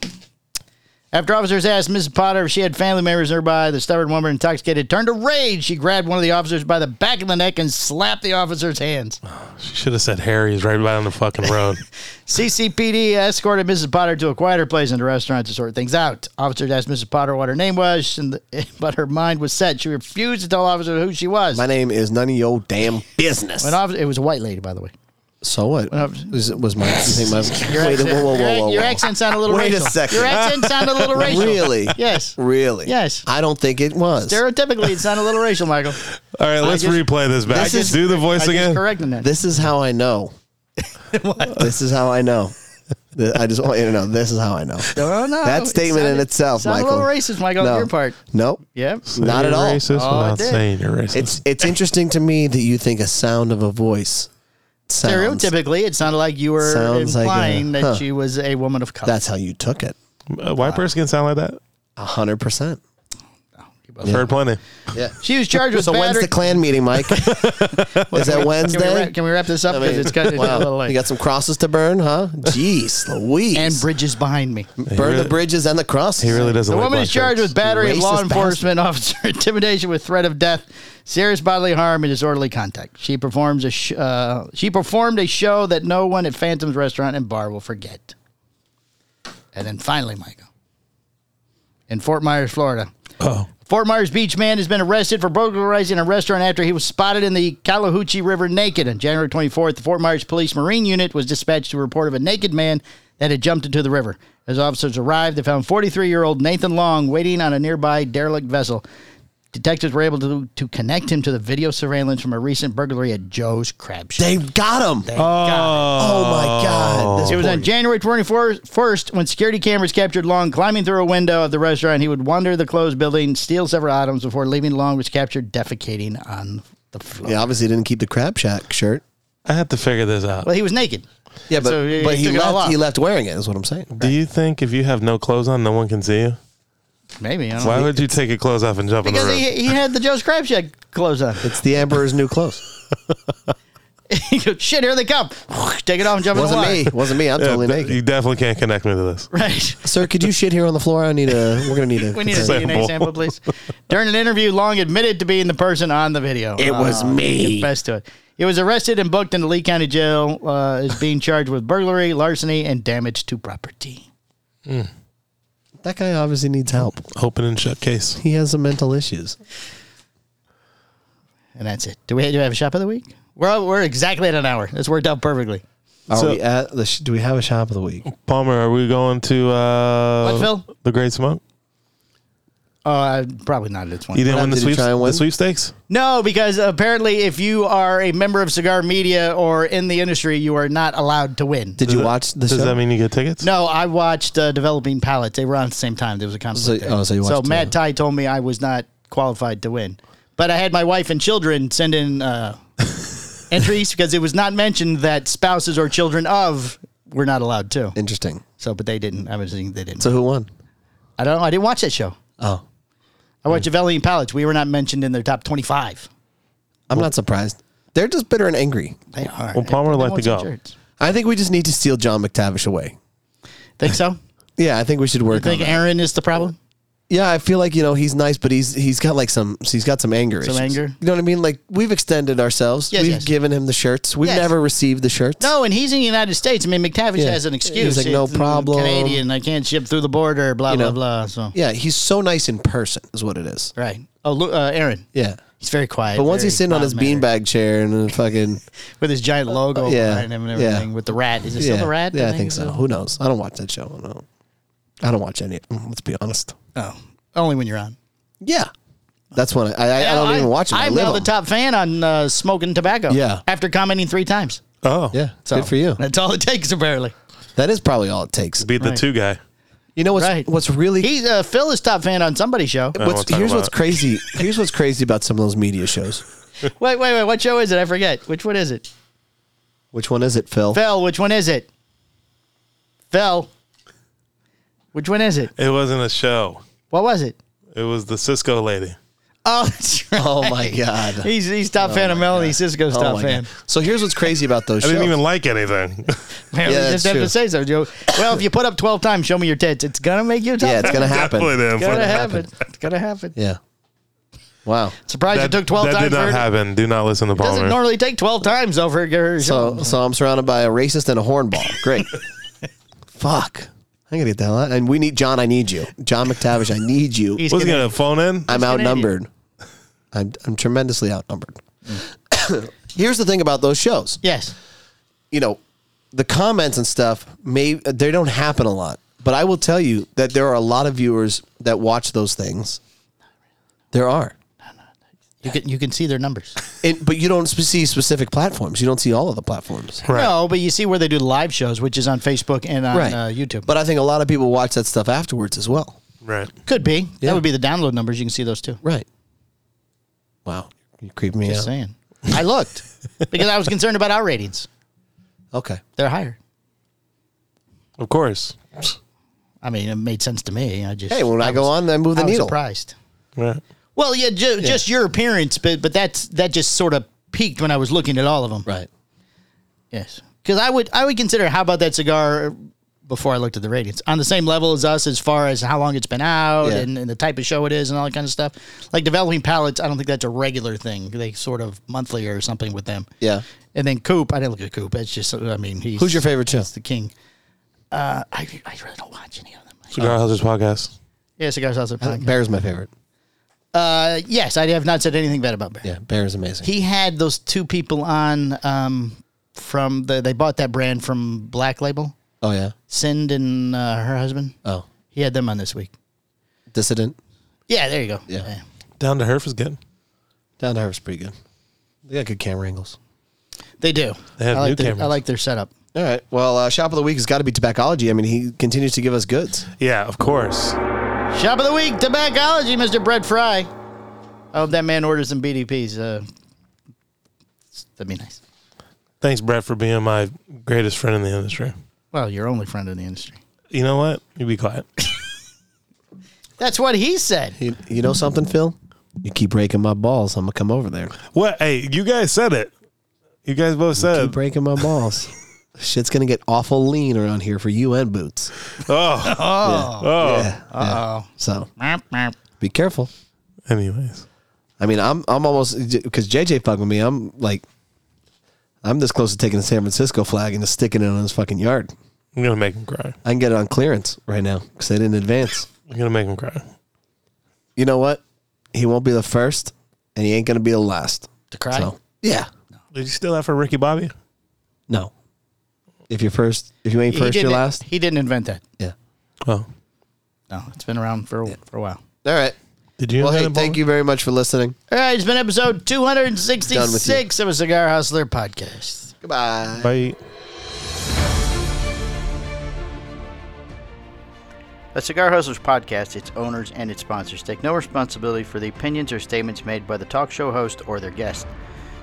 [SPEAKER 2] After officers asked Mrs. Potter if she had family members nearby, the stubborn woman, intoxicated, turned to rage. She grabbed one of the officers by the back of the neck and slapped the officer's hands.
[SPEAKER 5] She should have said Harry's right by on the fucking road.
[SPEAKER 2] CCPD escorted Mrs. Potter to a quieter place in the restaurant to sort things out. Officers asked Mrs. Potter what her name was, and but her mind was set. She refused to tell officers who she was.
[SPEAKER 1] My name is none of your damn business.
[SPEAKER 2] An officer- it was a white lady, by the way.
[SPEAKER 1] so what? Was, was my? You think my?
[SPEAKER 2] Your
[SPEAKER 1] wait,
[SPEAKER 2] accent,
[SPEAKER 1] whoa, whoa,
[SPEAKER 2] your,
[SPEAKER 1] whoa, whoa,
[SPEAKER 2] your
[SPEAKER 1] whoa.
[SPEAKER 2] accent sounded a little
[SPEAKER 1] Wait a
[SPEAKER 2] racial.
[SPEAKER 1] second.
[SPEAKER 2] Your accent sounded a little racial.
[SPEAKER 1] Really?
[SPEAKER 2] Yes.
[SPEAKER 1] Really?
[SPEAKER 2] Yes.
[SPEAKER 1] I don't think it was.
[SPEAKER 2] Stereotypically, it sounded a little racial, Michael.
[SPEAKER 5] All right, let's
[SPEAKER 2] just-
[SPEAKER 5] replay this back.
[SPEAKER 1] This is-
[SPEAKER 5] Do the voice
[SPEAKER 2] I just
[SPEAKER 5] again.
[SPEAKER 2] correcting that.
[SPEAKER 1] This is how I know. This is how I know. Th- I just want you to know. This is how I know.
[SPEAKER 2] Oh, no.
[SPEAKER 1] That
[SPEAKER 2] It
[SPEAKER 1] statement in
[SPEAKER 2] sounded-
[SPEAKER 1] itself,
[SPEAKER 2] sounded
[SPEAKER 1] Michael.
[SPEAKER 2] a little racist, Michael, on your part.
[SPEAKER 1] Nope.
[SPEAKER 2] Yep.
[SPEAKER 1] Not
[SPEAKER 5] You're
[SPEAKER 1] at all.
[SPEAKER 5] Racist
[SPEAKER 2] Oh, I
[SPEAKER 5] without
[SPEAKER 2] did.
[SPEAKER 5] saying you're racist.
[SPEAKER 1] It's it's interesting to me that you think a sound of a voice sounds.
[SPEAKER 2] Stereotypically, it sounded like you were
[SPEAKER 1] Sounds like a-
[SPEAKER 2] implying
[SPEAKER 1] huh.
[SPEAKER 2] that she was a woman of color.
[SPEAKER 1] That's how you took it.
[SPEAKER 5] a Uh, white person can sound like that.
[SPEAKER 1] A hundred percent.
[SPEAKER 5] I've heard plenty.
[SPEAKER 1] Yeah.
[SPEAKER 2] she was charged with
[SPEAKER 1] So when's
[SPEAKER 2] battery.
[SPEAKER 1] the clan meeting, Mike? Is that
[SPEAKER 2] can, we
[SPEAKER 1] Wednesday?
[SPEAKER 2] wrap, can we wrap this up?
[SPEAKER 1] I
[SPEAKER 2] Because
[SPEAKER 1] mean,
[SPEAKER 2] it's kind of a little
[SPEAKER 1] wow.
[SPEAKER 2] late.
[SPEAKER 1] You got some crosses to burn, huh? Jeez, Louise.
[SPEAKER 2] and bridges behind me.
[SPEAKER 1] burn
[SPEAKER 5] really-
[SPEAKER 1] the bridges and the crosses.
[SPEAKER 5] He really doesn't.
[SPEAKER 2] The
[SPEAKER 5] like
[SPEAKER 2] woman
[SPEAKER 5] black
[SPEAKER 2] is charged
[SPEAKER 5] shirts.
[SPEAKER 2] with battery of law
[SPEAKER 1] Racist
[SPEAKER 2] enforcement officer, intimidation with threat of death, serious bodily harm, and disorderly contact. She performs a sh- uh, she performed a show that no one at Phantom's restaurant and bar will forget. And then finally, Michael, in Fort Myers, Florida,
[SPEAKER 5] Oh,
[SPEAKER 2] Fort Myers Beach man has been arrested for burglarizing a restaurant after he was spotted in the Calahoochee River naked. On January 24th, the Fort Myers Police Marine Unit was dispatched to a report of a naked man that had jumped into the river. As officers arrived, they found 43 year old Nathan Long waiting on a nearby derelict vessel. Detectives were able to, to connect him to the video surveillance from a recent burglary at Joe's Crab Shack.
[SPEAKER 1] They got him. Oh, my God. This
[SPEAKER 2] It was
[SPEAKER 1] poor-
[SPEAKER 2] on January 21st when security cameras captured Long climbing through a window of the restaurant. He would wander the closed building, steal several items before leaving. Long was captured defecating on the floor.
[SPEAKER 1] He obviously didn't keep the crab shack shirt.
[SPEAKER 5] I have to figure this out.
[SPEAKER 2] Well, he was naked.
[SPEAKER 1] Yeah, but
[SPEAKER 2] So he
[SPEAKER 1] but he
[SPEAKER 2] took it all
[SPEAKER 1] left,
[SPEAKER 2] off.
[SPEAKER 1] he left wearing it. Is what I'm saying.
[SPEAKER 5] Do you think if you have no clothes on, no one can see you?
[SPEAKER 2] Maybe. I don't
[SPEAKER 5] Why
[SPEAKER 2] know.
[SPEAKER 5] would you take your clothes off and jump in the
[SPEAKER 2] Because
[SPEAKER 5] room?
[SPEAKER 2] he, he had the Joe's Crab Shack clothes on.
[SPEAKER 1] It's the emperor's new clothes.
[SPEAKER 2] He goes, shit, here they come. Take it off and jump
[SPEAKER 1] Wasn't
[SPEAKER 2] in the water.
[SPEAKER 1] me. Wasn't me. I'm totally
[SPEAKER 5] Yeah,
[SPEAKER 1] naked.
[SPEAKER 5] You definitely can't connect me to this.
[SPEAKER 2] Right.
[SPEAKER 1] Sir, could you shit here on the floor? I need a. We're gonna need a.
[SPEAKER 2] We need a
[SPEAKER 1] consent.
[SPEAKER 2] DNA
[SPEAKER 5] Sample.
[SPEAKER 2] sample, please. During an interview, Long admitted to being the person on the video.
[SPEAKER 1] It was me.
[SPEAKER 2] Confessed to it. He was arrested and booked into Lee County Jail. Uh, is being charged with burglary, larceny, and damage to property.
[SPEAKER 1] That guy obviously needs help.
[SPEAKER 5] Open and shut case.
[SPEAKER 1] He has some mental issues.
[SPEAKER 2] And that's it. Do we do we have a shop of the week? We're we're exactly at an hour. That's worked out perfectly.
[SPEAKER 1] Are
[SPEAKER 5] So-
[SPEAKER 1] we at the? Sh- do we have a shop of the week?
[SPEAKER 5] Palmer, are we going to uh,
[SPEAKER 2] What, Phil?
[SPEAKER 5] the Great Smoke?
[SPEAKER 2] Uh, probably not at this point.
[SPEAKER 5] You didn't
[SPEAKER 1] What
[SPEAKER 5] win the,
[SPEAKER 1] happened? Did you
[SPEAKER 5] sweeps-
[SPEAKER 1] try and
[SPEAKER 5] the
[SPEAKER 1] win?
[SPEAKER 5] sweepstakes?
[SPEAKER 2] No, because apparently, if you are a member of cigar media or in the industry, you are not allowed to win.
[SPEAKER 1] Did you watch the
[SPEAKER 5] Does
[SPEAKER 1] show?
[SPEAKER 5] that mean you get tickets?
[SPEAKER 2] No, I watched uh, Developing Palettes. They were on at the same time. There was a conflict.
[SPEAKER 1] So-
[SPEAKER 2] there.
[SPEAKER 1] oh, so you watched
[SPEAKER 2] Matt
[SPEAKER 1] the-
[SPEAKER 2] Ty told me I was not qualified to win, but I had my wife and children send in uh, entries because it was not mentioned that spouses or children of were not allowed to.
[SPEAKER 1] Interesting.
[SPEAKER 2] So, but they didn't. I was thinking they didn't.
[SPEAKER 1] So who won?
[SPEAKER 2] I don't. know. I didn't watch that show.
[SPEAKER 1] Oh,
[SPEAKER 2] I watched Developing Palettes. We were not mentioned in their top twenty-five.
[SPEAKER 1] I'm not surprised. They're just bitter and angry.
[SPEAKER 2] They are.
[SPEAKER 5] Well, Palmer
[SPEAKER 2] They
[SPEAKER 5] liked
[SPEAKER 2] want
[SPEAKER 5] to go.
[SPEAKER 2] some shirts.
[SPEAKER 1] I think we just need to steal John McTavish away.
[SPEAKER 2] Think so?
[SPEAKER 1] Yeah, I think we should work on
[SPEAKER 2] Think
[SPEAKER 1] that.
[SPEAKER 2] Aaron is the problem?
[SPEAKER 1] Yeah, I feel like you know he's nice, but he's he's got like some he's got some anger.
[SPEAKER 2] Some
[SPEAKER 1] issues.
[SPEAKER 2] anger?
[SPEAKER 1] You know what I mean? Like we've extended ourselves.
[SPEAKER 2] Yes,
[SPEAKER 1] we've
[SPEAKER 2] yes.
[SPEAKER 1] given him the shirts. We've
[SPEAKER 2] Yes.
[SPEAKER 1] never received the shirts.
[SPEAKER 2] No, and he's in the United States. I mean, McTavish
[SPEAKER 1] Yeah.
[SPEAKER 2] has an
[SPEAKER 1] He's
[SPEAKER 2] excuse.
[SPEAKER 1] like, no
[SPEAKER 2] It's, uh,
[SPEAKER 1] problem.
[SPEAKER 2] Canadian. I can't ship through the border. Blah
[SPEAKER 1] You
[SPEAKER 2] blah
[SPEAKER 1] know.
[SPEAKER 2] blah. So
[SPEAKER 1] Yeah, he's so nice in person, is what it is.
[SPEAKER 2] right. Oh, Lu- uh, Aaron.
[SPEAKER 1] Yeah.
[SPEAKER 2] He's very quiet.
[SPEAKER 1] But once
[SPEAKER 2] very
[SPEAKER 1] he's sitting on his
[SPEAKER 2] mild-mannered.
[SPEAKER 1] beanbag chair and fucking
[SPEAKER 2] with his giant logo
[SPEAKER 1] yeah,
[SPEAKER 2] behind him and
[SPEAKER 1] yeah.
[SPEAKER 2] everything with the rat. Is it
[SPEAKER 1] yeah,
[SPEAKER 2] still the rat?
[SPEAKER 1] yeah, I think so. Who knows? I don't watch that show. I don't, know. I don't watch any. mm, Let's be honest.
[SPEAKER 2] Oh, only when you're on.
[SPEAKER 1] Yeah, that's when I I, I don't even watch it. I,
[SPEAKER 2] I'm
[SPEAKER 1] live
[SPEAKER 2] now the
[SPEAKER 1] them.
[SPEAKER 2] top fan on uh, smoking tobacco.
[SPEAKER 1] Yeah.
[SPEAKER 2] After commenting three times.
[SPEAKER 5] Oh,
[SPEAKER 1] Yeah,
[SPEAKER 2] So
[SPEAKER 1] good for you.
[SPEAKER 2] That's all it takes apparently.
[SPEAKER 1] That is probably all it takes.
[SPEAKER 5] Beat the two guy.
[SPEAKER 1] You know what's
[SPEAKER 2] Right.
[SPEAKER 1] what's really
[SPEAKER 2] He's uh, Phil is top fan on somebody's show.
[SPEAKER 5] I won't
[SPEAKER 1] what's,
[SPEAKER 5] talk
[SPEAKER 1] here's
[SPEAKER 5] about
[SPEAKER 1] what's
[SPEAKER 5] it.
[SPEAKER 1] crazy. Here's what's crazy about some of those media shows.
[SPEAKER 2] wait, wait, wait. What show is it? I forget. Which one is it?
[SPEAKER 1] Which one is it, Phil?
[SPEAKER 2] Phil, which one is it? Phil, which one is it?
[SPEAKER 5] It wasn't a show.
[SPEAKER 2] What was it?
[SPEAKER 5] It was the Cisco lady.
[SPEAKER 2] Oh, that's right.
[SPEAKER 1] Oh my god.
[SPEAKER 2] He's he's top fan of Melanie Cisco's
[SPEAKER 1] Oh
[SPEAKER 2] top
[SPEAKER 1] my
[SPEAKER 2] fan.
[SPEAKER 1] God. So here's what's crazy about those
[SPEAKER 5] I
[SPEAKER 1] shows.
[SPEAKER 5] didn't even like anything.
[SPEAKER 2] Apparently,
[SPEAKER 1] Yeah,
[SPEAKER 2] you
[SPEAKER 1] that's
[SPEAKER 2] just have
[SPEAKER 1] true.
[SPEAKER 2] to say so, Joe. Well, if you put up twelve times, show me your tits. It's gonna make you a top.
[SPEAKER 1] yeah, it's
[SPEAKER 2] fan.
[SPEAKER 1] gonna happen.
[SPEAKER 5] Definitely didn't.
[SPEAKER 2] It's gonna
[SPEAKER 5] Fucking-
[SPEAKER 2] happen. It's gonna happen.
[SPEAKER 1] Yeah. Wow.
[SPEAKER 2] Surprised
[SPEAKER 5] That,
[SPEAKER 2] it took twelve
[SPEAKER 5] that
[SPEAKER 2] times.
[SPEAKER 5] did
[SPEAKER 2] for
[SPEAKER 5] not
[SPEAKER 2] her to-
[SPEAKER 5] happen. Do not listen to Palmer.
[SPEAKER 2] Doesn't normally take twelve times though for her.
[SPEAKER 1] So so I'm surrounded by a racist and a hornball. Great. Fuck. I'm gonna get the hell out. And we need John. I need you, John McTavish. I need you.
[SPEAKER 2] He's
[SPEAKER 5] was he
[SPEAKER 2] gonna-
[SPEAKER 5] going to phone in?
[SPEAKER 1] I'm
[SPEAKER 2] Canadian.
[SPEAKER 1] outnumbered. I'm I'm tremendously outnumbered. here's the thing about those shows.
[SPEAKER 2] yes.
[SPEAKER 1] you know, the comments and stuff may they don't happen a lot, but I will tell you that there are a lot of viewers that watch those things. There are,
[SPEAKER 2] You can you can see their numbers.
[SPEAKER 1] and, but you don't sp- see specific platforms. You don't see all of the platforms,
[SPEAKER 5] Right.
[SPEAKER 2] No, but you see where they do live shows, which is on Facebook and on uh, YouTube.
[SPEAKER 1] But I think a lot of people watch that stuff afterwards as well.
[SPEAKER 5] Right.
[SPEAKER 2] Could be.
[SPEAKER 1] Yeah.
[SPEAKER 2] That would be the download numbers. You can see those too.
[SPEAKER 1] Right. Wow, you creep me
[SPEAKER 2] Just
[SPEAKER 1] out.
[SPEAKER 2] saying. I looked because I was concerned about our ratings.
[SPEAKER 1] Okay.
[SPEAKER 2] They're higher.
[SPEAKER 5] Of course.
[SPEAKER 2] I mean, it made sense to me. I just
[SPEAKER 1] Hey, when I, go
[SPEAKER 2] was-
[SPEAKER 1] on, I move the
[SPEAKER 2] I was
[SPEAKER 1] needle.
[SPEAKER 2] surprised.
[SPEAKER 5] Right.
[SPEAKER 1] Uh.
[SPEAKER 2] Well, yeah, ju- just your appearance, but but that's that just sort of peaked when I was looking at all of them.
[SPEAKER 1] Right.
[SPEAKER 2] Yes, because I would I would consider how about that cigar before I looked at the ratings on the same level as us as far as how long it's been out
[SPEAKER 1] Yeah.
[SPEAKER 2] and, and the type of show it is and all that kind of stuff. Like developing palettes, I don't think that's a regular thing. They sort of monthly or something with them.
[SPEAKER 1] Yeah.
[SPEAKER 2] And then Coop, I didn't look at Coop. That's just I mean he's
[SPEAKER 1] Who's your favorite show?
[SPEAKER 2] He's the king. Uh, I I really don't watch any of them.
[SPEAKER 5] Cigar Hustlers podcast.
[SPEAKER 2] Yeah, cigars
[SPEAKER 1] Uh,
[SPEAKER 2] also.
[SPEAKER 1] Bear's my favorite.
[SPEAKER 2] Uh, yes, I have not said anything bad about Bear.
[SPEAKER 1] Yeah, Bear's amazing.
[SPEAKER 2] He had those two people on um, from the they bought that brand from Black Label,
[SPEAKER 1] oh yeah.
[SPEAKER 2] Sind and uh, her husband.
[SPEAKER 1] Oh,
[SPEAKER 2] He had them on this week.
[SPEAKER 1] Dissident.
[SPEAKER 2] Yeah, there you go.
[SPEAKER 1] Yeah.
[SPEAKER 5] Down to Herf is good.
[SPEAKER 1] Down to Harvard's pretty good. They got good camera angles.
[SPEAKER 2] they do.
[SPEAKER 5] They have
[SPEAKER 2] I
[SPEAKER 5] new
[SPEAKER 2] like their, I
[SPEAKER 5] cameras.
[SPEAKER 2] like their setup.
[SPEAKER 1] All right. Well, uh, shop of the week has got to be Tobaccology. I mean, he continues to give us goods.
[SPEAKER 5] Yeah, of course.
[SPEAKER 2] Shop of the week, Tobaccology, Mister Brett Fry. I hope that man orders some BDPs. Uh, that'd be nice.
[SPEAKER 5] Thanks, Brett, for being my greatest friend in the industry.
[SPEAKER 2] Well, your only friend in the industry.
[SPEAKER 5] You know what? You be quiet.
[SPEAKER 2] That's what he said.
[SPEAKER 1] You, you know something, Phil? You keep breaking my balls. I'm gonna come over there.
[SPEAKER 5] what? Hey, you guys said it.
[SPEAKER 3] You guys both
[SPEAKER 1] Keep
[SPEAKER 3] said,
[SPEAKER 1] breaking my balls. Shit's gonna get awful lean around here for you and boots.
[SPEAKER 3] oh,
[SPEAKER 1] Oh,
[SPEAKER 3] oh.
[SPEAKER 2] Uh oh.
[SPEAKER 1] so
[SPEAKER 4] Meow, meow.
[SPEAKER 1] be careful.
[SPEAKER 5] Anyways,
[SPEAKER 1] I mean, I'm I'm almost because JJ fucked with me. I'm like, I'm this close to taking a San Francisco flag and just sticking it on his fucking yard.
[SPEAKER 5] I'm gonna make him cry.
[SPEAKER 1] I can get it on clearance right now because they didn't advance.
[SPEAKER 5] I'm gonna make him cry.
[SPEAKER 1] You know what? He won't be the first, and he ain't gonna be the last.
[SPEAKER 2] To cry?
[SPEAKER 1] So yeah,
[SPEAKER 5] Did you steal that for Ricky Bobby?
[SPEAKER 1] no. If you're first, if you ain't
[SPEAKER 2] He
[SPEAKER 1] first, you're
[SPEAKER 2] didn't-
[SPEAKER 1] last.
[SPEAKER 2] He didn't invent that.
[SPEAKER 1] Yeah.
[SPEAKER 5] Oh,
[SPEAKER 2] No, it's been around for, for a while.
[SPEAKER 1] All right.
[SPEAKER 5] did you?
[SPEAKER 1] Well,
[SPEAKER 5] invent
[SPEAKER 1] hey,
[SPEAKER 5] it,
[SPEAKER 1] thank
[SPEAKER 5] Bobby?
[SPEAKER 1] you very much for listening.
[SPEAKER 2] All right, it's been episode
[SPEAKER 1] Done with
[SPEAKER 2] 266 of a Cigar Hustler podcast.
[SPEAKER 1] Goodbye.
[SPEAKER 5] Bye.
[SPEAKER 2] A Cigar Hustlers podcast, its owners, and its sponsors take no responsibility for the opinions or statements made by the talk show host or their guest.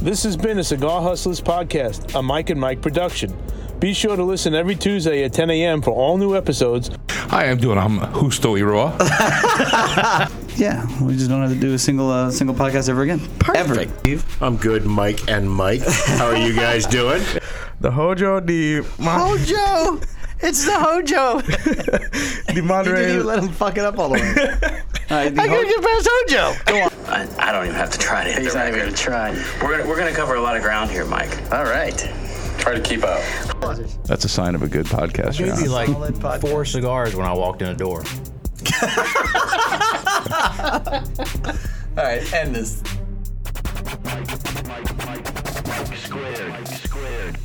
[SPEAKER 6] This has been a Cigar Hustlers podcast, a Mike and Mike production. Be sure to listen every Tuesday at 10 a.m. for all new episodes
[SPEAKER 7] Hi, I'm doing. I'm Husto Iroa.
[SPEAKER 8] Yeah, we just don't have to do a single uh, single podcast ever again. Ever.
[SPEAKER 9] I'm good, Mike and Mike. How are you guys doing?
[SPEAKER 10] The Hojo de Ma-
[SPEAKER 2] Hojo! It's the Hojo!
[SPEAKER 10] de Monterey.
[SPEAKER 1] let him fuck it up all the way.
[SPEAKER 8] All right, the
[SPEAKER 2] I
[SPEAKER 8] whole-
[SPEAKER 2] couldn't get past Hojo!
[SPEAKER 11] I don't even have to try to hit
[SPEAKER 2] He's
[SPEAKER 11] the
[SPEAKER 2] not even
[SPEAKER 11] record.
[SPEAKER 2] gonna try.
[SPEAKER 11] We're gonna, we're gonna cover a lot of ground here, Mike.
[SPEAKER 2] All right.
[SPEAKER 11] Try to keep up.
[SPEAKER 7] That's a sign of a good podcast. you're on.
[SPEAKER 10] like four cigars when I walked in the door.
[SPEAKER 9] All right, end this.
[SPEAKER 11] Squared. Squared.